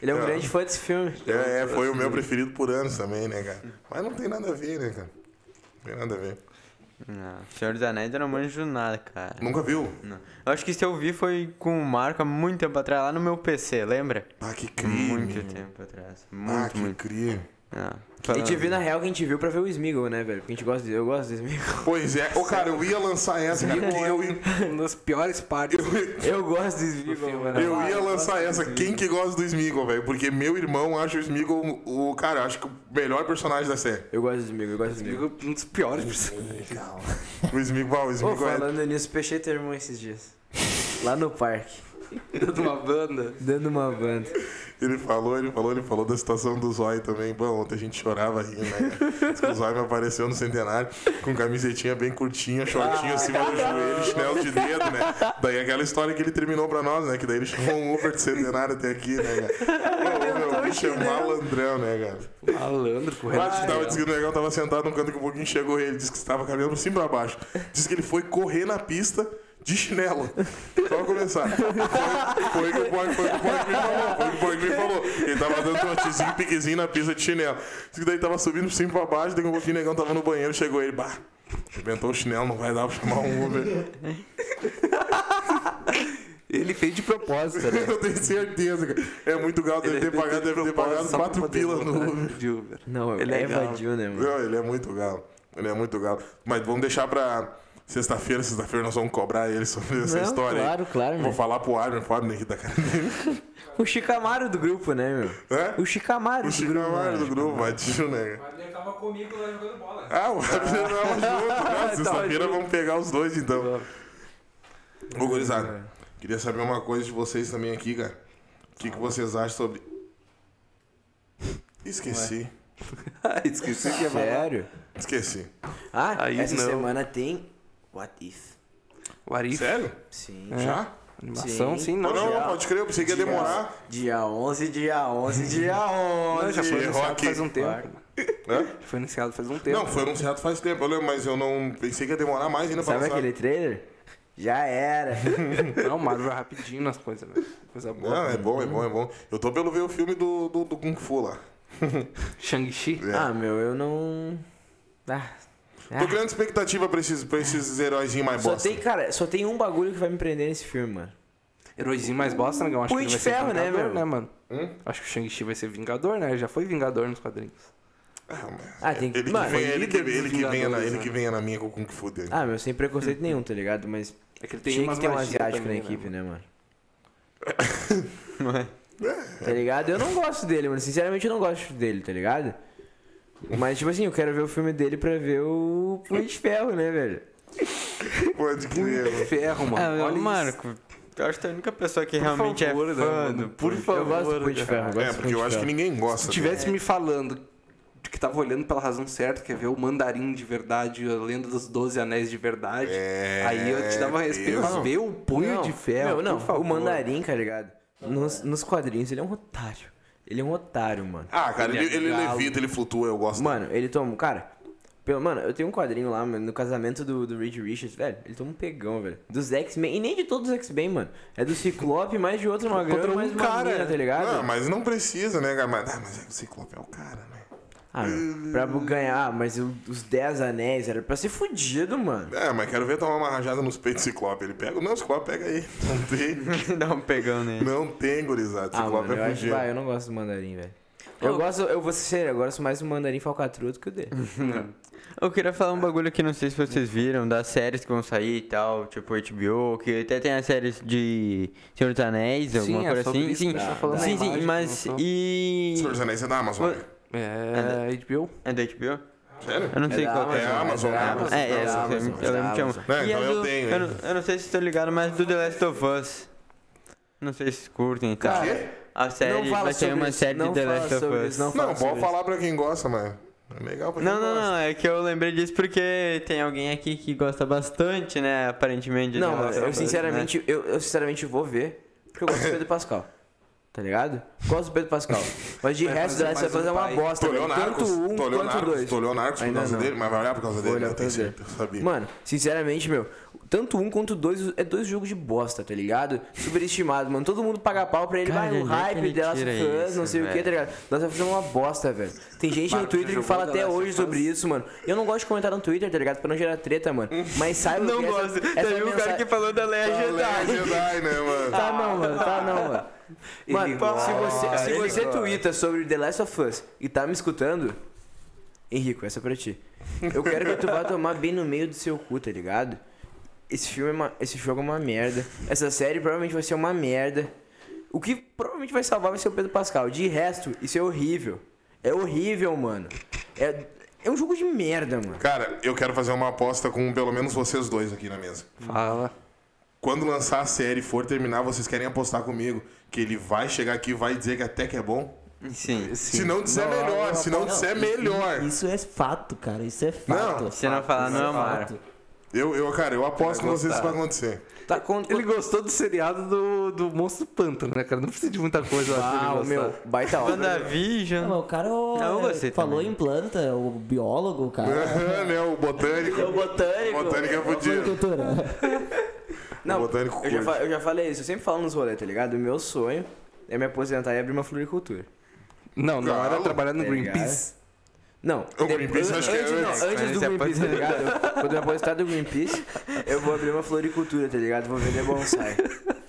[SPEAKER 5] Ele é um
[SPEAKER 1] É.
[SPEAKER 5] grande fã desse filme.
[SPEAKER 1] É, é, foi o meu preferido por anos também, né, cara? Mas não tem nada a ver, né, cara? Não tem nada a ver.
[SPEAKER 2] Não, Senhor dos Anéis eu não manjo nada, cara.
[SPEAKER 1] Nunca viu?
[SPEAKER 2] Não. Eu acho que se eu vi foi com o Marco há muito tempo atrás, lá no meu PC, lembra?
[SPEAKER 1] Ah, que
[SPEAKER 2] Muito
[SPEAKER 1] crime.
[SPEAKER 2] tempo atrás.
[SPEAKER 1] Ah,
[SPEAKER 2] Muito,
[SPEAKER 1] que
[SPEAKER 2] muito.
[SPEAKER 1] crime.
[SPEAKER 2] Ah,
[SPEAKER 5] A gente
[SPEAKER 2] falando-
[SPEAKER 5] viu, na real, que a gente viu pra ver o Smeagol, né, velho? Porque a gente gosta de, eu gosto do Smeagol.
[SPEAKER 1] Pois é. Ô, cara, eu ia lançar essa, cara.
[SPEAKER 3] é
[SPEAKER 1] que é Eu, ia-
[SPEAKER 3] Uma das um piores partes
[SPEAKER 1] eu,
[SPEAKER 5] Eu gosto do Smeagol, mano.
[SPEAKER 1] Ah, eu ia lançar essa. Quem que gosta do Smeagol, velho? Porque meu irmão acha o Smeagol o... Cara, eu acho que o melhor personagem da série.
[SPEAKER 5] Eu gosto do Smeagol, eu gosto do Smeagol.
[SPEAKER 3] um dos piores.
[SPEAKER 1] O Smeagol, ah, o
[SPEAKER 5] Ô,
[SPEAKER 1] Smeagol é...
[SPEAKER 5] falando nisso, fechei teu irmão esses dias. Lá no parque,
[SPEAKER 3] de uma banda.
[SPEAKER 5] dando uma banda.
[SPEAKER 1] Ele falou, ele falou, ele falou da situação do Zói também. Bom, ontem a gente chorava rindo, né? cara? Diz que o Zói me apareceu no centenário com camisetinha bem curtinha, shortinho acima do joelho, chinelo de dedo, né? Daí aquela história que ele terminou pra nós, né? Que daí ele chamou um Uber de centenário até aqui, né, cara? Ô, meu, o bicho é malandrão, né, cara?
[SPEAKER 3] Malandro, correndo.
[SPEAKER 1] Quase que tava, disse que o negão tava sentado num canto que um pouquinho chegou ele, disse que estava caminhando assim pra baixo. Disse que ele foi correr na pista de chinelo. Só pra começar. Foi o que o Borg foi o que o Borg me falou. Foi o que o Borg me falou. Ele tava dando trotezinho, piquezinho na pista de chinelo. Diz que daí tava subindo por cima pra baixo, daí um pouquinho o negão tava no banheiro, chegou ele, bah. Arrebentou o chinelo, não vai dar pra chamar um Uber.
[SPEAKER 3] Ele fez de propósito, né?
[SPEAKER 1] Eu tenho certeza, cara. É muito galo, deve ter pagado, deve ter pagado
[SPEAKER 3] Só pra
[SPEAKER 1] quatro
[SPEAKER 3] poder
[SPEAKER 1] pilas no
[SPEAKER 3] voltar
[SPEAKER 1] Uber.
[SPEAKER 3] de Uber.
[SPEAKER 5] Não,
[SPEAKER 3] Ele
[SPEAKER 5] ele
[SPEAKER 3] é
[SPEAKER 5] é
[SPEAKER 3] legal.
[SPEAKER 5] vadio, né, mano?
[SPEAKER 1] Não, ele é muito galo. Ele é muito galo. Mas vamos deixar pra sexta-feira. Sexta-feira nós vamos cobrar ele sobre essa
[SPEAKER 5] Não,
[SPEAKER 1] história. aí.
[SPEAKER 5] claro, claro,
[SPEAKER 1] Vou
[SPEAKER 5] né?
[SPEAKER 1] falar pro Armin, pro Armin aqui da cara dele.
[SPEAKER 5] O Chicamaro do grupo, né, meu?
[SPEAKER 1] tá Hã?
[SPEAKER 5] O Chicamaro
[SPEAKER 1] O
[SPEAKER 5] do
[SPEAKER 1] Chico
[SPEAKER 5] grupo.
[SPEAKER 1] Amaro do
[SPEAKER 5] mano.
[SPEAKER 1] grupo, batinho, né?
[SPEAKER 4] Mas ele tava comigo lá jogando bola.
[SPEAKER 1] Ah, o Armin tava junto. né? Sexta-feira
[SPEAKER 5] junto.
[SPEAKER 1] vamos pegar os dois, então. Ô, gurizada, queria saber uma coisa de vocês também aqui, cara. O que, que vocês acham sobre... Esqueci.
[SPEAKER 3] Ah, esqueci que ia falar.
[SPEAKER 5] Sério?
[SPEAKER 1] Esqueci.
[SPEAKER 5] Ah,
[SPEAKER 3] Aí
[SPEAKER 5] essa
[SPEAKER 3] não.
[SPEAKER 5] semana tem What If.
[SPEAKER 3] O Arif.
[SPEAKER 1] Sério?
[SPEAKER 5] Sim.
[SPEAKER 1] Já?
[SPEAKER 3] Animação,
[SPEAKER 5] Sim.
[SPEAKER 3] sim, não.
[SPEAKER 1] Não, não,
[SPEAKER 5] É. já.
[SPEAKER 1] pode crer. Eu pensei que ia demorar.
[SPEAKER 5] Dia 11, dia 11, dia 11.
[SPEAKER 3] Não, já foi
[SPEAKER 1] Errou
[SPEAKER 3] anunciado
[SPEAKER 1] aqui.
[SPEAKER 3] faz um tempo.
[SPEAKER 5] Claro.
[SPEAKER 1] Hã?
[SPEAKER 3] Já foi anunciado faz um tempo.
[SPEAKER 1] Não, foi anunciado faz tempo, eu lembro, mas eu não pensei que ia demorar mais ainda pra
[SPEAKER 5] Sabe
[SPEAKER 1] lançar.
[SPEAKER 5] aquele trailer? Já era.
[SPEAKER 3] Não, Marvel é rapidinho nas coisas, velho. Coisa boa.
[SPEAKER 1] Não, é bom, é bom, é bom. Eu tô pelo ver o filme do, do, do Kung Fu lá.
[SPEAKER 3] Shang-Chi.
[SPEAKER 1] É.
[SPEAKER 5] Ah, meu, eu não. Ah.
[SPEAKER 1] Tô criando expectativa pra esses, pra esses heróizinhos mais
[SPEAKER 5] Ah, Só
[SPEAKER 1] bosta.
[SPEAKER 5] tem, cara, só tem um bagulho que vai me prender nesse filme, mano.
[SPEAKER 3] Heróizinho mais bosta, né? Eu acho
[SPEAKER 5] Punho
[SPEAKER 3] que ele vai
[SPEAKER 5] de
[SPEAKER 3] ser
[SPEAKER 5] ferro, né,
[SPEAKER 3] Vingador,
[SPEAKER 5] meu?
[SPEAKER 3] né, mano?
[SPEAKER 1] Hum?
[SPEAKER 3] Acho que o Shang-Chi vai ser Vingador, né? Ele já foi Vingador nos quadrinhos.
[SPEAKER 1] Ah, mas-
[SPEAKER 5] Ah, tem que.
[SPEAKER 1] Ele que,
[SPEAKER 5] Mano,
[SPEAKER 1] venha, ele, que,
[SPEAKER 3] é líder dos
[SPEAKER 1] ele, que venha na,
[SPEAKER 3] Vingadores,
[SPEAKER 1] ele
[SPEAKER 3] né?
[SPEAKER 1] que venha na minha com o Kung Fu dele.
[SPEAKER 5] ah, meu, sem preconceito nenhum, tá ligado? Mas
[SPEAKER 3] É que ele
[SPEAKER 5] tem tinha que ter um
[SPEAKER 3] magia
[SPEAKER 5] asiático na
[SPEAKER 3] também,
[SPEAKER 5] equipe,
[SPEAKER 3] mano?
[SPEAKER 5] né, mano?
[SPEAKER 2] Ué.
[SPEAKER 5] Tá ligado? Eu não gosto dele, mano. Sinceramente, eu não gosto dele, tá ligado? Mas, tipo assim, eu quero ver o filme dele pra ver o Punho de Ferro, né, velho?
[SPEAKER 1] Pode
[SPEAKER 5] né?
[SPEAKER 1] crer. mano.
[SPEAKER 3] Ferro, mano.
[SPEAKER 2] Ah,
[SPEAKER 3] Olha
[SPEAKER 2] meu,
[SPEAKER 3] isso.
[SPEAKER 2] Marco, eu acho que tu é a única pessoa que
[SPEAKER 3] Por
[SPEAKER 2] realmente
[SPEAKER 3] favor,
[SPEAKER 2] é
[SPEAKER 3] né,
[SPEAKER 2] fã
[SPEAKER 3] mano?
[SPEAKER 2] do
[SPEAKER 3] Por
[SPEAKER 2] Punho.
[SPEAKER 3] favor,
[SPEAKER 5] eu gosto do Punho de
[SPEAKER 3] cara.
[SPEAKER 5] Ferro. eu gosto
[SPEAKER 1] É,
[SPEAKER 5] do
[SPEAKER 1] porque
[SPEAKER 5] Punho
[SPEAKER 1] eu
[SPEAKER 5] de
[SPEAKER 1] acho que
[SPEAKER 5] Ferro.
[SPEAKER 1] ninguém
[SPEAKER 3] Se
[SPEAKER 1] gosta.
[SPEAKER 3] tivesse me falando de que tava olhando pela razão certa, que é ver o mandarim de verdade, a lenda dos 12 anéis de verdade,
[SPEAKER 1] É,
[SPEAKER 3] aí eu te dava um respeito.
[SPEAKER 1] Deus.
[SPEAKER 3] Ver o punho
[SPEAKER 5] Não,
[SPEAKER 3] de ferro.
[SPEAKER 5] Meu, não,
[SPEAKER 3] por favor.
[SPEAKER 5] o Mandarim, tá ligado? Nos, nos quadrinhos, ele é um otário. Ele é um otário, mano.
[SPEAKER 1] Ah, cara, ele, ele
[SPEAKER 3] galo.
[SPEAKER 1] levita, ele flutua, eu gosto.
[SPEAKER 5] Mano, ele toma. um, Cara, pelo, mano, eu tenho um quadrinho lá, mano, no casamento do, do Reed Richards, velho. Ele toma um pegão, velho. Dos X-Men. E nem de todos os X-Men, mano. É do Ciclope, mais de outro magrão,
[SPEAKER 3] Contra
[SPEAKER 5] mais
[SPEAKER 3] um
[SPEAKER 5] de uma
[SPEAKER 3] cara.
[SPEAKER 5] mina, tá ligado?
[SPEAKER 1] um Não, mas não precisa, né, cara? Mas, ah, mas é que o Ciclope é o cara, né?
[SPEAKER 5] Ah, meu, pra ganhar, ah, mas o- os 10 anéis era pra ser fudido, mano.
[SPEAKER 1] É, mas quero ver tomar uma rajada nos peitos do Ciclope. Ele pega? Não, o Ciclope pega aí. Não tem.
[SPEAKER 2] Dá um pegão nele.
[SPEAKER 1] Não tem, gurizada.
[SPEAKER 5] Ah,
[SPEAKER 1] Ciclope
[SPEAKER 5] mano, eu,
[SPEAKER 1] é
[SPEAKER 5] acho,
[SPEAKER 1] fudido.
[SPEAKER 5] vai, eu não gosto do mandarim, velho. Eu
[SPEAKER 2] Ô.
[SPEAKER 5] gosto, eu vou ser sério, eu gosto mais do mandarim falcatrua do que o D.
[SPEAKER 2] Eu queria falar um bagulho que não sei se vocês viram, das séries que vão sair e tal, tipo HBO, que até tem as séries de Senhor dos Anéis, alguma
[SPEAKER 3] Sim, é
[SPEAKER 2] coisa
[SPEAKER 3] sobre
[SPEAKER 2] assim.
[SPEAKER 3] isso
[SPEAKER 2] sim,
[SPEAKER 3] que a gente tá falando,
[SPEAKER 2] sim,
[SPEAKER 3] a
[SPEAKER 2] sim,
[SPEAKER 3] imagem
[SPEAKER 2] mas
[SPEAKER 3] que lançou.
[SPEAKER 2] e.
[SPEAKER 1] Senhor dos Anéis é da Amazon. né?
[SPEAKER 3] É, HBO.
[SPEAKER 2] É da HBO?
[SPEAKER 1] Sério?
[SPEAKER 2] Eu não sei qual que
[SPEAKER 1] é a Amazon, né?
[SPEAKER 2] É, é,
[SPEAKER 5] da
[SPEAKER 2] eu lembro- eu lembro que é uma.
[SPEAKER 1] É,
[SPEAKER 2] E
[SPEAKER 1] então
[SPEAKER 2] a
[SPEAKER 1] eu
[SPEAKER 2] do-
[SPEAKER 1] tenho,
[SPEAKER 2] Eu, não- eu não sei se estou ligado, mas do The Last of Us. Não sei se curtem, tá? A série
[SPEAKER 5] não fala
[SPEAKER 2] vai ter
[SPEAKER 5] sobre
[SPEAKER 2] uma
[SPEAKER 5] isso,
[SPEAKER 2] série de
[SPEAKER 5] não
[SPEAKER 2] The
[SPEAKER 5] fala
[SPEAKER 2] Last of
[SPEAKER 5] sobre
[SPEAKER 2] Us.
[SPEAKER 5] isso, não
[SPEAKER 1] Não,
[SPEAKER 5] fala sobre
[SPEAKER 1] pode falar pra quem gosta, mano. É legal pra quem
[SPEAKER 2] Não, não,
[SPEAKER 1] gosta.
[SPEAKER 2] não, é que eu lembrei disso porque tem alguém aqui que gosta bastante, né, aparentemente. de
[SPEAKER 5] Não,
[SPEAKER 2] The Last
[SPEAKER 5] mano,
[SPEAKER 2] of
[SPEAKER 5] eu
[SPEAKER 2] Us, né?
[SPEAKER 5] sinceramente, eu, eu sinceramente vou ver, porque eu gosto do Pedro Pascal. Tá ligado? Gosto do Pedro Pascal. Mas de
[SPEAKER 3] Vai
[SPEAKER 5] resto,
[SPEAKER 3] fazer
[SPEAKER 5] The Last
[SPEAKER 3] mais
[SPEAKER 5] of Us
[SPEAKER 3] um
[SPEAKER 5] é uma
[SPEAKER 3] pai.
[SPEAKER 5] bosta.
[SPEAKER 1] Tô
[SPEAKER 5] velho. Tanto
[SPEAKER 1] Leonarcos, tô
[SPEAKER 5] um quanto
[SPEAKER 1] Leonarcos,
[SPEAKER 5] dois.
[SPEAKER 1] tô Leonarcos por
[SPEAKER 5] Ainda
[SPEAKER 1] causa
[SPEAKER 5] não.
[SPEAKER 1] dele, mas vai olhar por causa
[SPEAKER 5] Vou
[SPEAKER 1] dele,
[SPEAKER 5] olhar
[SPEAKER 1] eu
[SPEAKER 5] por
[SPEAKER 1] tenho
[SPEAKER 5] causa dele.
[SPEAKER 1] certeza, sabia.
[SPEAKER 5] Mano, sinceramente, meu, tanto um quanto dois é dois jogos de bosta, tá ligado? Superestimado, mano. Todo mundo paga pau pra ele,
[SPEAKER 2] Cara,
[SPEAKER 5] vai,
[SPEAKER 2] onde
[SPEAKER 5] o
[SPEAKER 2] é que
[SPEAKER 5] hype
[SPEAKER 2] ele
[SPEAKER 5] The Last
[SPEAKER 2] tira
[SPEAKER 5] of Us, não
[SPEAKER 2] isso,
[SPEAKER 5] sei o que,
[SPEAKER 2] velho?
[SPEAKER 5] tá ligado? Nós vamos fazer uma bosta, velho. Tem gente
[SPEAKER 3] Marco,
[SPEAKER 5] no Twitter
[SPEAKER 3] já
[SPEAKER 5] que fala
[SPEAKER 3] jogou The
[SPEAKER 5] até
[SPEAKER 3] Last
[SPEAKER 5] hoje
[SPEAKER 3] of
[SPEAKER 5] sobre isso, mano. Eu não gosto de comentar no Twitter, tá ligado? Pra não gerar treta, mano. Mas saiba
[SPEAKER 2] Não
[SPEAKER 5] que essa-
[SPEAKER 2] gosto.
[SPEAKER 5] essa
[SPEAKER 2] Teve um cara
[SPEAKER 5] mensa-
[SPEAKER 2] que falou da
[SPEAKER 5] é
[SPEAKER 1] Tá
[SPEAKER 2] Legend.
[SPEAKER 1] leve, Jedi, né, mano?
[SPEAKER 5] Tá não, mano, tá não, mano. Mano, se você, se você twitta sobre The Last of Us e tá me escutando, Henrico, essa é pra ti. Eu quero que tu vá tomar bem no meio do seu cu, tá ligado? Esse filme é uma, esse jogo é uma merda. Essa série provavelmente vai ser uma merda. O que provavelmente vai salvar vai ser o Pedro Pascal. De resto, isso é horrível. É horrível, mano. É, é um jogo de merda, mano.
[SPEAKER 1] Cara, eu quero fazer uma aposta com pelo menos vocês dois aqui na mesa.
[SPEAKER 3] Fala.
[SPEAKER 1] Quando lançar a série e for terminar, vocês querem apostar comigo que ele vai chegar aqui e vai dizer que até que é bom?
[SPEAKER 2] Sim.
[SPEAKER 1] Se não disser melhor, se não, disser melhor.
[SPEAKER 7] Isso é fato, cara. Isso é fato.
[SPEAKER 1] Não.
[SPEAKER 2] Se não falar, não é uma.
[SPEAKER 1] Eu, eu, cara, eu aposto com vocês que isso vai acontecer.
[SPEAKER 5] Tá, con-
[SPEAKER 3] Ele gostou do seriado do, do Monstro do Pântano, né, cara? Não precisa de muita coisa, eu acho, pra ele
[SPEAKER 5] Ah,
[SPEAKER 3] gostar.
[SPEAKER 5] meu, baita obra.
[SPEAKER 7] Não,
[SPEAKER 5] Tá
[SPEAKER 2] WandaVision.
[SPEAKER 7] mas o cara ó,
[SPEAKER 2] Não, eu gostei
[SPEAKER 7] falou
[SPEAKER 2] também.
[SPEAKER 7] em planta, o biólogo, o cara.
[SPEAKER 1] né, o botânico.
[SPEAKER 6] É O botânico.
[SPEAKER 1] O botânico é fudido.
[SPEAKER 7] Agricultura.
[SPEAKER 1] O
[SPEAKER 5] Não,
[SPEAKER 1] botânico
[SPEAKER 5] eu já,
[SPEAKER 1] curte.
[SPEAKER 5] fa- eu já falei isso, eu sempre falo nos rolês, tá ligado? O meu sonho é me aposentar e abrir uma floricultura.
[SPEAKER 3] Não, não era
[SPEAKER 1] Galo,
[SPEAKER 3] trabalhar no
[SPEAKER 5] tá
[SPEAKER 3] Greenpeace.
[SPEAKER 5] Não,
[SPEAKER 1] O
[SPEAKER 5] de-
[SPEAKER 1] Greenpeace
[SPEAKER 5] an-
[SPEAKER 1] acho que é
[SPEAKER 5] antes, não,
[SPEAKER 1] antes.
[SPEAKER 5] antes
[SPEAKER 2] Antes
[SPEAKER 5] do
[SPEAKER 2] de
[SPEAKER 5] Greenpeace, tá ligado? Eu- Quando eu me aposentar do Greenpeace, eu vou abrir uma floricultura, tá ligado? Vou vender bonsai.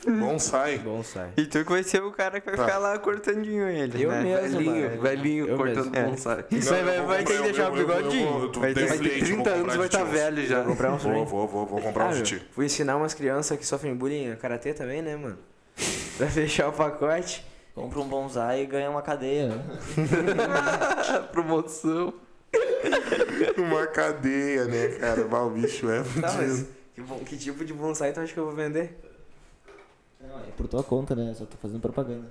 [SPEAKER 1] Bonsai.
[SPEAKER 5] Bonsai.
[SPEAKER 2] E tu que vai ser o cara que vai
[SPEAKER 1] Tá.
[SPEAKER 2] ficar lá cortandinho ele.
[SPEAKER 5] Eu
[SPEAKER 2] né?
[SPEAKER 5] mesmo.
[SPEAKER 3] Velhinho,
[SPEAKER 5] mano.
[SPEAKER 3] velhinho,
[SPEAKER 5] Eu
[SPEAKER 3] cortando um
[SPEAKER 2] mesmo.
[SPEAKER 3] bonsai.
[SPEAKER 2] Isso aí
[SPEAKER 1] Não,
[SPEAKER 2] vai,
[SPEAKER 1] eu vou
[SPEAKER 2] vai ter que
[SPEAKER 1] comprar-
[SPEAKER 2] deixar
[SPEAKER 1] eu-
[SPEAKER 2] o
[SPEAKER 1] eu- eu-
[SPEAKER 2] bigodinho.
[SPEAKER 1] eu- eu-
[SPEAKER 2] vai
[SPEAKER 1] tem
[SPEAKER 2] ter
[SPEAKER 3] Vai ter
[SPEAKER 1] Leite, vou
[SPEAKER 3] 30
[SPEAKER 1] É. comprar
[SPEAKER 3] anos,
[SPEAKER 1] de
[SPEAKER 3] vai estar
[SPEAKER 1] tio.
[SPEAKER 3] velho já.
[SPEAKER 5] Comprar um
[SPEAKER 1] Vou,
[SPEAKER 5] floricultura.
[SPEAKER 1] vou, vou, vou comprar
[SPEAKER 5] Ah,
[SPEAKER 1] um
[SPEAKER 5] meu,
[SPEAKER 1] tio.
[SPEAKER 5] vou ensinar umas crianças que sofrem bullying a karatê também, né, mano? Pra fechar o pacote.
[SPEAKER 6] Compra um bonsai e ganha uma cadeia.
[SPEAKER 1] É.
[SPEAKER 3] Promoção.
[SPEAKER 1] Uma cadeia, né, cara? Bah, O bicho é fudido.
[SPEAKER 5] Tá, mas que, bom- que tipo de bonsai tu acha que eu vou vender?
[SPEAKER 7] Não, é por tua conta, né? Só tô fazendo propaganda.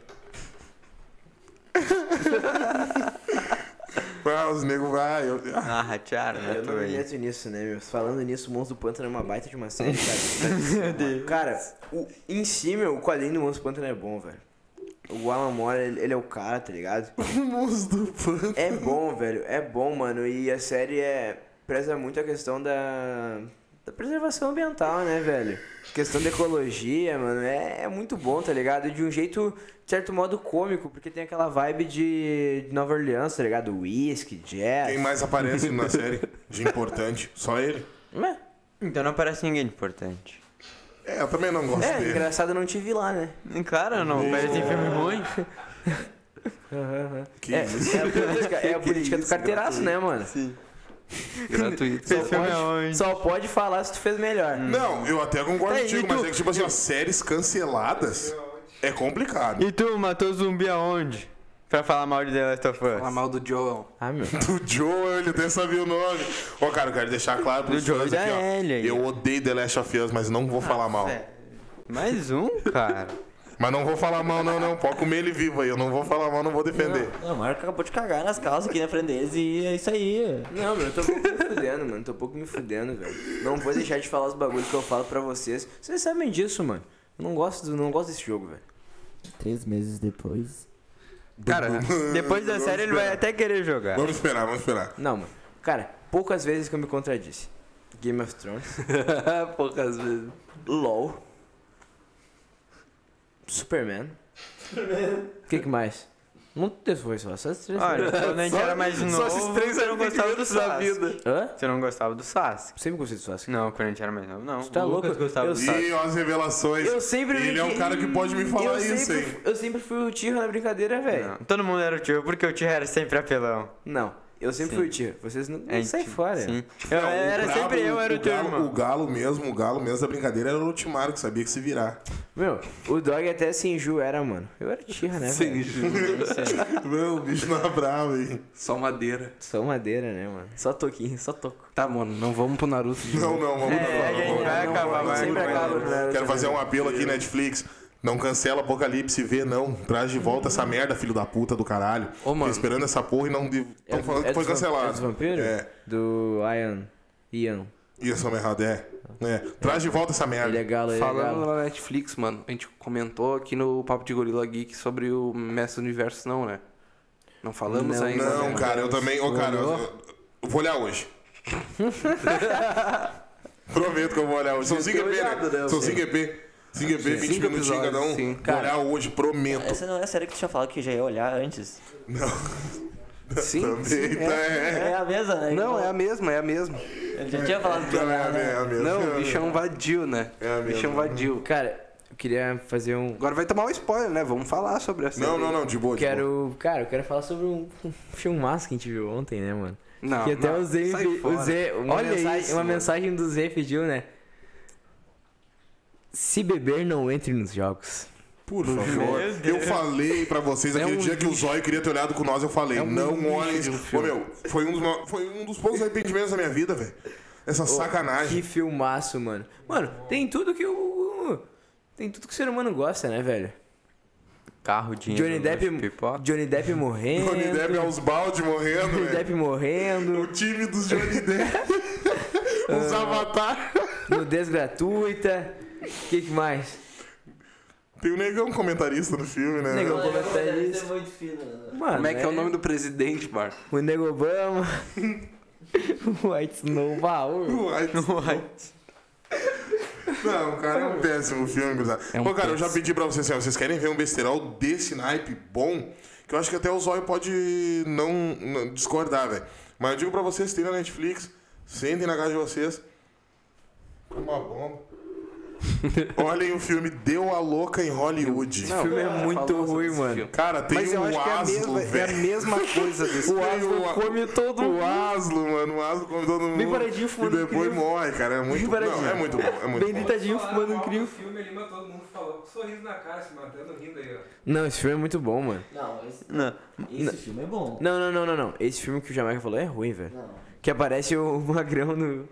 [SPEAKER 1] Ah, os negros vai. eu- ah,
[SPEAKER 2] Ah, ratearam, né?
[SPEAKER 5] Eu
[SPEAKER 2] tu
[SPEAKER 5] não me
[SPEAKER 2] aí.
[SPEAKER 5] meto nisso, né, meu? Falando nisso, o Monstro do Pântano é uma baita de uma série, cara. meu Deus. Cara, o, em si, meu, o quadrinho do Monstro do Pântano é bom, velho. O Alan Moore, ele, ele é o cara, tá ligado?
[SPEAKER 1] O moço do pano.
[SPEAKER 5] É bom, velho. É bom, mano. E a série é... Preza muito a questão da... Da preservação ambiental, né, velho? Questão da ecologia, mano. É, é muito bom, tá ligado? E De um jeito, de certo modo, cômico. Porque tem aquela vibe de, de Nova Orleans, tá ligado? Whisky, jazz.
[SPEAKER 2] É.
[SPEAKER 1] Quem mais aparece na série de importante? Só ele?
[SPEAKER 5] Mas- é,
[SPEAKER 2] Então não aparece ninguém de importante.
[SPEAKER 1] É, eu também não gosto
[SPEAKER 5] É,
[SPEAKER 1] dele.
[SPEAKER 5] engraçado eu não te vi lá, né?
[SPEAKER 2] Claro, não aparece em filme ruim.
[SPEAKER 1] Que
[SPEAKER 5] é,
[SPEAKER 1] isso.
[SPEAKER 5] é a política, é a política do carteiraço, né, mano?
[SPEAKER 2] Sim.
[SPEAKER 3] Gratuito.
[SPEAKER 2] Esse filme é
[SPEAKER 5] Pode-
[SPEAKER 2] onde?
[SPEAKER 5] Só pode falar se tu fez melhor.
[SPEAKER 1] Não, eu até concordo
[SPEAKER 2] Tá, e
[SPEAKER 1] contigo, mas
[SPEAKER 2] tu-
[SPEAKER 1] é que, tipo assim, ó, séries canceladas é complicado.
[SPEAKER 2] E tu matou zumbi aonde? Pra falar mal de The Last of Us.
[SPEAKER 3] Falar mal do Joel.
[SPEAKER 5] Ah, meu.
[SPEAKER 1] Do Joel, eu até sabia o nome. Ô, cara, eu quero deixar claro pros
[SPEAKER 2] Do Joel é,
[SPEAKER 1] fãs
[SPEAKER 2] da
[SPEAKER 1] aqui, ó.
[SPEAKER 2] Ellie aí,
[SPEAKER 1] Eu odeio The Last of Us, mas não
[SPEAKER 2] Ah,
[SPEAKER 1] vou falar mal.
[SPEAKER 2] Mais um, cara.
[SPEAKER 1] Mas não vou falar mal, não, não. Pode comer ele vivo aí. Eu não vou falar mal, não vou defender.
[SPEAKER 6] Não, o Marco acabou de cagar nas calças aqui na frente deles e é isso aí.
[SPEAKER 5] Não, meu, eu tô um pouco me fudendo, mano. Tô um pouco me fudendo, velho. Não vou deixar de falar os bagulhos que eu falo pra vocês. Vocês sabem disso, mano. Eu não gosto, do- não gosto desse jogo, velho.
[SPEAKER 7] Três meses depois.
[SPEAKER 3] Cara,
[SPEAKER 2] Depois da série ele vai até querer jogar.
[SPEAKER 1] Vamos esperar, vamos esperar.
[SPEAKER 5] Não, mano. Cara, poucas vezes que eu me contradisse. Game of Thrones,
[SPEAKER 3] poucas vezes.
[SPEAKER 5] LOL, Superman. O que, que mais? Um Não te foi só essas três.
[SPEAKER 2] Olha, quando a gente
[SPEAKER 3] Só-
[SPEAKER 2] era mais novo,
[SPEAKER 3] Só esses três
[SPEAKER 2] você não gostava do
[SPEAKER 3] amigos da
[SPEAKER 2] Sasuke.
[SPEAKER 3] vida.
[SPEAKER 5] Hã?
[SPEAKER 2] Você não gostava do Sasuke.
[SPEAKER 5] Sempre gostei de Sasuke.
[SPEAKER 2] Não, quando a gente era mais novo, não.
[SPEAKER 5] Tu tá
[SPEAKER 2] O Lucas
[SPEAKER 5] louco?
[SPEAKER 2] gostava
[SPEAKER 5] Eu
[SPEAKER 2] do
[SPEAKER 5] sei.
[SPEAKER 2] Sasuke.
[SPEAKER 1] E as revelações.
[SPEAKER 5] Eu sempre
[SPEAKER 1] Ele é um
[SPEAKER 5] brinquei-
[SPEAKER 1] cara que pode me falar
[SPEAKER 5] eu
[SPEAKER 1] isso,
[SPEAKER 5] sempre,
[SPEAKER 1] hein?
[SPEAKER 5] Eu sempre fui o tiro na brincadeira, velho.
[SPEAKER 2] Não, Todo mundo era o tio, porque o tio era sempre apelão.
[SPEAKER 5] Não. Eu sempre
[SPEAKER 2] Sim.
[SPEAKER 5] fui o tiro. Vocês não, não
[SPEAKER 2] É,
[SPEAKER 5] saem
[SPEAKER 2] tio,
[SPEAKER 5] fora.
[SPEAKER 2] Sim. Eu,
[SPEAKER 1] Não, É, o
[SPEAKER 2] era
[SPEAKER 1] Galo-
[SPEAKER 2] sempre eu, era o teu
[SPEAKER 1] Galo- O
[SPEAKER 2] irmão.
[SPEAKER 1] galo mesmo, o galo mesmo da brincadeira era o Ultimar, que sabia que se virar.
[SPEAKER 5] Meu, o dog até Sinju era, mano. Eu era tira, né, velho?
[SPEAKER 1] Meu, o bicho na brava, hein?
[SPEAKER 3] Só madeira.
[SPEAKER 5] Só madeira, né, mano?
[SPEAKER 6] Só toquinho, só toco.
[SPEAKER 3] Tá, mano, não vamos pro Naruto de
[SPEAKER 1] Não,
[SPEAKER 3] novo.
[SPEAKER 1] não, vamos
[SPEAKER 2] É, a gente vai
[SPEAKER 1] não,
[SPEAKER 2] acabar, vai né?
[SPEAKER 1] vamos-
[SPEAKER 2] acabar.
[SPEAKER 1] Quero fazer um apelo aqui, Netflix. Não cancela Apocalipse V, não. Traz de volta essa merda, filho da puta do caralho.
[SPEAKER 3] Ô, mano.
[SPEAKER 1] Tô esperando essa porra e não. Estão falando que foi
[SPEAKER 5] dos vamp- É dos
[SPEAKER 1] cancelado.
[SPEAKER 5] vampiros?
[SPEAKER 1] É.
[SPEAKER 5] Do Ian. Ian.
[SPEAKER 1] Isso, é errado, é. É. Traz de volta essa merda.
[SPEAKER 5] Ele é galo, ele é
[SPEAKER 3] Falando
[SPEAKER 5] galo.
[SPEAKER 3] na Netflix, mano, a gente comentou aqui no Papo de Gorila Geek sobre o Mestre do Universo, não, né? Não falamos
[SPEAKER 5] Não,
[SPEAKER 3] ainda.
[SPEAKER 1] Não,
[SPEAKER 3] né?
[SPEAKER 1] cara, eu também. Ô, cara, eu, eu vou olhar hoje. Prometo que eu vou olhar hoje. São 5 EP,
[SPEAKER 3] olhado,
[SPEAKER 1] né?
[SPEAKER 3] né?
[SPEAKER 1] São 5 EP. 5 EP, 20
[SPEAKER 3] Cinco
[SPEAKER 1] minutinhos cada um.
[SPEAKER 3] episódios, sim.
[SPEAKER 1] Vou olhar hoje, prometo.
[SPEAKER 6] Essa não é a série que tu tinha falado que já ia olhar antes?
[SPEAKER 1] Não,
[SPEAKER 3] Sim,
[SPEAKER 1] também, tá, é.
[SPEAKER 6] É a mesa, né?
[SPEAKER 3] Não, é a mesma, é a mesma.
[SPEAKER 6] Ele já tinha falado que ia
[SPEAKER 1] Não, é
[SPEAKER 6] olhar,
[SPEAKER 1] a
[SPEAKER 6] né?
[SPEAKER 1] mesma, é a mesma.
[SPEAKER 3] Não, o bicho é um vadio, né?
[SPEAKER 1] É a
[SPEAKER 3] O bicho é um
[SPEAKER 1] mesma.
[SPEAKER 3] vadio.
[SPEAKER 5] Cara, eu queria fazer um.
[SPEAKER 3] Agora vai tomar um spoiler, né? Vamos falar sobre essa.
[SPEAKER 1] é. Não, não, não, de boa. de boa.
[SPEAKER 5] Quero. Cara, eu quero falar sobre um um filmaço que a gente viu ontem, né, mano?
[SPEAKER 3] Não,
[SPEAKER 5] que até
[SPEAKER 3] não,
[SPEAKER 5] o Zé.
[SPEAKER 3] sai
[SPEAKER 5] envi-
[SPEAKER 3] fora.
[SPEAKER 5] O Zé uma
[SPEAKER 3] Olha
[SPEAKER 5] mensagem,
[SPEAKER 3] isso,
[SPEAKER 5] uma
[SPEAKER 3] mano.
[SPEAKER 5] mensagem do Zé pediu, né? Se beber, não entre nos jogos.
[SPEAKER 1] Por favor. Eu falei pra vocês
[SPEAKER 3] É
[SPEAKER 1] aquele
[SPEAKER 3] um
[SPEAKER 1] dia que o Zóio queria ter olhado com nós, eu falei, não olhem. Ô, meu, foi um dos, ma- foi um dos poucos arrependimentos da minha vida, velho. Essa
[SPEAKER 5] Que
[SPEAKER 1] sacanagem.
[SPEAKER 5] filmaço, mano. Mano, tem tudo que o. Tem tudo que o ser humano gosta, né, velho?
[SPEAKER 2] Carro, dinheiro,
[SPEAKER 5] Johnny Depp,
[SPEAKER 2] luxo, pipoca.
[SPEAKER 5] Johnny Depp morrendo.
[SPEAKER 1] Johnny Depp aos balde morrendo,
[SPEAKER 5] Johnny
[SPEAKER 1] velho.
[SPEAKER 5] Depp morrendo.
[SPEAKER 1] O time dos Johnny Depp. Os avatar.
[SPEAKER 5] Nudez gratuita. O que, que mais?
[SPEAKER 1] Tem o negão comentarista no filme, né?
[SPEAKER 5] Negão. Vou comentar
[SPEAKER 6] Isso
[SPEAKER 5] isso.
[SPEAKER 6] é muito fino, né?
[SPEAKER 5] tá Mano,
[SPEAKER 3] Como é que é o nome do presidente, Marco?
[SPEAKER 5] O Nego Obama. o White Snow Baú.
[SPEAKER 1] White. Não, cara, é um péssimo filme, gurizada.
[SPEAKER 3] É um
[SPEAKER 1] Pô, cara, eu já
[SPEAKER 3] péssimo.
[SPEAKER 1] pedi pra vocês, assim, ó, vocês querem ver um besterol desse naipe bom? Que eu acho que até o Zóio pode não, não discordar, velho. Mas eu digo pra vocês, tem na Netflix, sentem na casa de vocês. Uma bomba. Olhem o filme Deu a Louca em Hollywood.
[SPEAKER 5] Esse filme é
[SPEAKER 3] cara,
[SPEAKER 5] muito
[SPEAKER 3] falamos sobre
[SPEAKER 5] ruim,
[SPEAKER 3] esse
[SPEAKER 5] mano.
[SPEAKER 3] filme.
[SPEAKER 1] Cara, tem
[SPEAKER 3] Mas eu
[SPEAKER 1] o
[SPEAKER 3] acho que é a
[SPEAKER 1] Aslo,
[SPEAKER 3] mesma, é a
[SPEAKER 1] velho.
[SPEAKER 3] mesma coisa desse
[SPEAKER 1] O
[SPEAKER 3] filme.
[SPEAKER 1] Aslo
[SPEAKER 5] Come todo
[SPEAKER 1] O Aslo, mano, o Aslo come todo mundo.
[SPEAKER 5] paradinho
[SPEAKER 1] E
[SPEAKER 5] fumando
[SPEAKER 1] depois
[SPEAKER 5] um incrível.
[SPEAKER 1] morre, cara. É muito bom.
[SPEAKER 5] paradinho.
[SPEAKER 1] Não, é muito bom. É muito
[SPEAKER 5] Bem
[SPEAKER 1] bom.
[SPEAKER 5] deitadinho fumando um
[SPEAKER 4] incrível.
[SPEAKER 5] crio.
[SPEAKER 4] O filme ali, mas todo mundo falou com um sorriso na cara, se matando, rindo aí, ó.
[SPEAKER 5] Não, esse filme é muito bom, mano.
[SPEAKER 6] Não, esse,
[SPEAKER 2] Não.
[SPEAKER 6] esse filme é bom.
[SPEAKER 5] Não, não, não, não, não. Esse filme que o Jamaica falou é ruim, velho.
[SPEAKER 6] Não.
[SPEAKER 5] Que aparece o magrão do,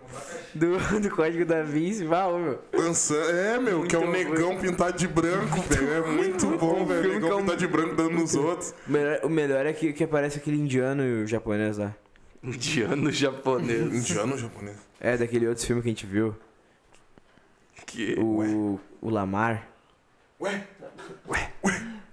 [SPEAKER 5] do, do código da Vinci. Uau, meu.
[SPEAKER 1] Dançando. É, meu, que é um
[SPEAKER 5] Muito
[SPEAKER 1] negão pintado de branco, velho. É muito bom, velho.
[SPEAKER 5] filme
[SPEAKER 1] Negão
[SPEAKER 5] que é um-
[SPEAKER 1] pintado de branco dando nos outros.
[SPEAKER 5] O melhor, o melhor é que, que aparece aquele indiano e o japonês lá.
[SPEAKER 3] Indiano japonês.
[SPEAKER 1] Indiano ou japonês?
[SPEAKER 5] É, daquele outro filme que a gente viu.
[SPEAKER 3] Que...
[SPEAKER 5] O, o Lamar.
[SPEAKER 1] Ué?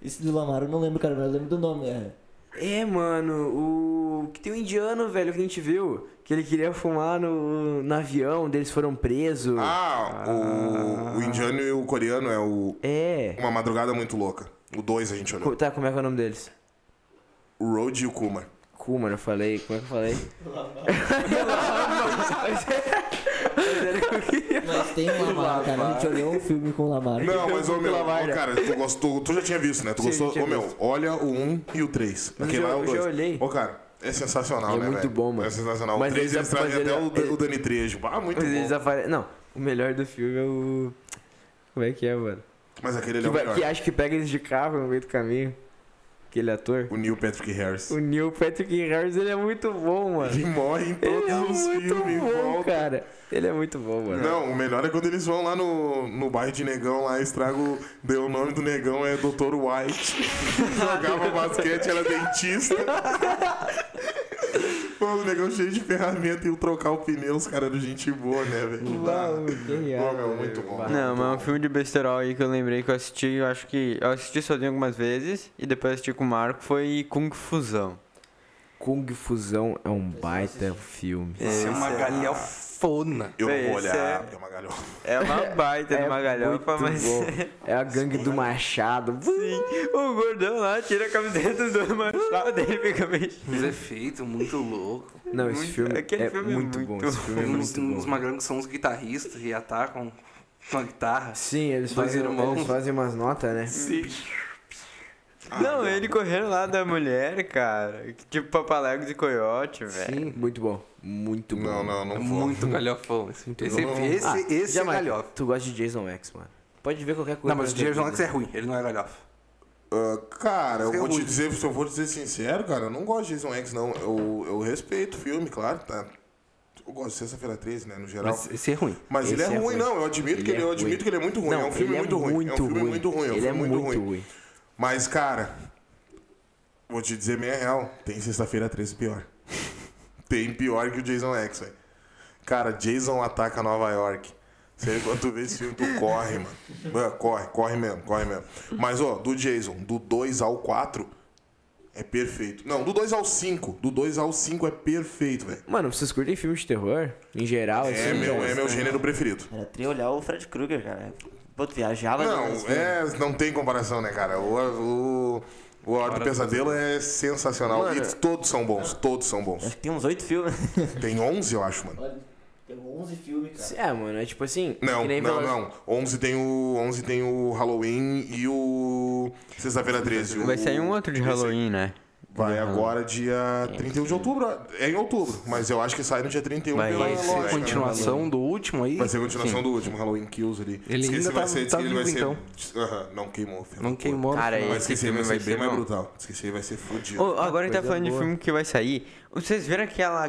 [SPEAKER 7] Esse do Lamar eu não lembro, cara, mas eu lembro do nome. É.
[SPEAKER 5] É, mano, o. Que tem um indiano, velho, que a gente viu. Que ele queria fumar no, no avião, deles foram presos.
[SPEAKER 1] Ah, O, o indiano e o coreano é o
[SPEAKER 5] É.
[SPEAKER 1] Uma Madrugada Muito Louca. O dois a gente olhou.
[SPEAKER 5] Co- Tá, como é que é o nome deles?
[SPEAKER 1] O Road e o Kumar.
[SPEAKER 5] Cu, mano, eu falei. Como é que eu falei? Mas é- mas era o que eu queria.
[SPEAKER 7] Mas tem o Lamar, cara. A gente olhou um filme com o Lamar.
[SPEAKER 1] Não, mas, ô, meu, ô,
[SPEAKER 5] Lamar, né?
[SPEAKER 1] cara, tu, gostou, tu já tinha visto, né? Tu
[SPEAKER 5] Sim,
[SPEAKER 1] gostou,
[SPEAKER 5] já tinha
[SPEAKER 1] ô, meu,
[SPEAKER 5] visto.
[SPEAKER 1] olha o 1 e o 3.
[SPEAKER 5] Mas
[SPEAKER 1] Porque
[SPEAKER 5] eu
[SPEAKER 1] lá
[SPEAKER 5] já-
[SPEAKER 1] é o
[SPEAKER 5] eu já
[SPEAKER 1] 2.
[SPEAKER 5] olhei.
[SPEAKER 1] Ô, cara, é sensacional,
[SPEAKER 5] É
[SPEAKER 1] né,
[SPEAKER 5] muito
[SPEAKER 1] velho?
[SPEAKER 5] bom, mano.
[SPEAKER 1] É sensacional.
[SPEAKER 5] Mas
[SPEAKER 1] o 3
[SPEAKER 5] eles
[SPEAKER 1] eles trazem
[SPEAKER 5] apare-
[SPEAKER 1] até o,
[SPEAKER 5] ele-
[SPEAKER 1] o Dani Trejo. Ah, muito
[SPEAKER 5] Mas eles
[SPEAKER 1] bom.
[SPEAKER 5] aparecem. Não, o melhor do filme é o. Como é que é, mano?
[SPEAKER 1] Mas aquele ele
[SPEAKER 5] Que,
[SPEAKER 1] é o
[SPEAKER 5] vai-
[SPEAKER 1] melhor.
[SPEAKER 5] que acho que pega eles de carro no meio do caminho. Aquele ator.
[SPEAKER 1] O Neil Patrick Harris.
[SPEAKER 5] O Neil Patrick Harris, ele é muito bom, mano.
[SPEAKER 1] Ele morre em todos
[SPEAKER 5] Ele é
[SPEAKER 1] os
[SPEAKER 5] muito
[SPEAKER 1] filmes. em
[SPEAKER 5] bom,
[SPEAKER 1] volta.
[SPEAKER 5] cara. Ele é muito bom, mano.
[SPEAKER 1] Não, o melhor é quando eles vão lá no, no bairro de Negão, lá estrago. Deu o nome do Negão, é Dr. White. Jogava basquete, era dentista. Pô, o negão cheio de ferramenta e o trocar o pneu, os caras eram gente boa, né, velho? Não dá.
[SPEAKER 5] Uau, que
[SPEAKER 1] Pô,
[SPEAKER 5] real,
[SPEAKER 1] meu,
[SPEAKER 5] velho.
[SPEAKER 1] muito bom.
[SPEAKER 2] Não, mas é um filme de besterol aí que eu lembrei que eu assisti, eu acho que. Eu assisti sozinho algumas vezes e depois assisti com o Marco, foi Kung Fusão.
[SPEAKER 5] Kung Fusão é um baita filme.
[SPEAKER 3] Esse é uma galhau galhofona.
[SPEAKER 1] Eu não
[SPEAKER 2] Bem,
[SPEAKER 1] vou
[SPEAKER 2] esse
[SPEAKER 1] olhar,
[SPEAKER 2] é-
[SPEAKER 1] porque é uma galhofa.
[SPEAKER 2] É uma baita de uma galhofa,
[SPEAKER 5] muito
[SPEAKER 2] mas.
[SPEAKER 5] bom. É a gangue do Machado.
[SPEAKER 2] Sim, o gordão lá tira a camiseta do machado dele fica meio.
[SPEAKER 3] Os efeitos muito louco.
[SPEAKER 5] Não, esse
[SPEAKER 2] Muito-
[SPEAKER 5] filme
[SPEAKER 2] aquele
[SPEAKER 5] é
[SPEAKER 2] filme é
[SPEAKER 5] muito
[SPEAKER 2] muito
[SPEAKER 5] bom. Esse filme é
[SPEAKER 3] Tem uns,
[SPEAKER 5] muito
[SPEAKER 3] uns
[SPEAKER 5] bom.
[SPEAKER 3] magrão que são uns guitarristas e atacam com a guitarra.
[SPEAKER 5] Sim, eles
[SPEAKER 3] Dois
[SPEAKER 5] fazem,
[SPEAKER 3] irmãos.
[SPEAKER 5] eles fazem umas notas, né?
[SPEAKER 2] não, ele correndo lá da mulher, cara. que Tipo Papalegos e Coiote, velho.
[SPEAKER 5] Sim, muito bom. Muito bom.
[SPEAKER 1] Não, não,
[SPEAKER 3] É
[SPEAKER 1] não vou.
[SPEAKER 3] muito galhofão. Esse, esse,
[SPEAKER 1] Não.
[SPEAKER 3] esse,
[SPEAKER 5] Ah,
[SPEAKER 3] esse é
[SPEAKER 5] Jamaica,
[SPEAKER 3] galhofa.
[SPEAKER 5] Tu gosta de Jason X, mano. Pode ver qualquer coisa.
[SPEAKER 3] Não, mas o Jason Alex é ruim, ele não é galhofa.
[SPEAKER 1] Ah, cara, eu
[SPEAKER 3] Fica
[SPEAKER 1] vou te
[SPEAKER 3] ruim.
[SPEAKER 1] dizer, se eu vou te dizer sincero, cara, eu não gosto de Jason X, não. Eu, eu respeito o filme, claro, tá. Eu gosto de Sexta-feira 13, né, no geral.
[SPEAKER 3] Mas
[SPEAKER 1] Mas,
[SPEAKER 3] esse é ruim.
[SPEAKER 1] ele é,
[SPEAKER 5] esse é
[SPEAKER 1] ruim,
[SPEAKER 5] ruim.
[SPEAKER 1] não. Eu admito, que,
[SPEAKER 5] Ele
[SPEAKER 1] ele,
[SPEAKER 5] é
[SPEAKER 1] eu admito
[SPEAKER 5] ruim.
[SPEAKER 1] que ele é muito ruim. é um filme muito ruim. é um filme muito ruim. É um
[SPEAKER 5] Ele
[SPEAKER 1] filme
[SPEAKER 5] é
[SPEAKER 1] muito ruim.
[SPEAKER 5] ruim.
[SPEAKER 1] Mas, cara, vou te dizer meia real. Tem sexta-feira 13 pior. Tem pior que o Jason X, velho. Cara, Jason ataca Nova York. Você, quando tu vê esse filme, tu corre, mano. Mano, Corre, corre mesmo, corre mesmo. Mas, ó, do Jason, do 2 ao 4, é perfeito. Não, do 2 ao 5. Do 2 ao 5 é perfeito, velho.
[SPEAKER 5] Mano, vocês curtem filmes de terror? Em geral,
[SPEAKER 1] É
[SPEAKER 5] assim?
[SPEAKER 1] meu, é meu gênero preferido.
[SPEAKER 6] Era tri olhar o Fred Krueger, cara. Pô, tu viajava
[SPEAKER 1] Não,
[SPEAKER 6] nesse filme.
[SPEAKER 1] é, não tem comparação, né, cara? O, o, o Hora do Pesadelo é sensacional. E todos são bons, todos são bons.
[SPEAKER 6] Acho que tem uns oito filmes.
[SPEAKER 1] Tem 11, eu acho, mano.
[SPEAKER 7] Olha, tem 11 filmes, cara.
[SPEAKER 5] É, mano, é tipo assim.
[SPEAKER 1] Não,
[SPEAKER 5] que nem
[SPEAKER 1] não,
[SPEAKER 5] Velozes-
[SPEAKER 1] não. 11 tem o, 11 tem o Halloween e o Sexta-feira 13.
[SPEAKER 2] Vai
[SPEAKER 1] O-
[SPEAKER 2] sair um outro de
[SPEAKER 1] esse-
[SPEAKER 2] Halloween, né?
[SPEAKER 1] Vai agora dia 31 de outubro. É em outubro, mas eu acho que sai no dia 31
[SPEAKER 2] Vai
[SPEAKER 1] pela
[SPEAKER 3] Vai ser
[SPEAKER 1] lógica, né?
[SPEAKER 3] continuação do último aí.
[SPEAKER 1] Vai ser a continuação do último, Halloween Kills ali.
[SPEAKER 3] Ele
[SPEAKER 1] Diz que
[SPEAKER 3] ainda
[SPEAKER 1] esse vai
[SPEAKER 3] tá-
[SPEAKER 1] ser, diz
[SPEAKER 3] tá
[SPEAKER 1] que ele vai
[SPEAKER 3] vivo,
[SPEAKER 1] ser. Aham, não queimou. filho.
[SPEAKER 3] Não queimou. no
[SPEAKER 2] Cara,
[SPEAKER 3] final.
[SPEAKER 1] Mas
[SPEAKER 2] Esse
[SPEAKER 1] esqueci, vai
[SPEAKER 2] filme
[SPEAKER 1] ser
[SPEAKER 2] vai
[SPEAKER 1] bem
[SPEAKER 2] ser
[SPEAKER 1] mais
[SPEAKER 2] bom.
[SPEAKER 1] brutal. Esqueci, vai ser fudido.
[SPEAKER 2] Ô, agora tá
[SPEAKER 5] coisa
[SPEAKER 2] falando de
[SPEAKER 5] boa.
[SPEAKER 2] filme que vai sair. Vocês viram aquela.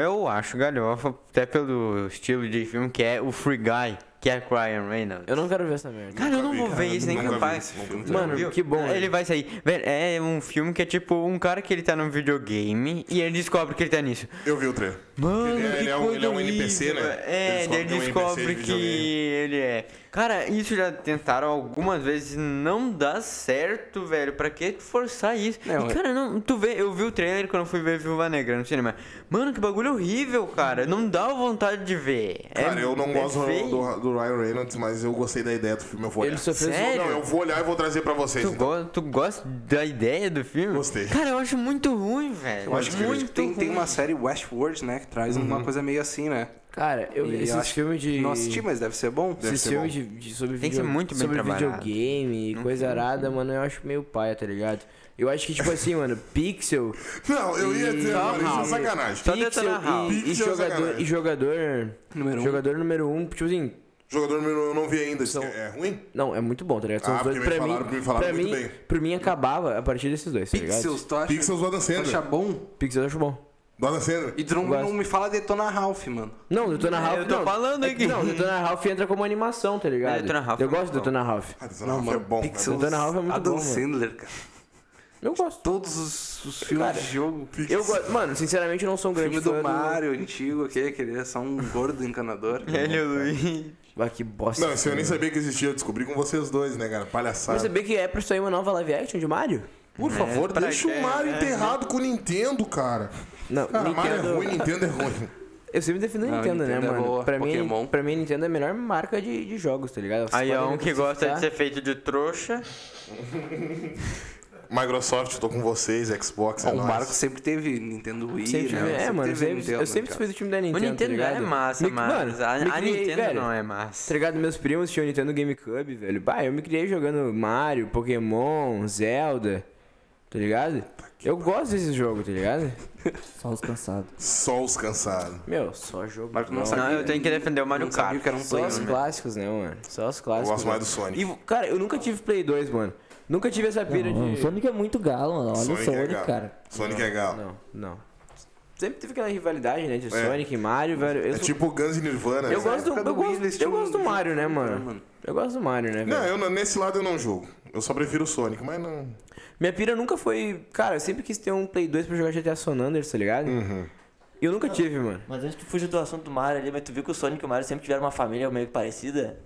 [SPEAKER 2] Eu acho galhofa, até pelo estilo de filme, que é o Free Guy, que é com Ryan Reynolds.
[SPEAKER 5] Eu não quero ver essa merda.
[SPEAKER 2] Cara, eu não
[SPEAKER 1] vi,
[SPEAKER 2] vou
[SPEAKER 1] cara.
[SPEAKER 2] ver isso nem
[SPEAKER 1] Nunca vi
[SPEAKER 2] capaz.
[SPEAKER 1] esse filme.
[SPEAKER 5] Mano,
[SPEAKER 2] Viu?
[SPEAKER 5] que bom,
[SPEAKER 2] Ele
[SPEAKER 5] velho.
[SPEAKER 2] vai sair. Velho, é um filme que é tipo um cara que ele tá num videogame e ele descobre que ele tá nisso.
[SPEAKER 1] Eu vi o trailer.
[SPEAKER 2] Mano,
[SPEAKER 1] Ele é-
[SPEAKER 2] que
[SPEAKER 1] ele é um-
[SPEAKER 2] coisa
[SPEAKER 1] ele é um NPC,
[SPEAKER 2] horrível,
[SPEAKER 1] né?
[SPEAKER 2] velho. É,
[SPEAKER 1] Ele
[SPEAKER 2] ele
[SPEAKER 1] descobre
[SPEAKER 2] descobre,
[SPEAKER 1] que é um NPC de
[SPEAKER 2] que ele é. Cara, isso já tentaram algumas vezes, não dá certo, velho. Pra que forçar isso?
[SPEAKER 3] Não,
[SPEAKER 2] e, cara, não, tu vê, eu vi o trailer quando eu fui ver Viúva Negra no cinema. Mano, que bagulho horrível, cara. Não dá vontade de ver. É-
[SPEAKER 1] Cara, eu não
[SPEAKER 2] é
[SPEAKER 1] gosto do,
[SPEAKER 2] feio.
[SPEAKER 1] do- do Ryan Reynolds, mas eu gostei da ideia do filme. Eu vou olhar.
[SPEAKER 5] Ele sofreu
[SPEAKER 2] Sério?
[SPEAKER 1] Não, é. eu vou olhar e vou trazer pra vocês.
[SPEAKER 2] Tu,
[SPEAKER 1] então.
[SPEAKER 2] go- tu gosta da ideia do filme?
[SPEAKER 1] Gostei.
[SPEAKER 2] Cara, eu acho muito ruim, velho.
[SPEAKER 1] Eu acho que
[SPEAKER 2] é muito
[SPEAKER 3] Tem, tem
[SPEAKER 2] ruim.
[SPEAKER 3] uma série Westworld, né? Que traz uma coisa meio assim, né?
[SPEAKER 5] Cara, eu
[SPEAKER 3] E
[SPEAKER 5] esses
[SPEAKER 3] acho
[SPEAKER 5] filmes de.
[SPEAKER 3] Não assisti, mas deve ser bom.
[SPEAKER 1] Deve
[SPEAKER 5] Esses
[SPEAKER 1] ser
[SPEAKER 5] filmes
[SPEAKER 1] bom.
[SPEAKER 5] de, de sobre,
[SPEAKER 2] Tem que ser
[SPEAKER 5] video-
[SPEAKER 2] muito bem
[SPEAKER 5] sobre
[SPEAKER 2] trabalhado.
[SPEAKER 5] videogame e coisa arada, mano, eu acho meio paia, tá ligado? Eu acho que, tipo assim, mano, Pixel.
[SPEAKER 1] Não, eu ia dizer, mano, isso é
[SPEAKER 5] Calma.
[SPEAKER 1] sacanagem.
[SPEAKER 2] Só
[SPEAKER 5] pixel
[SPEAKER 2] detonando a
[SPEAKER 5] e- e,
[SPEAKER 1] Pixel é
[SPEAKER 5] jogador,
[SPEAKER 1] sacanagem.
[SPEAKER 5] e jogador.
[SPEAKER 3] Número um.
[SPEAKER 5] Jogador número um, tipo assim,
[SPEAKER 1] Jogador número um eu não vi ainda.
[SPEAKER 5] São-
[SPEAKER 1] É ruim?
[SPEAKER 5] Não, é muito bom, tá ligado? São
[SPEAKER 1] Ah,
[SPEAKER 5] os dois.
[SPEAKER 1] porque me
[SPEAKER 5] Pra mim,
[SPEAKER 1] falaram- me falaram
[SPEAKER 5] pra,
[SPEAKER 1] muito
[SPEAKER 5] mim
[SPEAKER 1] bem.
[SPEAKER 5] pra mim acabava a partir desses dois, tá ligado?
[SPEAKER 3] Pixels, tu acha,
[SPEAKER 1] Pixels do Adam
[SPEAKER 3] tu acha
[SPEAKER 1] Sandler.
[SPEAKER 3] bom?
[SPEAKER 5] Pixels eu acho bom.
[SPEAKER 1] Do Adam Sandler.
[SPEAKER 3] E tu não,
[SPEAKER 5] Gosto.
[SPEAKER 3] não me fala Detona Ralph, mano.
[SPEAKER 5] Não, Detona Ralph.
[SPEAKER 2] eu tô
[SPEAKER 5] não,
[SPEAKER 2] falando
[SPEAKER 5] é que
[SPEAKER 2] aqui.
[SPEAKER 5] Não, Detona Ralph entra como animação, tá ligado?
[SPEAKER 2] Mas Detona Ralph
[SPEAKER 5] eu
[SPEAKER 2] é
[SPEAKER 5] gosto
[SPEAKER 2] muito
[SPEAKER 5] do Detona Ralph.
[SPEAKER 1] Ah, Detona Ralph é bom.
[SPEAKER 3] Pixels,
[SPEAKER 1] Pixels.
[SPEAKER 5] Detona Ralph é muito
[SPEAKER 3] Adam
[SPEAKER 5] bom, mano.
[SPEAKER 3] Sandler, cara.
[SPEAKER 5] Eu gosto.
[SPEAKER 3] Todos os, os filmes de jogo.
[SPEAKER 5] Eu gosto. Mano, sinceramente eu não sou um grande
[SPEAKER 3] Filme do
[SPEAKER 5] fã
[SPEAKER 3] Mario antigo, aquele que ele é só um gordo encanador.
[SPEAKER 5] É,
[SPEAKER 2] Ele e o Luiz.
[SPEAKER 5] Ah, que bosta.
[SPEAKER 1] Não, isso eu nem sabia que existia. Eu descobri com vocês dois, né, cara?
[SPEAKER 5] Mas
[SPEAKER 1] Palhaçada.
[SPEAKER 5] saber que é pra sair uma nova live action de Mario? É,
[SPEAKER 1] Por favor,
[SPEAKER 2] pra
[SPEAKER 1] deixa
[SPEAKER 2] quê,
[SPEAKER 1] o Mario enterrado com o Nintendo, cara.
[SPEAKER 5] Não,
[SPEAKER 1] Cara, Mario é
[SPEAKER 5] Nintendo.
[SPEAKER 1] ruim, Nintendo é ruim.
[SPEAKER 5] Eu sempre defendo a
[SPEAKER 3] Não,
[SPEAKER 5] Nintendo,
[SPEAKER 3] Nintendo é
[SPEAKER 5] né, mano?
[SPEAKER 3] boa,
[SPEAKER 5] pra, mim,
[SPEAKER 3] Pokémon.
[SPEAKER 5] pra mim, Nintendo é a melhor marca de, de jogos, tá ligado? Vocês
[SPEAKER 2] Aí é
[SPEAKER 5] podem
[SPEAKER 2] um
[SPEAKER 5] me
[SPEAKER 2] que gosta de
[SPEAKER 5] crucificar.
[SPEAKER 2] ser feito de trouxa.
[SPEAKER 1] Microsoft, eu tô com vocês, Xbox, é
[SPEAKER 3] o
[SPEAKER 1] nóis.
[SPEAKER 3] Marco sempre teve Nintendo Wii,
[SPEAKER 5] Sempre
[SPEAKER 3] né?
[SPEAKER 5] tive- é, mano,
[SPEAKER 3] teve
[SPEAKER 5] sempre-
[SPEAKER 3] Nintendo,
[SPEAKER 5] eu sempre
[SPEAKER 3] cara.
[SPEAKER 5] fui do time da Nintendo.
[SPEAKER 2] o Nintendo
[SPEAKER 5] tá
[SPEAKER 2] já é
[SPEAKER 5] ligado?
[SPEAKER 2] massa,
[SPEAKER 5] Me-
[SPEAKER 2] mas
[SPEAKER 5] mano,
[SPEAKER 2] a,
[SPEAKER 5] me
[SPEAKER 2] a
[SPEAKER 5] criei,
[SPEAKER 2] Nintendo
[SPEAKER 5] velho.
[SPEAKER 2] não é
[SPEAKER 5] Tá
[SPEAKER 2] massa.
[SPEAKER 5] ligado? Meus primos tinham Nintendo GameCube, velho. Bah, eu me criei jogando Mario, Pokémon, Zelda. Tá ligado? Eu gosto desse jogo, tá ligado?
[SPEAKER 7] Só os cansados.
[SPEAKER 1] Só os cansados.
[SPEAKER 5] Meu, só jogo.
[SPEAKER 3] Marco não
[SPEAKER 5] bom.
[SPEAKER 3] sabe.
[SPEAKER 2] Não, eu tenho que defender o Mario
[SPEAKER 3] Não sabia
[SPEAKER 2] Kart.
[SPEAKER 3] que era um
[SPEAKER 5] Só
[SPEAKER 3] play,
[SPEAKER 5] os
[SPEAKER 3] né?
[SPEAKER 5] clássicos, né, mano? Só os
[SPEAKER 1] Eu
[SPEAKER 5] clássicos.
[SPEAKER 1] gosto mais do
[SPEAKER 5] né? E,
[SPEAKER 1] Sonic.
[SPEAKER 5] cara, eu nunca tive Play 2, mano. Nunca tive essa pira
[SPEAKER 7] Não,
[SPEAKER 5] de.
[SPEAKER 7] o Sonic é muito galo, mano. Olha o
[SPEAKER 1] Sonic é
[SPEAKER 7] Sonic,
[SPEAKER 1] galo.
[SPEAKER 7] cara.
[SPEAKER 1] Sonic é galo.
[SPEAKER 5] Não, não. Sempre teve aquela rivalidade, né? De
[SPEAKER 1] É.
[SPEAKER 5] Sonic e Mario, velho. Eu,
[SPEAKER 1] É
[SPEAKER 5] sou-
[SPEAKER 1] tipo Guns e Nirvana.
[SPEAKER 5] eu
[SPEAKER 1] né?
[SPEAKER 5] gosto, do,
[SPEAKER 3] época
[SPEAKER 5] eu,
[SPEAKER 3] do Wii, eles
[SPEAKER 5] gosto, eu
[SPEAKER 3] tinham
[SPEAKER 5] gosto do
[SPEAKER 3] um
[SPEAKER 5] Mario, né,
[SPEAKER 3] jogo, né,
[SPEAKER 5] mano?
[SPEAKER 3] mano?
[SPEAKER 5] Eu gosto do Mario, né, velho?
[SPEAKER 1] Não, eu, não- nesse lado eu não jogo. Eu só prefiro o Sonic, mas não.
[SPEAKER 5] Minha pira nunca foi. Cara, eu sempre quis ter um Play 2 pra jogar GTA San Andreas, tá ligado?
[SPEAKER 1] Uhum.
[SPEAKER 5] E eu nunca tive, mano.
[SPEAKER 6] Mas antes tu fuja do assunto do Mario ali, mas tu viu que o Sonic e o Mario sempre tiveram uma família meio que parecida?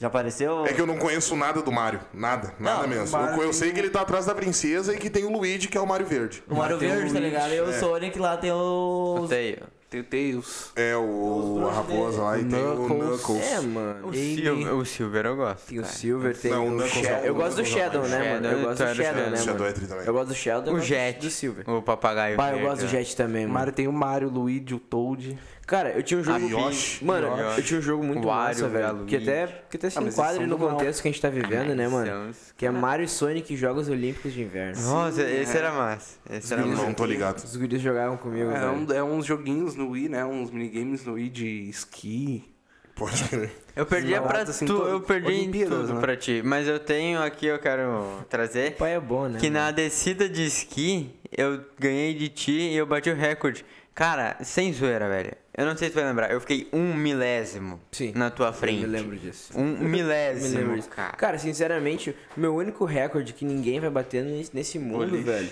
[SPEAKER 6] Já apareceu?
[SPEAKER 1] É que eu não conheço nada do Mario. Nada, nada mesmo.
[SPEAKER 3] Mario
[SPEAKER 1] Eu, eu
[SPEAKER 3] tem
[SPEAKER 1] sei
[SPEAKER 5] um
[SPEAKER 1] que ele tá atrás da princesa e que tem o Luigi, que é o Mario Verde.
[SPEAKER 6] O Mario Verde, tá ligado? E o Sonic lá tem o...
[SPEAKER 2] Odeio.
[SPEAKER 3] Tem o Tails.
[SPEAKER 1] É, o, a raposa lá e tem o Knuckles.
[SPEAKER 5] É, mano.
[SPEAKER 2] O,
[SPEAKER 5] Ele-
[SPEAKER 2] Silver, o Silver eu gosto.
[SPEAKER 5] Tem o Silver, tem
[SPEAKER 1] Não, o
[SPEAKER 5] o
[SPEAKER 1] Knuckles
[SPEAKER 5] Shadow.
[SPEAKER 1] é o-
[SPEAKER 5] Eu gosto do
[SPEAKER 1] o
[SPEAKER 5] Shadow, né, mano? Eu
[SPEAKER 2] Shadow,
[SPEAKER 5] gosto do
[SPEAKER 2] tá,
[SPEAKER 5] Shadow, né,
[SPEAKER 1] Shadow é
[SPEAKER 5] mano?
[SPEAKER 1] tri também.
[SPEAKER 5] Eu gosto do Shadow. eu
[SPEAKER 2] O
[SPEAKER 5] gosto
[SPEAKER 2] Jet.
[SPEAKER 5] Do Silver.
[SPEAKER 2] O papagaio.
[SPEAKER 5] Pá, eu
[SPEAKER 2] verde,
[SPEAKER 5] gosto do
[SPEAKER 2] né?
[SPEAKER 5] Jet também, mano.
[SPEAKER 3] Mario tem o Mario, o Luigi, o Toad.
[SPEAKER 5] Cara, eu tinha um jogo.
[SPEAKER 1] Yoshi.
[SPEAKER 5] Mano,
[SPEAKER 2] Yoshi.
[SPEAKER 5] eu tinha um jogo muito
[SPEAKER 2] Wario,
[SPEAKER 5] massa, velho.
[SPEAKER 2] Luigi.
[SPEAKER 5] Que até, que até se
[SPEAKER 3] Ah, mas eles
[SPEAKER 5] enquadra
[SPEAKER 3] são
[SPEAKER 5] no
[SPEAKER 3] do mal.
[SPEAKER 5] contexto que a gente
[SPEAKER 1] Ah,
[SPEAKER 5] tá vivendo, né,
[SPEAKER 1] um
[SPEAKER 5] mano?
[SPEAKER 2] São-
[SPEAKER 5] Que é Mario e Sonic Jogos Olímpicos de Inverno.
[SPEAKER 2] Nossa, esse era massa. Esse era
[SPEAKER 1] Eu
[SPEAKER 2] massa.
[SPEAKER 1] não tô ligado.
[SPEAKER 5] Os guris jogavam comigo,
[SPEAKER 3] É,
[SPEAKER 5] velho.
[SPEAKER 3] um- é uns joguinhos no Wii, né? Uns minigames no Wii de esqui.
[SPEAKER 1] Pode crer.
[SPEAKER 2] Eu perdi
[SPEAKER 3] Não,
[SPEAKER 2] pra
[SPEAKER 3] assim,
[SPEAKER 2] tu,
[SPEAKER 3] to-
[SPEAKER 2] eu perdi em
[SPEAKER 3] Olimpíadas,
[SPEAKER 2] tudo
[SPEAKER 3] né?
[SPEAKER 2] pra ti. Mas eu tenho aqui, eu quero trazer,
[SPEAKER 5] Pai é bom, né?
[SPEAKER 2] que
[SPEAKER 5] mano?
[SPEAKER 2] na descida de esqui, eu ganhei de ti e eu bati o recorde. Cara, sem zoeira, velho. Eu não sei se tu vai lembrar, eu fiquei um milésimo
[SPEAKER 5] Sim,
[SPEAKER 2] na tua frente.
[SPEAKER 5] Eu me lembro disso.
[SPEAKER 2] Um
[SPEAKER 5] Me
[SPEAKER 2] milésimo,
[SPEAKER 5] lembro disso.
[SPEAKER 2] cara.
[SPEAKER 5] Cara, sinceramente, o meu único recorde que ninguém vai bater nesse nesse mundo,
[SPEAKER 3] Boliche.
[SPEAKER 5] velho.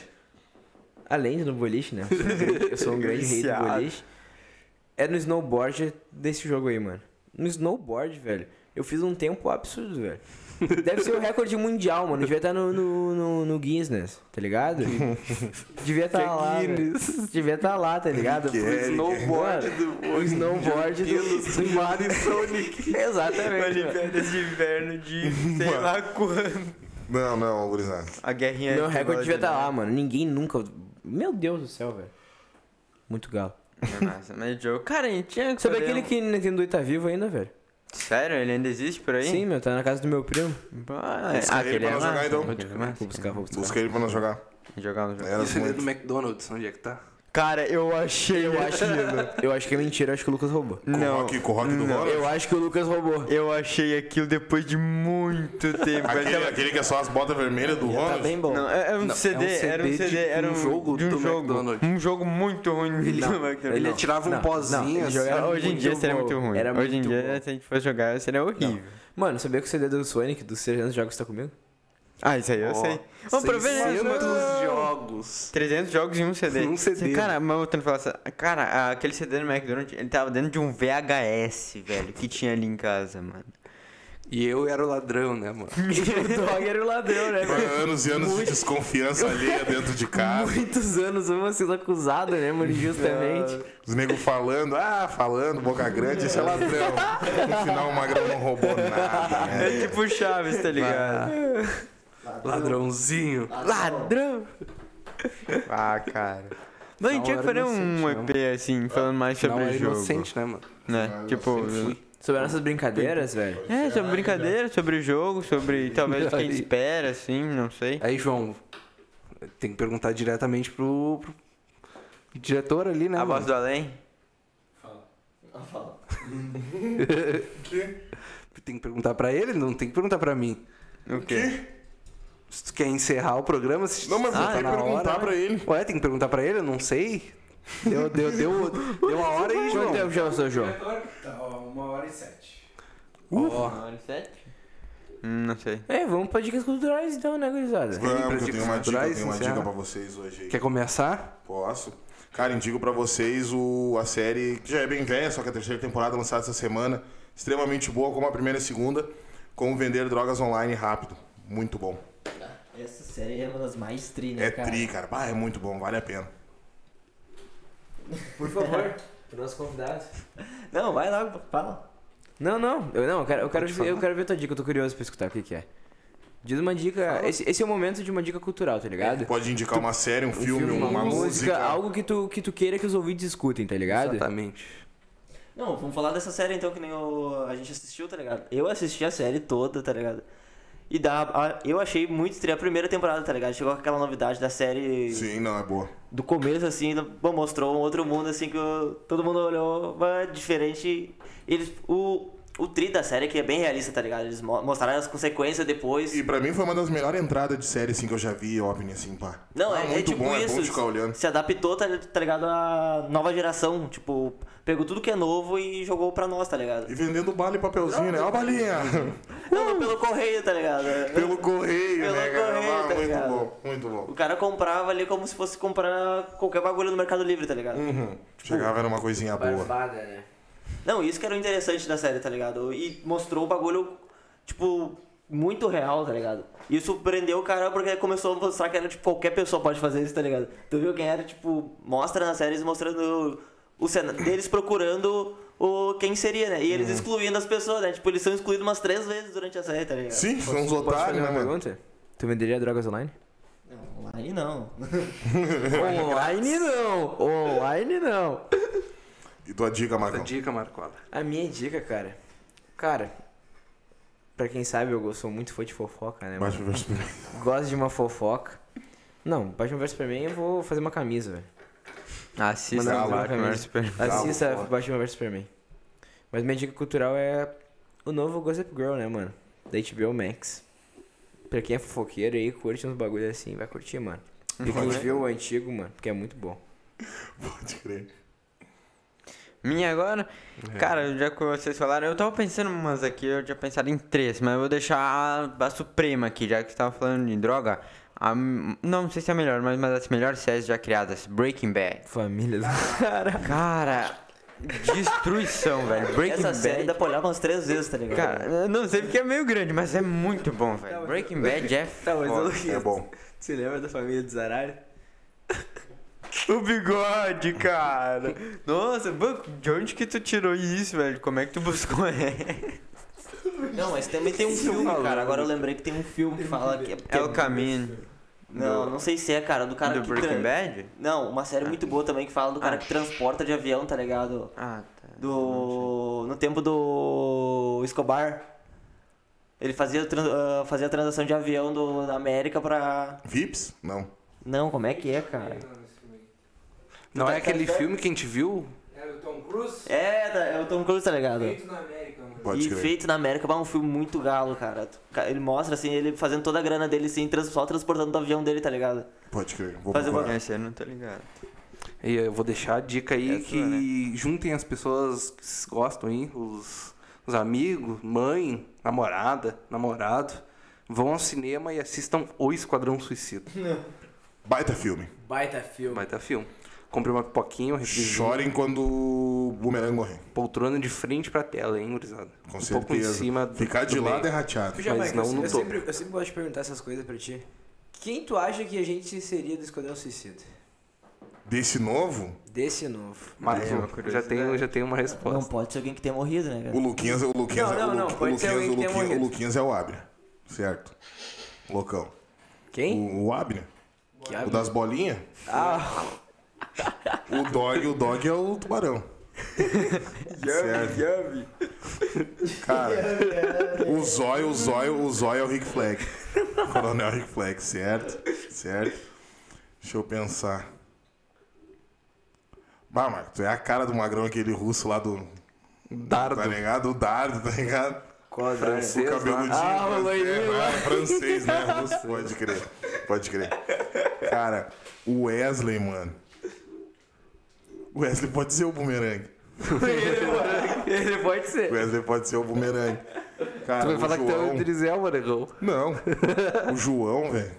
[SPEAKER 5] Além de no boliche, né? Eu sou um grande- Eu sou um grande rei do
[SPEAKER 2] Viciado.
[SPEAKER 5] boliche. É no snowboard desse jogo aí, mano. No snowboard, velho. Eu fiz um tempo absurdo, velho. Deve ser o recorde mundial, mano. Devia estar no, no, no, no Guinness, tá ligado? Devia estar lá. velho. Devia estar lá, tá ligado?
[SPEAKER 1] Que
[SPEAKER 5] Pro
[SPEAKER 1] é,
[SPEAKER 5] snowboard do. O snowboard do, do Mario Sonic. Exatamente. mano.
[SPEAKER 2] Olimpíadas de inverno de sei lá quando.
[SPEAKER 1] Não, não, gurizada.
[SPEAKER 2] A guerrinha...
[SPEAKER 5] Meu
[SPEAKER 2] de
[SPEAKER 5] recorde
[SPEAKER 2] bola
[SPEAKER 5] devia
[SPEAKER 2] de
[SPEAKER 5] estar lá, mano. Ninguém nunca. Meu Deus do céu, velho. Muito galo.
[SPEAKER 2] neve. Nossa, É mas Joe... Cara, a gente tinha que
[SPEAKER 5] Sabe
[SPEAKER 2] fazer
[SPEAKER 5] aquele
[SPEAKER 2] um-
[SPEAKER 5] que Nintendo tá vivo ainda, velho?
[SPEAKER 2] Sério? Ele ainda existe por aí?
[SPEAKER 5] Sim, Ah, meu, tá na casa do meu primo.
[SPEAKER 2] Bah,
[SPEAKER 1] Busca ele pra
[SPEAKER 2] é
[SPEAKER 1] nós jogar,
[SPEAKER 2] massa,
[SPEAKER 1] então.
[SPEAKER 2] aquele é massa.
[SPEAKER 5] Vou buscar, vou buscar.
[SPEAKER 1] Busca ele pra nós jogar.
[SPEAKER 2] Jogar um jogo.
[SPEAKER 1] Era
[SPEAKER 3] Isso ali é
[SPEAKER 1] muito.
[SPEAKER 3] do McDonald's, onde é que tá?
[SPEAKER 2] Cara, eu achei,
[SPEAKER 5] Eu acho que, eu acho que é mentira, eu acho que o Lucas roubou.
[SPEAKER 1] Com o
[SPEAKER 2] Não.
[SPEAKER 1] rock, com o rock do Ronald.
[SPEAKER 5] Eu acho que o Lucas roubou.
[SPEAKER 2] Eu achei aquilo depois de muito tempo.
[SPEAKER 1] Aquele,
[SPEAKER 2] Aquela-
[SPEAKER 1] aquele que é só as botas vermelhas do
[SPEAKER 6] Tá
[SPEAKER 1] Ronald.
[SPEAKER 6] bem bom.
[SPEAKER 2] Não, é, é um
[SPEAKER 3] Não,
[SPEAKER 2] CD,
[SPEAKER 3] é um CD
[SPEAKER 2] era um
[SPEAKER 3] de
[SPEAKER 2] CD, era
[SPEAKER 3] um
[SPEAKER 2] um
[SPEAKER 3] jogo
[SPEAKER 2] de um
[SPEAKER 3] do
[SPEAKER 2] jogo,
[SPEAKER 3] McDonald's.
[SPEAKER 2] um jogo muito ruim do McDonald's.
[SPEAKER 3] Ele atirava
[SPEAKER 5] não,
[SPEAKER 3] um pozinho
[SPEAKER 5] não, ele
[SPEAKER 3] assim.
[SPEAKER 5] jogava-
[SPEAKER 2] Ah, Hoje em
[SPEAKER 5] muito
[SPEAKER 2] dia seria
[SPEAKER 5] bom.
[SPEAKER 2] muito ruim.
[SPEAKER 5] Era
[SPEAKER 2] Hoje em
[SPEAKER 5] muito
[SPEAKER 2] dia,
[SPEAKER 5] bom.
[SPEAKER 2] se a gente fosse jogar, seria horrível.
[SPEAKER 5] Mano, sabia que o CD do Sonic, dos 300 jogos, tá comigo?
[SPEAKER 2] Ah, isso aí eu
[SPEAKER 3] Ó,
[SPEAKER 2] sei. Vamos pra ver, né?
[SPEAKER 3] 600 jogos.
[SPEAKER 2] 300 jogos em um CD.
[SPEAKER 3] Num CD.
[SPEAKER 2] Cara, mas voltando a falar assim, cara, aquele CD do McDonald's, ele tava dentro de um VHS, velho, que tinha ali em casa, mano.
[SPEAKER 3] E eu era o ladrão, né, mano?
[SPEAKER 5] o dog era o ladrão, né, velho?
[SPEAKER 1] Anos e anos de desconfiança alheia dentro de
[SPEAKER 5] Ah.
[SPEAKER 1] casa.
[SPEAKER 5] Muitos anos, uma sendo acusado, né, mano? Justamente.
[SPEAKER 1] Os negros falando, ah, falando, boca grande, esse é ladrão. No final o Magrão não roubou nada,
[SPEAKER 2] É
[SPEAKER 1] né?
[SPEAKER 2] tipo o Chaves, tá ligado?
[SPEAKER 3] Ladrãozinho.
[SPEAKER 2] Ladrão! Ah, cara. Mas a gente tinha
[SPEAKER 3] Na
[SPEAKER 2] que
[SPEAKER 3] hora
[SPEAKER 2] fazer um
[SPEAKER 3] inocente,
[SPEAKER 2] EP, assim, falando mais
[SPEAKER 3] Não,
[SPEAKER 2] sobre o
[SPEAKER 3] era
[SPEAKER 2] jogo.
[SPEAKER 3] inocente, né, mano?
[SPEAKER 2] Né? Tipo,
[SPEAKER 5] Sobre as nossas brincadeiras, velho.
[SPEAKER 2] é, sobre brincadeira, sobre o jogo, sobre talvez o que a gente espera, assim, não sei.
[SPEAKER 3] Aí, João, tem que perguntar diretamente pro, pro diretor ali, né,
[SPEAKER 2] A voz
[SPEAKER 3] mano?
[SPEAKER 2] do além?
[SPEAKER 3] Tem que perguntar pra ele, não tem que perguntar pra mim.
[SPEAKER 2] O quê?
[SPEAKER 3] Se tu quer encerrar o programa, se
[SPEAKER 1] Não, mas
[SPEAKER 3] se
[SPEAKER 1] eu
[SPEAKER 3] tá
[SPEAKER 1] tenho que
[SPEAKER 3] na
[SPEAKER 1] perguntar
[SPEAKER 3] hora,
[SPEAKER 1] pra ele.
[SPEAKER 3] Ué, tem que perguntar pra ele, eu não sei. Deu, deu, deu, deu uma hora aí, João.
[SPEAKER 5] Quanto tempo já é o seu jogo?
[SPEAKER 4] Tá, ó, uma hora e sete.
[SPEAKER 3] Ó,
[SPEAKER 2] Hum, não sei.
[SPEAKER 5] É, vamos pra dicas culturais então, né, gurizada?
[SPEAKER 1] Vamos, que eu
[SPEAKER 3] dicas
[SPEAKER 1] tenho uma dica, eu
[SPEAKER 3] naturais,
[SPEAKER 1] tenho uma
[SPEAKER 3] encerra.
[SPEAKER 1] dica pra vocês hoje aí.
[SPEAKER 3] quer começar?
[SPEAKER 1] Posso? Cara, indico pra vocês o, a série que já é bem velha, só que a terceira temporada lançada essa semana. Extremamente boa, como a primeira e segunda. Como vender drogas online rápido. Muito bom.
[SPEAKER 7] Essa série é uma das mais tri, né,
[SPEAKER 1] É
[SPEAKER 7] cara?
[SPEAKER 1] tri, cara. Bah, é muito bom, vale a pena.
[SPEAKER 5] Por favor, pro nosso convidado.
[SPEAKER 6] Não, vai lá, fala.
[SPEAKER 5] Não, não, eu, não, eu quero, eu, quero,
[SPEAKER 3] Pode
[SPEAKER 5] ver- eu
[SPEAKER 3] falar.
[SPEAKER 5] quero ver tua dica, eu tô curioso pra escutar o que, que é. Diz uma dica. Esse, esse é o momento de uma dica cultural, tá ligado?
[SPEAKER 1] É, Pode indicar uma série, um filme, uma música.
[SPEAKER 5] algo que tu, que tu queira que os ouvintes escutem, tá ligado?
[SPEAKER 3] Exatamente.
[SPEAKER 6] Não, vamos falar dessa série então que nem o- a gente assistiu, tá ligado? Eu assisti a série toda, tá ligado? E dá, a- eu achei muito estranha a primeira temporada, tá ligado? Chegou aquela novidade da série
[SPEAKER 1] Sim, não, é boa.
[SPEAKER 6] do começo, assim, no- bom, mostrou um outro mundo, assim, que o- todo mundo olhou, mas é diferente. Eles, o, o tri da série que é bem realista, tá ligado? Eles mo- mostraram as consequências depois.
[SPEAKER 1] E pra mim foi uma das melhores entradas de série assim, que eu já vi, óbvio, assim, pá.
[SPEAKER 6] Não,
[SPEAKER 1] Ah,
[SPEAKER 6] é, é
[SPEAKER 1] muito
[SPEAKER 6] tipo
[SPEAKER 1] bom,
[SPEAKER 6] isso.
[SPEAKER 1] é bom de ficar olhando.
[SPEAKER 6] Se adaptou, tá, tá ligado? A nova geração. Tipo, pegou tudo que é novo e jogou pra nós, tá ligado?
[SPEAKER 1] E vendendo bala e papelzinho,
[SPEAKER 6] é
[SPEAKER 1] né? Ó a balinha!
[SPEAKER 6] Não, não, pelo correio, tá ligado?
[SPEAKER 1] Pelo correio,
[SPEAKER 6] Pelo
[SPEAKER 1] né, cara?
[SPEAKER 6] correio,
[SPEAKER 1] Ah,
[SPEAKER 6] tá
[SPEAKER 1] muito
[SPEAKER 6] ligado?
[SPEAKER 1] bom, muito bom.
[SPEAKER 6] O cara comprava ali como se fosse comprar qualquer bagulho no Mercado Livre, tá ligado?
[SPEAKER 1] Uhum. Chegava era uma coisinha boa.
[SPEAKER 5] Barbada, né?
[SPEAKER 6] Não, isso que era o interessante da série, tá ligado? E mostrou o bagulho, tipo, muito real, tá ligado? E surpreendeu o cara porque começou a mostrar que era, tipo, qualquer pessoa pode fazer isso, tá ligado? Tu viu quem era, tipo, mostra na série eles mostrando o cena deles procurando o quem seria, né? E
[SPEAKER 1] Uhum.
[SPEAKER 6] eles excluindo as pessoas, né? Tipo, eles são excluídos umas três vezes durante a série, tá ligado?
[SPEAKER 1] Sim, são uns
[SPEAKER 5] Posso fazer
[SPEAKER 1] otários,
[SPEAKER 5] uma
[SPEAKER 1] né, mano?
[SPEAKER 5] pergunta? Tu venderia drogas online?
[SPEAKER 6] Não, online não.
[SPEAKER 5] Online não! Online não!
[SPEAKER 1] E tua dica, Marcão?
[SPEAKER 3] Essa dica, Marcola.
[SPEAKER 5] A minha dica, cara. Cara, pra quem sabe, eu sou muito fã de fofoca, né?
[SPEAKER 1] Batman vs Superman.
[SPEAKER 5] Gosto de uma fofoca. Não, Batman vs Superman eu vou fazer uma camisa, velho.
[SPEAKER 2] Assista
[SPEAKER 1] Mandar
[SPEAKER 2] o
[SPEAKER 1] um
[SPEAKER 2] Batman vs Superman.
[SPEAKER 5] Assista
[SPEAKER 3] foda.
[SPEAKER 5] Batman vs Superman. Mas minha dica cultural é o novo Gossip Girl, né, mano? Da HBO Max. Pra quem é fofoqueiro aí, curte uns bagulho assim, vai curtir, mano. E quem viu o antigo, mano, porque é muito bom.
[SPEAKER 1] Pode crer.
[SPEAKER 2] Minha agora? Cara, já que vocês falaram, eu tava pensando em umas aqui, eu tinha pensado em três, mas eu vou deixar a, a Suprema aqui, já que você tava falando de droga. A- não sei se é a melhor, mas uma das melhores séries já criadas, Breaking Bad.
[SPEAKER 5] Família do...
[SPEAKER 2] Cara, destruição, velho. Breaking
[SPEAKER 6] Essa
[SPEAKER 2] Bad.
[SPEAKER 6] série dá pra olhar umas três vezes, tá ligado?
[SPEAKER 2] Cara, eu não sei porque é meio grande, mas é muito bom, velho. Breaking Bad é
[SPEAKER 5] Tá,
[SPEAKER 2] foda.
[SPEAKER 1] É bom.
[SPEAKER 5] Você lembra da família do Zaralho?
[SPEAKER 2] é O bigode, cara. Nossa, bu- de onde que tu tirou isso, velho? Como é que tu buscou?
[SPEAKER 6] Não, mas também tem um filme, cara. Agora eu lembrei que tem um filme que fala que é.
[SPEAKER 2] É o caminho
[SPEAKER 6] Não, não sei se é, cara. Do cara
[SPEAKER 2] do
[SPEAKER 6] que
[SPEAKER 2] Breaking
[SPEAKER 6] tran-
[SPEAKER 2] Bad?
[SPEAKER 6] Não, uma série muito boa também que fala do cara que transporta de avião, tá ligado?
[SPEAKER 2] Ah, tá.
[SPEAKER 6] Do. No tempo do. Escobar. Ele fazia, tran- ah, fazia a transação de avião do, da América pra.
[SPEAKER 1] Vips? Não.
[SPEAKER 6] Não, como é que é, cara?
[SPEAKER 3] Não
[SPEAKER 6] tá-
[SPEAKER 3] é aquele
[SPEAKER 6] tá- tá-
[SPEAKER 3] filme que a gente viu?
[SPEAKER 4] É o Tom Cruise?
[SPEAKER 6] É, tá- é o Tom Cruise, tá ligado?
[SPEAKER 4] Feito na América, mano.
[SPEAKER 1] Pode
[SPEAKER 6] e
[SPEAKER 1] crer.
[SPEAKER 6] feito na América, bah, um filme muito galo, cara. Tu- ca- Ele mostra assim, ele fazendo toda a grana dele, assim, trans- só transportando do avião dele, tá ligado?
[SPEAKER 1] Pode crer. Vou
[SPEAKER 6] Fazer
[SPEAKER 1] procurar.
[SPEAKER 2] Esse eu não tô ligado.
[SPEAKER 3] E eu vou deixar a dica aí
[SPEAKER 1] É
[SPEAKER 2] Essa,
[SPEAKER 3] que
[SPEAKER 1] né?
[SPEAKER 3] juntem as pessoas que s- gostam, hein? Os, os amigos, mãe, namorada, namorado. Vão ao cinema e assistam O Esquadrão Suicida.
[SPEAKER 1] Uhum. Baita filme.
[SPEAKER 5] Baita filme.
[SPEAKER 3] Vai tá filme. Compre uma pipoquinha, um refrigerante,
[SPEAKER 1] Chorem quando o Boomerang morrer.
[SPEAKER 3] poltrona de frente pra tela, hein, gurizada?
[SPEAKER 1] Com
[SPEAKER 3] um pouco em
[SPEAKER 1] certeza.
[SPEAKER 3] cima do,
[SPEAKER 1] Ficar de
[SPEAKER 3] do
[SPEAKER 1] lado é
[SPEAKER 3] meio.
[SPEAKER 1] rateado.
[SPEAKER 5] Já,
[SPEAKER 3] Mas
[SPEAKER 5] Mike,
[SPEAKER 3] não
[SPEAKER 5] eu,
[SPEAKER 3] no
[SPEAKER 5] eu
[SPEAKER 3] topo.
[SPEAKER 5] sempre, eu sempre gosto de perguntar essas coisas pra ti. Quem tu acha que a gente seria do Esquadrão Suicida?
[SPEAKER 1] Desse novo,
[SPEAKER 5] Desse novo.
[SPEAKER 3] Marcos,
[SPEAKER 2] É, uma
[SPEAKER 3] já,
[SPEAKER 2] curiosidade.
[SPEAKER 3] tenho, já tenho uma
[SPEAKER 6] Não
[SPEAKER 3] resposta.
[SPEAKER 6] pode ser alguém que tenha morrido, né,
[SPEAKER 1] o
[SPEAKER 6] cara?
[SPEAKER 1] Luquinhas, o Luquinhas,
[SPEAKER 5] É.
[SPEAKER 1] é
[SPEAKER 5] Não, não,
[SPEAKER 1] o Lu-
[SPEAKER 5] não,
[SPEAKER 1] o
[SPEAKER 5] pode ser
[SPEAKER 1] Luquinhas,
[SPEAKER 5] alguém
[SPEAKER 1] o
[SPEAKER 5] que tenha
[SPEAKER 1] Luquinhas, o
[SPEAKER 5] morrido.
[SPEAKER 1] Luquinhas é o Abner. Certo. Loucão.
[SPEAKER 5] Quem?
[SPEAKER 1] O, o Abner.
[SPEAKER 5] Que
[SPEAKER 1] O
[SPEAKER 5] abre-
[SPEAKER 1] das bolinhas?
[SPEAKER 5] Ah,
[SPEAKER 1] O dog, o dog é o tubarão. Certo. Cara, o zóio, o zóio, o zóio é o Rick Flag. Coronel Rick Flag, certo? Certo? Deixa eu pensar. Bah, Marco, tu é a cara do magrão, aquele russo lá do.
[SPEAKER 3] Dardo.
[SPEAKER 1] Tá ligado? O dardo, tá ligado?
[SPEAKER 5] qual a
[SPEAKER 1] O
[SPEAKER 3] Francês, né?
[SPEAKER 1] cabeludinho.
[SPEAKER 3] lá.
[SPEAKER 5] Ah, o loirinho.
[SPEAKER 1] é, ah, francês, né? Russo, pode crer. Pode crer. Cara, o Wesley, mano. O Wesley pode ser o bumerangue.
[SPEAKER 5] Ele pode
[SPEAKER 1] O
[SPEAKER 5] ser.
[SPEAKER 1] Wesley pode ser o bumerangue. Cara,
[SPEAKER 3] Tu vai
[SPEAKER 1] o
[SPEAKER 3] falar que tu é
[SPEAKER 1] João...
[SPEAKER 3] o Idris Elba, negão.
[SPEAKER 1] Não. O João, velho.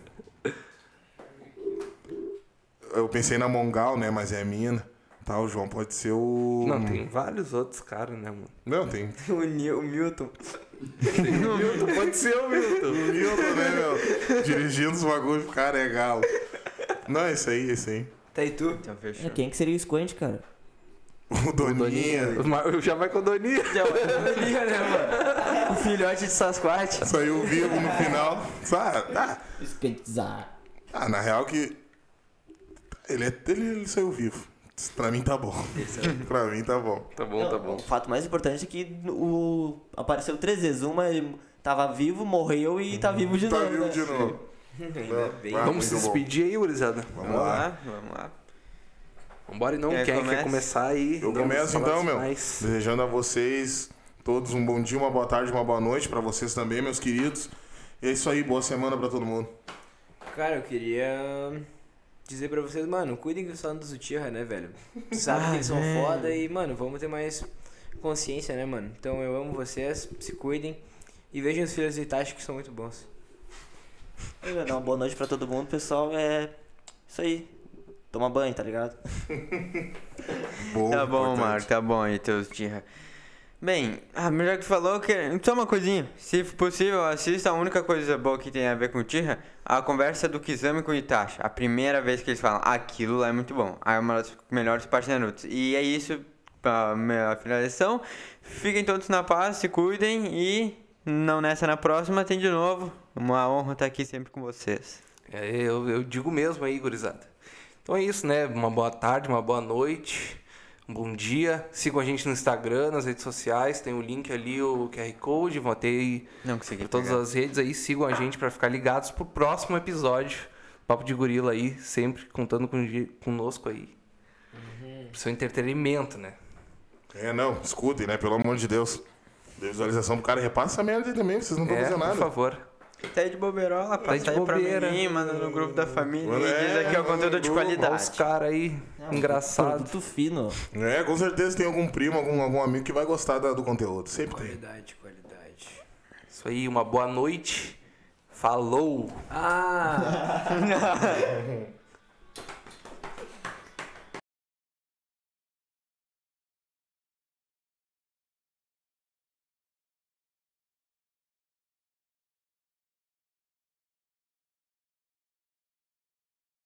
[SPEAKER 1] Eu pensei na Mongal, né? Mas é mina. Tá, o João pode ser o.
[SPEAKER 3] Não, tem vários outros caras, né, mano?
[SPEAKER 1] Não, tem.
[SPEAKER 5] O, Ni- o Milton.
[SPEAKER 3] Pode ser o Milton.
[SPEAKER 1] O Milton, né, meu? Dirigindo os bagulhos, cara, é galo. Não, é isso aí, é isso aí.
[SPEAKER 5] Tá e tu?
[SPEAKER 2] Então fechou.
[SPEAKER 6] É, quem que seria o Squint, cara?
[SPEAKER 1] O Doninha.
[SPEAKER 3] Mas Já vai com o Doninha.
[SPEAKER 5] Liga, né, mano? O filhote de Sasquatch.
[SPEAKER 1] Saiu vivo no final. Sabe? Ah,
[SPEAKER 7] Esquentizar.
[SPEAKER 1] ah, na real que. Ele, é... ele, ele saiu vivo. Pra mim tá bom.
[SPEAKER 6] é
[SPEAKER 1] pra mim tá bom.
[SPEAKER 3] Tá bom, tá bom.
[SPEAKER 6] O fato mais importante é que o apareceu três vezes. Uma ele tava vivo, morreu e tá vivo de
[SPEAKER 1] Tá
[SPEAKER 6] novo.
[SPEAKER 1] vivo
[SPEAKER 6] né?
[SPEAKER 1] de novo. Não, ah,
[SPEAKER 3] Vamos se
[SPEAKER 1] muito bom.
[SPEAKER 3] despedir aí, gurizada.
[SPEAKER 1] Vamos
[SPEAKER 2] Vamos
[SPEAKER 1] lá.
[SPEAKER 2] lá, vamos lá.
[SPEAKER 3] Vambora então. e
[SPEAKER 2] Quer
[SPEAKER 3] não quer, quer
[SPEAKER 2] começa?
[SPEAKER 3] começar aí.
[SPEAKER 1] Eu
[SPEAKER 3] Vamos
[SPEAKER 1] começo
[SPEAKER 3] falar assim
[SPEAKER 1] então,
[SPEAKER 3] dos
[SPEAKER 1] meu.
[SPEAKER 3] sinais.
[SPEAKER 1] Desejando a vocês todos um bom dia, uma boa tarde, uma boa noite pra vocês também, meus queridos. E é isso aí, boa semana pra todo mundo.
[SPEAKER 5] Cara, eu queria dizer pra vocês, mano, cuidem que são dos Uchiha, né, velho? Sabe que eles são foda e, mano, vamos ter mais consciência, né, mano? Então eu amo vocês, se cuidem e vejam os filhos de Itachi que são muito bons.
[SPEAKER 6] Eu ia dar uma boa noite pra todo mundo, pessoal. É isso aí. Toma banho, tá ligado?
[SPEAKER 1] Bom,
[SPEAKER 2] Tá bom,
[SPEAKER 1] importante.
[SPEAKER 2] Marco, tá bom aí, teus tia. Bem, ah, mas já que tu falou que. Só uma coisinha. Se possível, assista a única coisa boa que tem a ver com o Tira, a conversa do Kizami com o Itachi. A primeira vez que eles falam, aquilo lá é muito bom. Ah, É uma das melhores partes da Naruto. E é isso pra minha finalização. Fiquem todos na paz, se cuidem e não nessa na próxima, tem de novo. Uma honra estar aqui sempre com vocês.
[SPEAKER 3] É, eu, eu digo mesmo aí, gurizada. Então é isso, né? Uma boa tarde, uma boa noite, um bom dia. Sigam a gente no Instagram, nas redes sociais, tem o link ali, o QR Code, vão ter aí
[SPEAKER 2] Não consegui.
[SPEAKER 3] por todas
[SPEAKER 2] pegar.
[SPEAKER 3] as redes aí. Sigam a gente para ficar ligados pro próximo episódio. Papo de gorila aí, sempre contando com, gi- conosco aí.
[SPEAKER 2] Uhum.
[SPEAKER 3] Pro seu entretenimento, né?
[SPEAKER 1] É, não, escutem, né? Pelo amor de Deus. Dê visualização pro cara, repassa essa merda aí também, vocês não estão
[SPEAKER 3] É,
[SPEAKER 1] fazendo
[SPEAKER 3] por
[SPEAKER 1] nada.
[SPEAKER 3] favor.
[SPEAKER 2] Tá aí de boberola, passa
[SPEAKER 3] de
[SPEAKER 2] aí pra
[SPEAKER 3] bobeira.
[SPEAKER 2] mim, manda no grupo da família
[SPEAKER 1] Manda-
[SPEAKER 2] e diz aqui
[SPEAKER 1] é,
[SPEAKER 2] é o conteúdo de
[SPEAKER 1] manda no grupo,
[SPEAKER 3] Olha os
[SPEAKER 2] qualidade.
[SPEAKER 3] caras aí, engraçado.
[SPEAKER 7] Produto fino.
[SPEAKER 1] É, com certeza tem algum primo, algum, algum amigo que vai gostar da- do conteúdo. Sempre tem.
[SPEAKER 5] Qualidade, qualidade.
[SPEAKER 3] Isso aí, uma boa noite. Falou!
[SPEAKER 5] Ah!